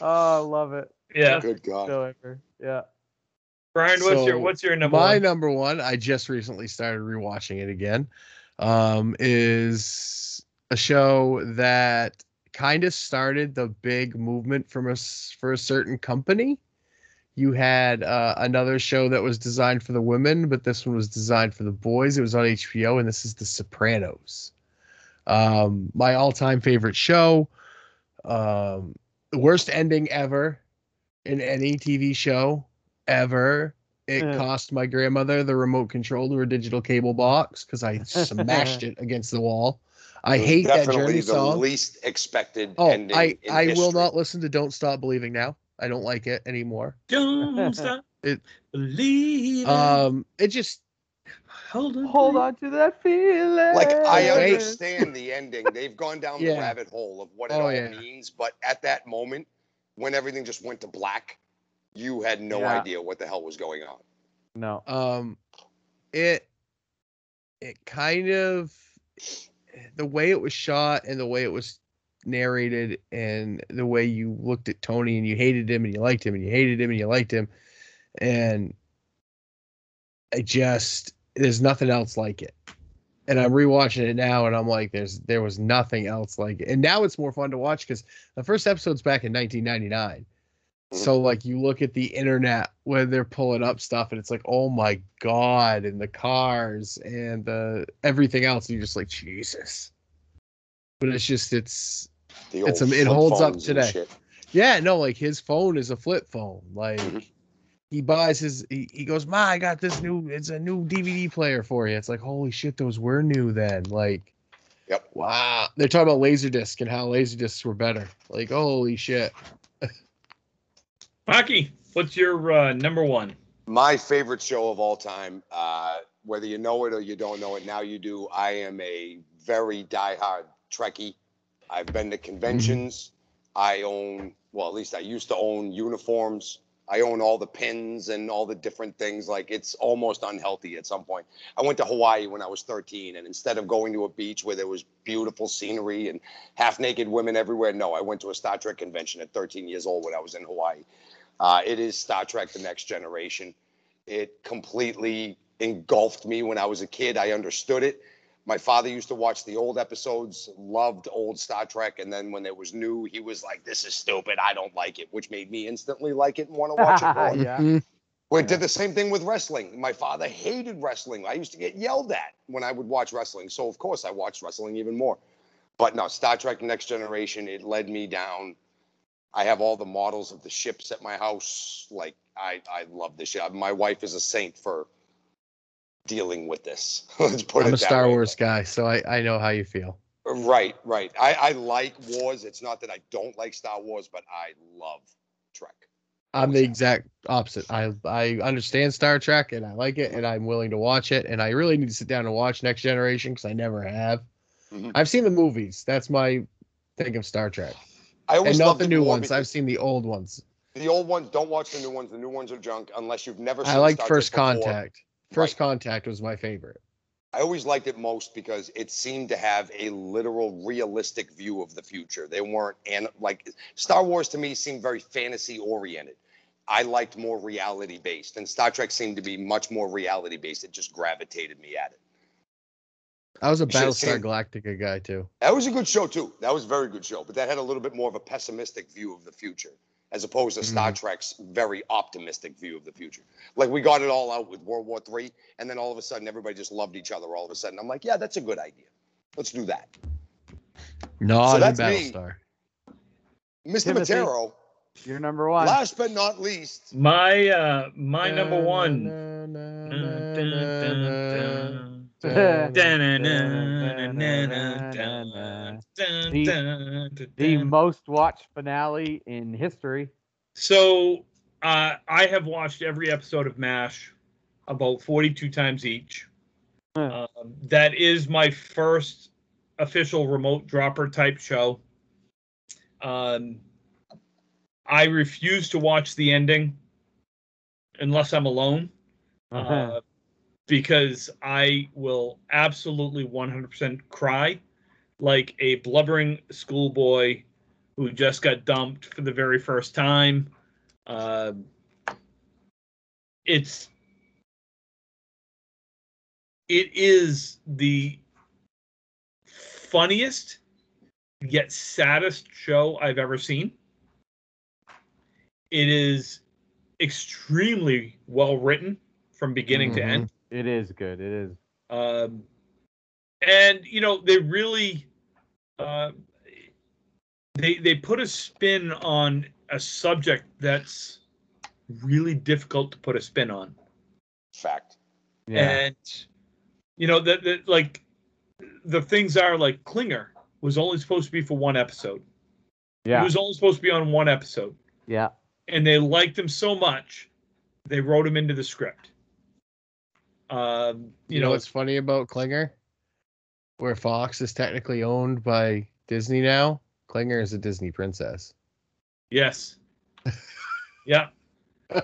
Speaker 3: Oh, I love it.
Speaker 2: Yeah.
Speaker 1: Good God.
Speaker 3: So ever. Yeah.
Speaker 2: Brian, what's
Speaker 4: So,
Speaker 2: your what's your number
Speaker 4: my
Speaker 2: one?
Speaker 4: number one i just recently started rewatching it again um is a show that kind of started the big movement from us for a certain company you had uh, another show that was designed for the women but this one was designed for the boys it was on hbo and this is the sopranos um my all-time favorite show um the worst ending ever in any tv show ever it
Speaker 3: Yeah.
Speaker 4: cost my grandmother the remote control to her digital cable box because I smashed it against the wall. I
Speaker 1: It was
Speaker 4: hate that
Speaker 1: definitely
Speaker 4: Journey
Speaker 1: the
Speaker 4: song.
Speaker 1: least expected
Speaker 4: oh,
Speaker 1: ending.
Speaker 4: I
Speaker 1: in
Speaker 4: I will
Speaker 1: history.
Speaker 4: not listen to "Don't Stop Believing" now. I don't like it anymore.
Speaker 2: Don't stop
Speaker 4: It-
Speaker 2: believing.
Speaker 4: Um, it just
Speaker 2: hold on.
Speaker 3: Hold on to that feeling.
Speaker 1: Like I
Speaker 4: Wait.
Speaker 1: understand the ending. They've gone down the
Speaker 4: Yeah.
Speaker 1: rabbit hole of what it
Speaker 4: Oh,
Speaker 1: all
Speaker 4: yeah.
Speaker 1: means, but at that moment, when everything just went to black, you had no
Speaker 3: Yeah.
Speaker 1: idea what the hell was going on.
Speaker 3: No.
Speaker 4: um, it it kind of the way it was shot and the way it was narrated and the way you looked at Tony and you hated him and you liked him and you hated him and you liked him and I just there's nothing else like it. And I'm rewatching it now and I'm like there's there was nothing else like it. And now it's more fun to watch cuz the first episode's back in 1999.
Speaker 1: Mm-hmm.
Speaker 4: So like you look at the internet where they're pulling up stuff and it's like oh my god and the cars and the everything else and you're just like Jesus. But it's just it's
Speaker 1: The
Speaker 4: It's
Speaker 1: old
Speaker 4: am- it
Speaker 1: flip
Speaker 4: holds up
Speaker 1: phones and
Speaker 4: today.
Speaker 1: shit.
Speaker 4: yeah, no, like his phone is a flip phone. Like
Speaker 1: Mhm.
Speaker 4: he buys his he, he goes, Ma, I got this new it's a new DVD player for you. It's like, holy shit, those were new then. Like
Speaker 1: Yep.
Speaker 4: Wow. They're talking about Laserdisc and how Laserdiscs were better. Like, holy shit.
Speaker 2: Rocky, what's your uh, number one?
Speaker 1: My favorite show of all time, uh, whether you know it or you don't know it, now you do. I am a very diehard Trekkie. I've been to conventions. I own, well, at least I used to own uniforms. I own all the pins and all the different things. Like it's almost unhealthy at some point. I went to Hawaii when I was 13, and instead of going to a beach where there was beautiful scenery and half naked women everywhere, no, I went to a Star Trek convention at 13 years old when I was in Hawaii. Uh, it is Star Trek: The Next Generation. It completely engulfed me when I was a kid. I understood it. My father used to watch the old episodes, loved old Star Trek, and then when it was new, he was like, "This is stupid. I don't like it," which made me instantly like it and want to watch it
Speaker 4: <laughs>
Speaker 1: more.
Speaker 3: Yeah.
Speaker 4: Mhm.
Speaker 1: We
Speaker 3: Yeah.
Speaker 1: did the same thing with wrestling. My father hated wrestling. I used to get yelled at when I would watch wrestling. So of course I watched wrestling even more. But no, Star Trek Next Generation, it led me down. I have all the models of the ships at my house. Like I, I love this shit. My wife is a saint for dealing with this. <laughs> Let's put it
Speaker 4: I'm a
Speaker 1: that
Speaker 4: Star
Speaker 1: way.
Speaker 4: Wars guy, so I, I know how you feel.
Speaker 1: Right, right. I, I like wars. It's not that I don't like Star Wars, but I love Trek.
Speaker 4: I'm the exact opposite. I I understand Star Trek and I like it and I'm willing to watch it and I really need to sit down and watch Next Generation because I never have.
Speaker 1: Mhm.
Speaker 4: I've seen the movies. That's my thing of Star Trek.
Speaker 1: I always
Speaker 4: And not
Speaker 1: loved
Speaker 4: the
Speaker 1: it
Speaker 4: new
Speaker 1: more
Speaker 4: ones.
Speaker 1: because-
Speaker 4: I've seen the old ones.
Speaker 1: The old ones, don't watch the new ones. The new ones are junk unless you've never seen
Speaker 4: I liked
Speaker 1: Star Trek
Speaker 4: First
Speaker 1: before.
Speaker 4: Contact. First Contact was my favorite.
Speaker 1: I always liked it most because it seemed to have a literal, realistic view of the future. They weren't and like Star Wars to me seemed very fantasy oriented. I liked more reality based, and Star Trek seemed to be much more reality based. It just gravitated me at it.
Speaker 4: I was a
Speaker 1: You should've
Speaker 4: Battlestar
Speaker 1: seen-
Speaker 4: Galactica guy too.
Speaker 1: That was a good show too. That was a very good show, but that had a little bit more of a pessimistic view of the future, as opposed to
Speaker 2: Mm-hmm.
Speaker 1: Star Trek's very optimistic view of the future. Like we got it all out with World War III, and then all of a sudden everybody just loved each other. All of a sudden, I'm like, yeah, that's a good idea. Let's do that,
Speaker 4: Not in
Speaker 1: that's me.
Speaker 4: Battlestar.
Speaker 1: Mr.
Speaker 3: Timothy?
Speaker 1: Matero.
Speaker 3: You're number one. <laughs>
Speaker 1: Last but not least,
Speaker 2: My uh, my number one.
Speaker 4: one.
Speaker 2: The
Speaker 3: the most watched finale in history.
Speaker 2: So uh, I have watched every episode of MASH about 42 times each.
Speaker 3: Huh.
Speaker 2: Um, that is my first official remote dropper type show. Um, I refuse to watch the ending unless I'm alone
Speaker 3: Uh-huh.
Speaker 2: uh, because I will absolutely 100% cry like a blubbering schoolboy who just got dumped for the very first time. Uh, it's it is the funniest yet saddest show I've ever seen. It is extremely well written from beginning to
Speaker 4: Mhm.
Speaker 2: end
Speaker 3: It is good. It is.
Speaker 2: um, and you know they really uh, they they put a spin on a subject that's really difficult to put a spin on
Speaker 1: Fact.
Speaker 3: Yeah.
Speaker 2: and you know that that like the things are like klinger was only supposed to be for one episode he
Speaker 3: yeah.
Speaker 2: was only supposed to be on one episode
Speaker 3: Yeah.
Speaker 2: and they liked him so much they wrote him into the script um
Speaker 4: You, know, what's funny about Klinger? Where Fox is technically owned by Disney now, Klinger is a Disney princess.
Speaker 3: <laughs>
Speaker 2: Yes. yeah.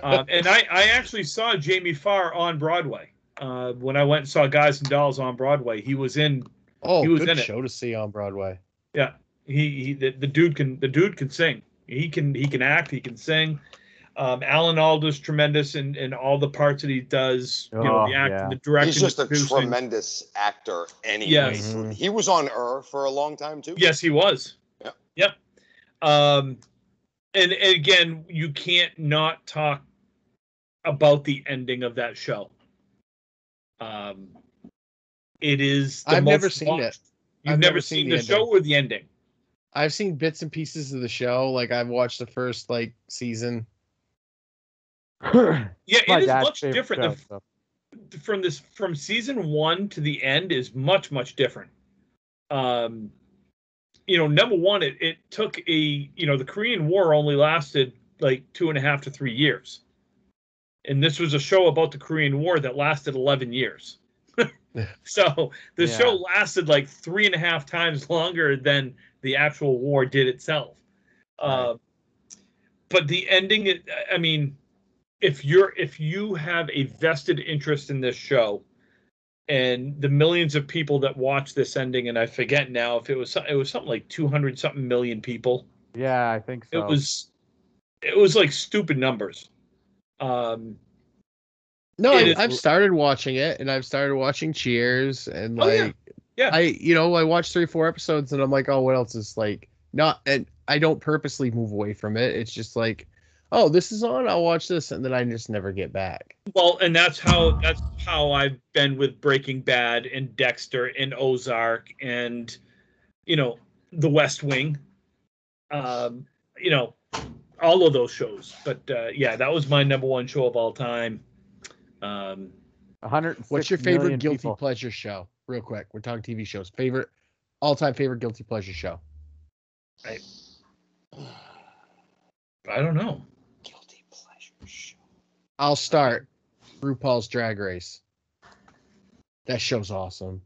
Speaker 2: Um, and I, I actually saw Jamie Farr on Broadway. Uh, when I went and saw Guys and Dolls on Broadway, he was in.
Speaker 4: Oh,
Speaker 2: He was in
Speaker 4: good
Speaker 2: it.
Speaker 4: show to see on Broadway.
Speaker 2: Yeah, he, he the, the dude can the dude can sing. He can he can act. He can sing. Um, Alan Alda's tremendous in, in all the parts that he does. You know,
Speaker 3: Oh,
Speaker 2: the acting,
Speaker 3: yeah.
Speaker 2: the directing.
Speaker 1: He's just
Speaker 2: the
Speaker 1: a
Speaker 2: producing.
Speaker 1: tremendous actor. Anyway,
Speaker 2: Yes.
Speaker 4: Mhm.
Speaker 1: he was on Ur for a long time too.
Speaker 2: Yes, he was.
Speaker 1: Yeah.
Speaker 2: Yep. Um, and, and again, you can't not talk about the ending of that show. Um, it is. The
Speaker 4: I've
Speaker 2: most
Speaker 4: never seen
Speaker 2: watched-
Speaker 4: it.
Speaker 2: You've
Speaker 4: I've
Speaker 2: never, seen, the, show
Speaker 4: ending.
Speaker 2: or the ending.
Speaker 4: I've seen bits and pieces of the show. Like I've watched the first like season.
Speaker 3: <clears throat>
Speaker 2: Yeah,
Speaker 3: My
Speaker 2: it is
Speaker 3: dad's
Speaker 2: much
Speaker 3: favorite
Speaker 2: different.
Speaker 3: show,
Speaker 2: The-
Speaker 3: so.
Speaker 2: from this from season one to the end is much much different um you know number one it, it took a you know the korean war only lasted like two and a half to three years and this was a show about the korean war that lasted 11 years so the
Speaker 3: Yeah.
Speaker 2: show lasted like three and a half times longer than the actual war did itself uh, but the ending it- i mean if you're if you have a vested interest in this show and the millions of people that watch this ending and i forget now if it was so- it was something like 200 something million people
Speaker 3: yeah, I think so.
Speaker 2: it was it was like stupid numbers um
Speaker 4: No,
Speaker 2: It
Speaker 4: I,
Speaker 2: is-
Speaker 4: I've started watching it, and I've started watching Cheers, and
Speaker 2: Oh,
Speaker 4: like,
Speaker 2: yeah. Yeah.
Speaker 4: I you know I watched three four episodes, and I'm like, oh, what else is like not? And I don't purposely move away from it. It's just like, oh, this is on. I'll watch this, and then I just never get back.
Speaker 2: well and that's how that's how i've been with breaking bad and dexter and ozark and you know the west wing um you know all of those shows but uh yeah that was my number one show of all time um
Speaker 3: 106
Speaker 4: What's your favorite
Speaker 3: million
Speaker 4: guilty
Speaker 3: people.
Speaker 4: pleasure show? Real quick, we're talking TV shows. Favorite all time favorite guilty pleasure show.
Speaker 2: i don't know
Speaker 1: Guilty pleasure show.
Speaker 4: I'll start RuPaul's Drag Race. That show's awesome.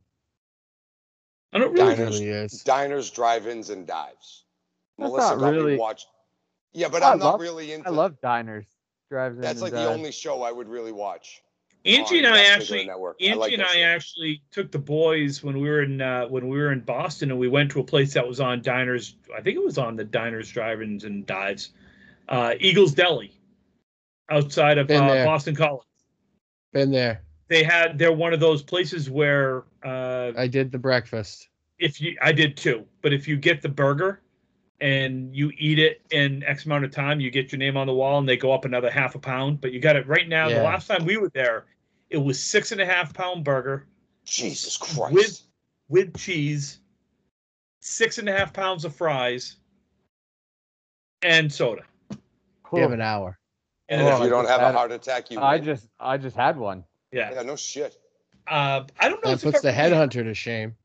Speaker 2: i don't
Speaker 4: It
Speaker 2: really
Speaker 1: Diners.
Speaker 4: really is.
Speaker 1: Diners, drive-ins, and dives.
Speaker 3: That's
Speaker 1: Melissa
Speaker 3: not
Speaker 1: got me
Speaker 3: really- Oh,
Speaker 1: watched. Yeah, but
Speaker 3: I
Speaker 1: I'm not
Speaker 3: love-
Speaker 1: really into.
Speaker 3: I love diners. Drives in.
Speaker 1: That's
Speaker 3: and
Speaker 1: like the
Speaker 3: dives.
Speaker 1: only show I would really watch.
Speaker 2: angie and
Speaker 1: on
Speaker 2: i
Speaker 1: that particular
Speaker 2: actually
Speaker 1: network. I
Speaker 2: angie
Speaker 1: like
Speaker 2: and
Speaker 1: that
Speaker 2: i
Speaker 1: show.
Speaker 2: actually took the boys when we were in uh when we were in boston and we went to a place that was on diners i think it was on the diners drive-ins and dives uh eagles deli outside of
Speaker 4: Been
Speaker 2: uh,
Speaker 4: there.
Speaker 2: boston college
Speaker 4: Been there.
Speaker 2: they had they're one of those places where uh
Speaker 4: I did the breakfast.
Speaker 2: if you I did too, but if you get the burger and you eat it in X amount of time, you get your name on the wall and they go up another half a pound. But you got it right now.
Speaker 4: Yeah.
Speaker 2: The last time we were there, it was six and a half pound burger
Speaker 1: Jesus Christ.
Speaker 2: With- with cheese, six and a half pounds of fries, and soda.
Speaker 4: We have
Speaker 3: Cool.
Speaker 4: an hour.
Speaker 2: And
Speaker 1: and
Speaker 2: then-
Speaker 1: if you don't have
Speaker 3: I
Speaker 1: a
Speaker 3: just-
Speaker 1: heart attack, you.
Speaker 3: I
Speaker 1: win.
Speaker 3: just I just had one.
Speaker 2: yeah.
Speaker 1: Yeah, no shit.
Speaker 2: Uh, I don't know.
Speaker 4: That
Speaker 2: if
Speaker 4: puts
Speaker 2: I
Speaker 4: the
Speaker 2: really-
Speaker 4: headhunter to shame.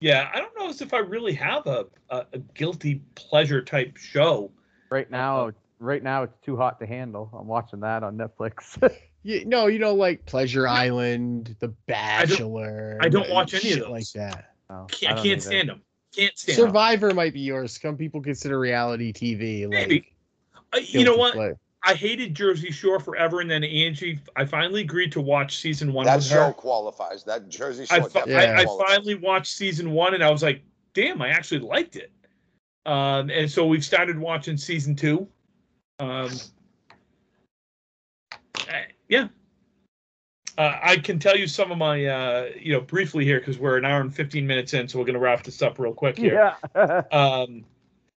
Speaker 2: Yeah, I don't know as if I really have a, a a guilty pleasure type show.
Speaker 3: Right now, right now it's too hot to handle. I'm watching that on Netflix. <laughs>
Speaker 4: You, no, you know, like Pleasure Island, The Bachelor.
Speaker 2: I don't
Speaker 4: and
Speaker 2: watch any of
Speaker 4: shit
Speaker 2: those.
Speaker 4: like that.
Speaker 3: No,
Speaker 2: Can't- <laughs> I
Speaker 3: don't
Speaker 2: can't
Speaker 3: either.
Speaker 2: stand them. Can't stand 'em.
Speaker 4: Survivor might be yours. Some people consider reality TV. Like,
Speaker 2: Maybe. Uh, You
Speaker 4: guilty
Speaker 2: know what?
Speaker 4: pleasure.
Speaker 2: I hated Jersey Shore forever, and then Angie. I finally agreed to watch season one
Speaker 1: That
Speaker 2: with
Speaker 1: show
Speaker 2: her.
Speaker 1: qualifies. That Jersey
Speaker 2: I,
Speaker 1: Shore.
Speaker 2: fi-
Speaker 1: definitely
Speaker 2: I, I
Speaker 1: qualifies.
Speaker 2: finally watched season one, and I was like, "Damn, I actually liked it." Um, and so we've started watching season two. Um, I- yeah, uh, I can tell you some of my, uh, you know, briefly here because we're an hour and fifteen minutes in, so we're gonna wrap this up real quick here
Speaker 3: Yeah. <laughs>
Speaker 2: um,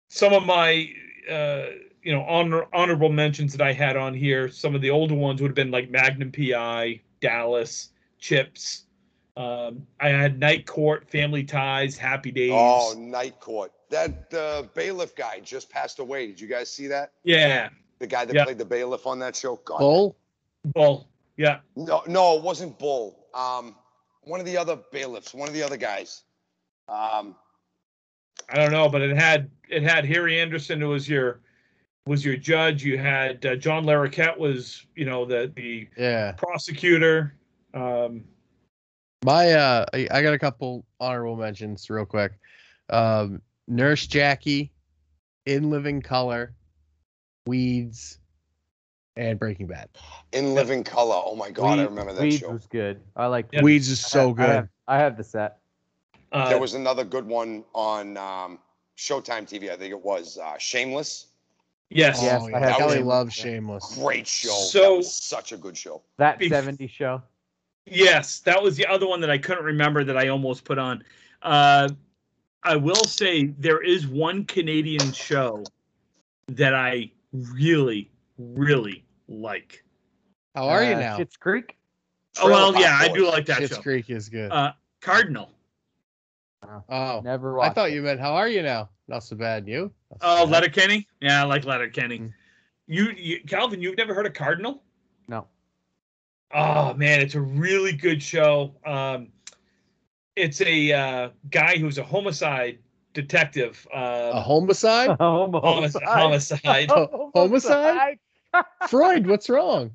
Speaker 2: some of my uh, you know honor, honorable mentions that I had on here. Some of the older ones would have been like Magnum PI, Dallas, Chips. Um, I had Night Court, Family Ties, Happy Days.
Speaker 1: Oh, Night Court. That uh, bailiff guy just passed away. Did you guys see that?
Speaker 2: yeah,
Speaker 1: The guy that
Speaker 2: Yeah.
Speaker 1: played the bailiff on that show. God.
Speaker 4: Bull?
Speaker 2: Bull. Yeah,
Speaker 1: No, no, it wasn't Bull. Um, one of the other bailiffs. One of the other guys. Um,
Speaker 2: I don't know, but it had it had Harry Anderson who was your was your judge. You had uh, John Larroquette was you know the the
Speaker 4: Yeah.
Speaker 2: prosecutor. Um,
Speaker 4: My uh I, I got a couple honorable mentions real quick. Um Nurse Jackie, In Living Color, Weeds, and Breaking Bad.
Speaker 1: In Living Color. Oh my God, I
Speaker 3: Weeds-
Speaker 1: remember that
Speaker 3: Weeds
Speaker 1: show.
Speaker 3: was good. I like.
Speaker 2: Yeah.
Speaker 4: Weeds is
Speaker 3: I
Speaker 4: so
Speaker 3: have-
Speaker 4: good.
Speaker 3: I have, I have the set.
Speaker 2: uh,
Speaker 1: There was another good one on um, Showtime TV. I think it was uh, Shameless.
Speaker 2: yes.
Speaker 3: Yeah.
Speaker 4: oh,
Speaker 3: Yes, I
Speaker 4: yeah.
Speaker 1: have
Speaker 4: Kelly
Speaker 1: Shameless.
Speaker 4: loves Shameless.
Speaker 1: Great show. that
Speaker 2: So-
Speaker 1: was such a good show.
Speaker 3: That
Speaker 2: Bef-
Speaker 3: 70s show.
Speaker 2: Yes, that was the other one that I couldn't remember that I almost put on. Uh, I will say there is one Canadian show that I really, really like.
Speaker 4: How are you
Speaker 3: Uh,
Speaker 4: now?
Speaker 3: Schitt's Creek.
Speaker 2: Oh, well,
Speaker 1: Trailer
Speaker 2: yeah, I
Speaker 1: Park
Speaker 2: do
Speaker 1: Boys.
Speaker 2: like that
Speaker 4: Shit's
Speaker 2: show.
Speaker 4: Creek is good.
Speaker 2: Uh, Cardinal.
Speaker 4: oh.
Speaker 3: Never
Speaker 4: I
Speaker 3: watched.
Speaker 4: thought
Speaker 3: it.
Speaker 4: you meant how are you now? Not so bad. You? Not so
Speaker 2: Oh,
Speaker 4: bad.
Speaker 2: Letterkenny. Yeah, I like Letterkenny.
Speaker 4: Mm.
Speaker 2: You, you, Calvin, you've never heard of Cardinal?
Speaker 4: <laughs>
Speaker 3: No. <laughs>
Speaker 2: Oh man, it's a really good show. Um, it's a uh, guy who's a homicide detective.
Speaker 4: a
Speaker 2: Uh,
Speaker 4: homicide?
Speaker 2: homic-
Speaker 3: <laughs>
Speaker 2: homicide.
Speaker 3: homicide.
Speaker 4: Homicide? Freud, what's wrong?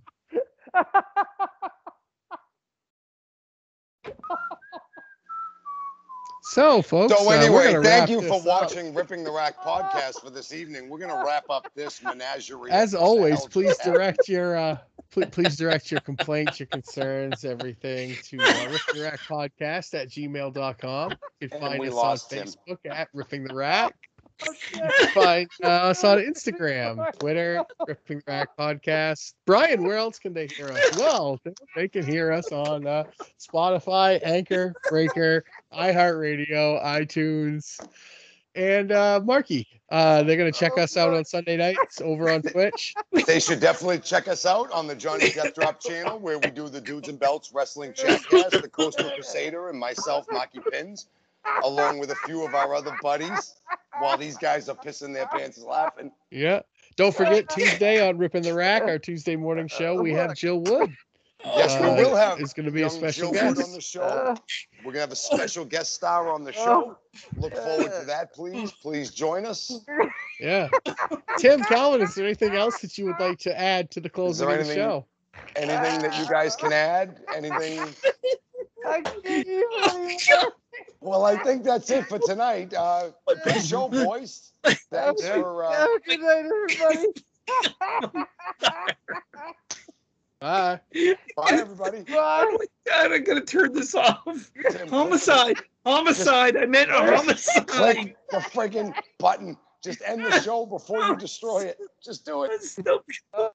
Speaker 4: So, folks.
Speaker 1: So
Speaker 4: uh, we're
Speaker 1: anyway,
Speaker 4: gonna wrap
Speaker 1: thank you
Speaker 4: this
Speaker 1: for
Speaker 4: up.
Speaker 1: watching Ripping the Rack podcast for this evening. We're gonna wrap up this menagerie. of
Speaker 4: As
Speaker 1: what the
Speaker 4: always,
Speaker 1: hell
Speaker 4: please
Speaker 1: just happened.
Speaker 4: direct
Speaker 1: <laughs>
Speaker 4: your uh, please, please direct your complaints, your concerns, everything to uh, ripping the rack podcast at gmail.com. You can
Speaker 1: And
Speaker 4: find
Speaker 1: we
Speaker 4: us on
Speaker 1: lost him.
Speaker 4: Facebook at ripping the rack. You can find uh, us on Instagram, Twitter, ripping the rack podcast. Brian, where else can they hear us? Well, they can hear us on uh, Spotify, Anchor, Breaker, iHeartRadio, iTunes. And uh, Marky, uh, they're gonna check us out on Sunday nights over on Twitch.
Speaker 1: They should definitely check us out on the Johnny Death Drop channel, where we do the Dudes and Belts Wrestling Chatcast, the Coastal Crusader, and myself, Maki Pins, along with a few of our other buddies. While these guys are pissing their pants laughing.
Speaker 4: Yeah. Don't forget Tuesday on Ripping the Rack, our Tuesday morning show. We have Jill Wood.
Speaker 1: Yes, we will have
Speaker 4: Uh, It's going to be a
Speaker 1: young
Speaker 4: special
Speaker 1: Jill Wood on the
Speaker 4: guest.
Speaker 1: show. We're gonna have a special guest star on the show. Look forward to that, please. Please join us.
Speaker 3: <laughs>
Speaker 4: Yeah. Tim Calvin, is there anything else that you would like to add to the closing
Speaker 1: there
Speaker 4: of the
Speaker 1: anything-
Speaker 4: show?
Speaker 1: Anything that you guys can add? Anything?
Speaker 3: I can't even-
Speaker 1: Well, I think that's it for tonight. Uh, good show, boys. Thanks
Speaker 3: Yeah.
Speaker 1: for. Uh,
Speaker 3: Have a good night, everybody.
Speaker 4: <laughs> Bye.
Speaker 1: bye, everybody.
Speaker 3: Bye.
Speaker 2: Oh my god, I'm gonna turn this off.
Speaker 1: Tim,
Speaker 2: Homicide. Homicide. I meant a homicide.
Speaker 1: Click the friggin' button. Just end the show before you destroy it. Just do it.
Speaker 2: That's so-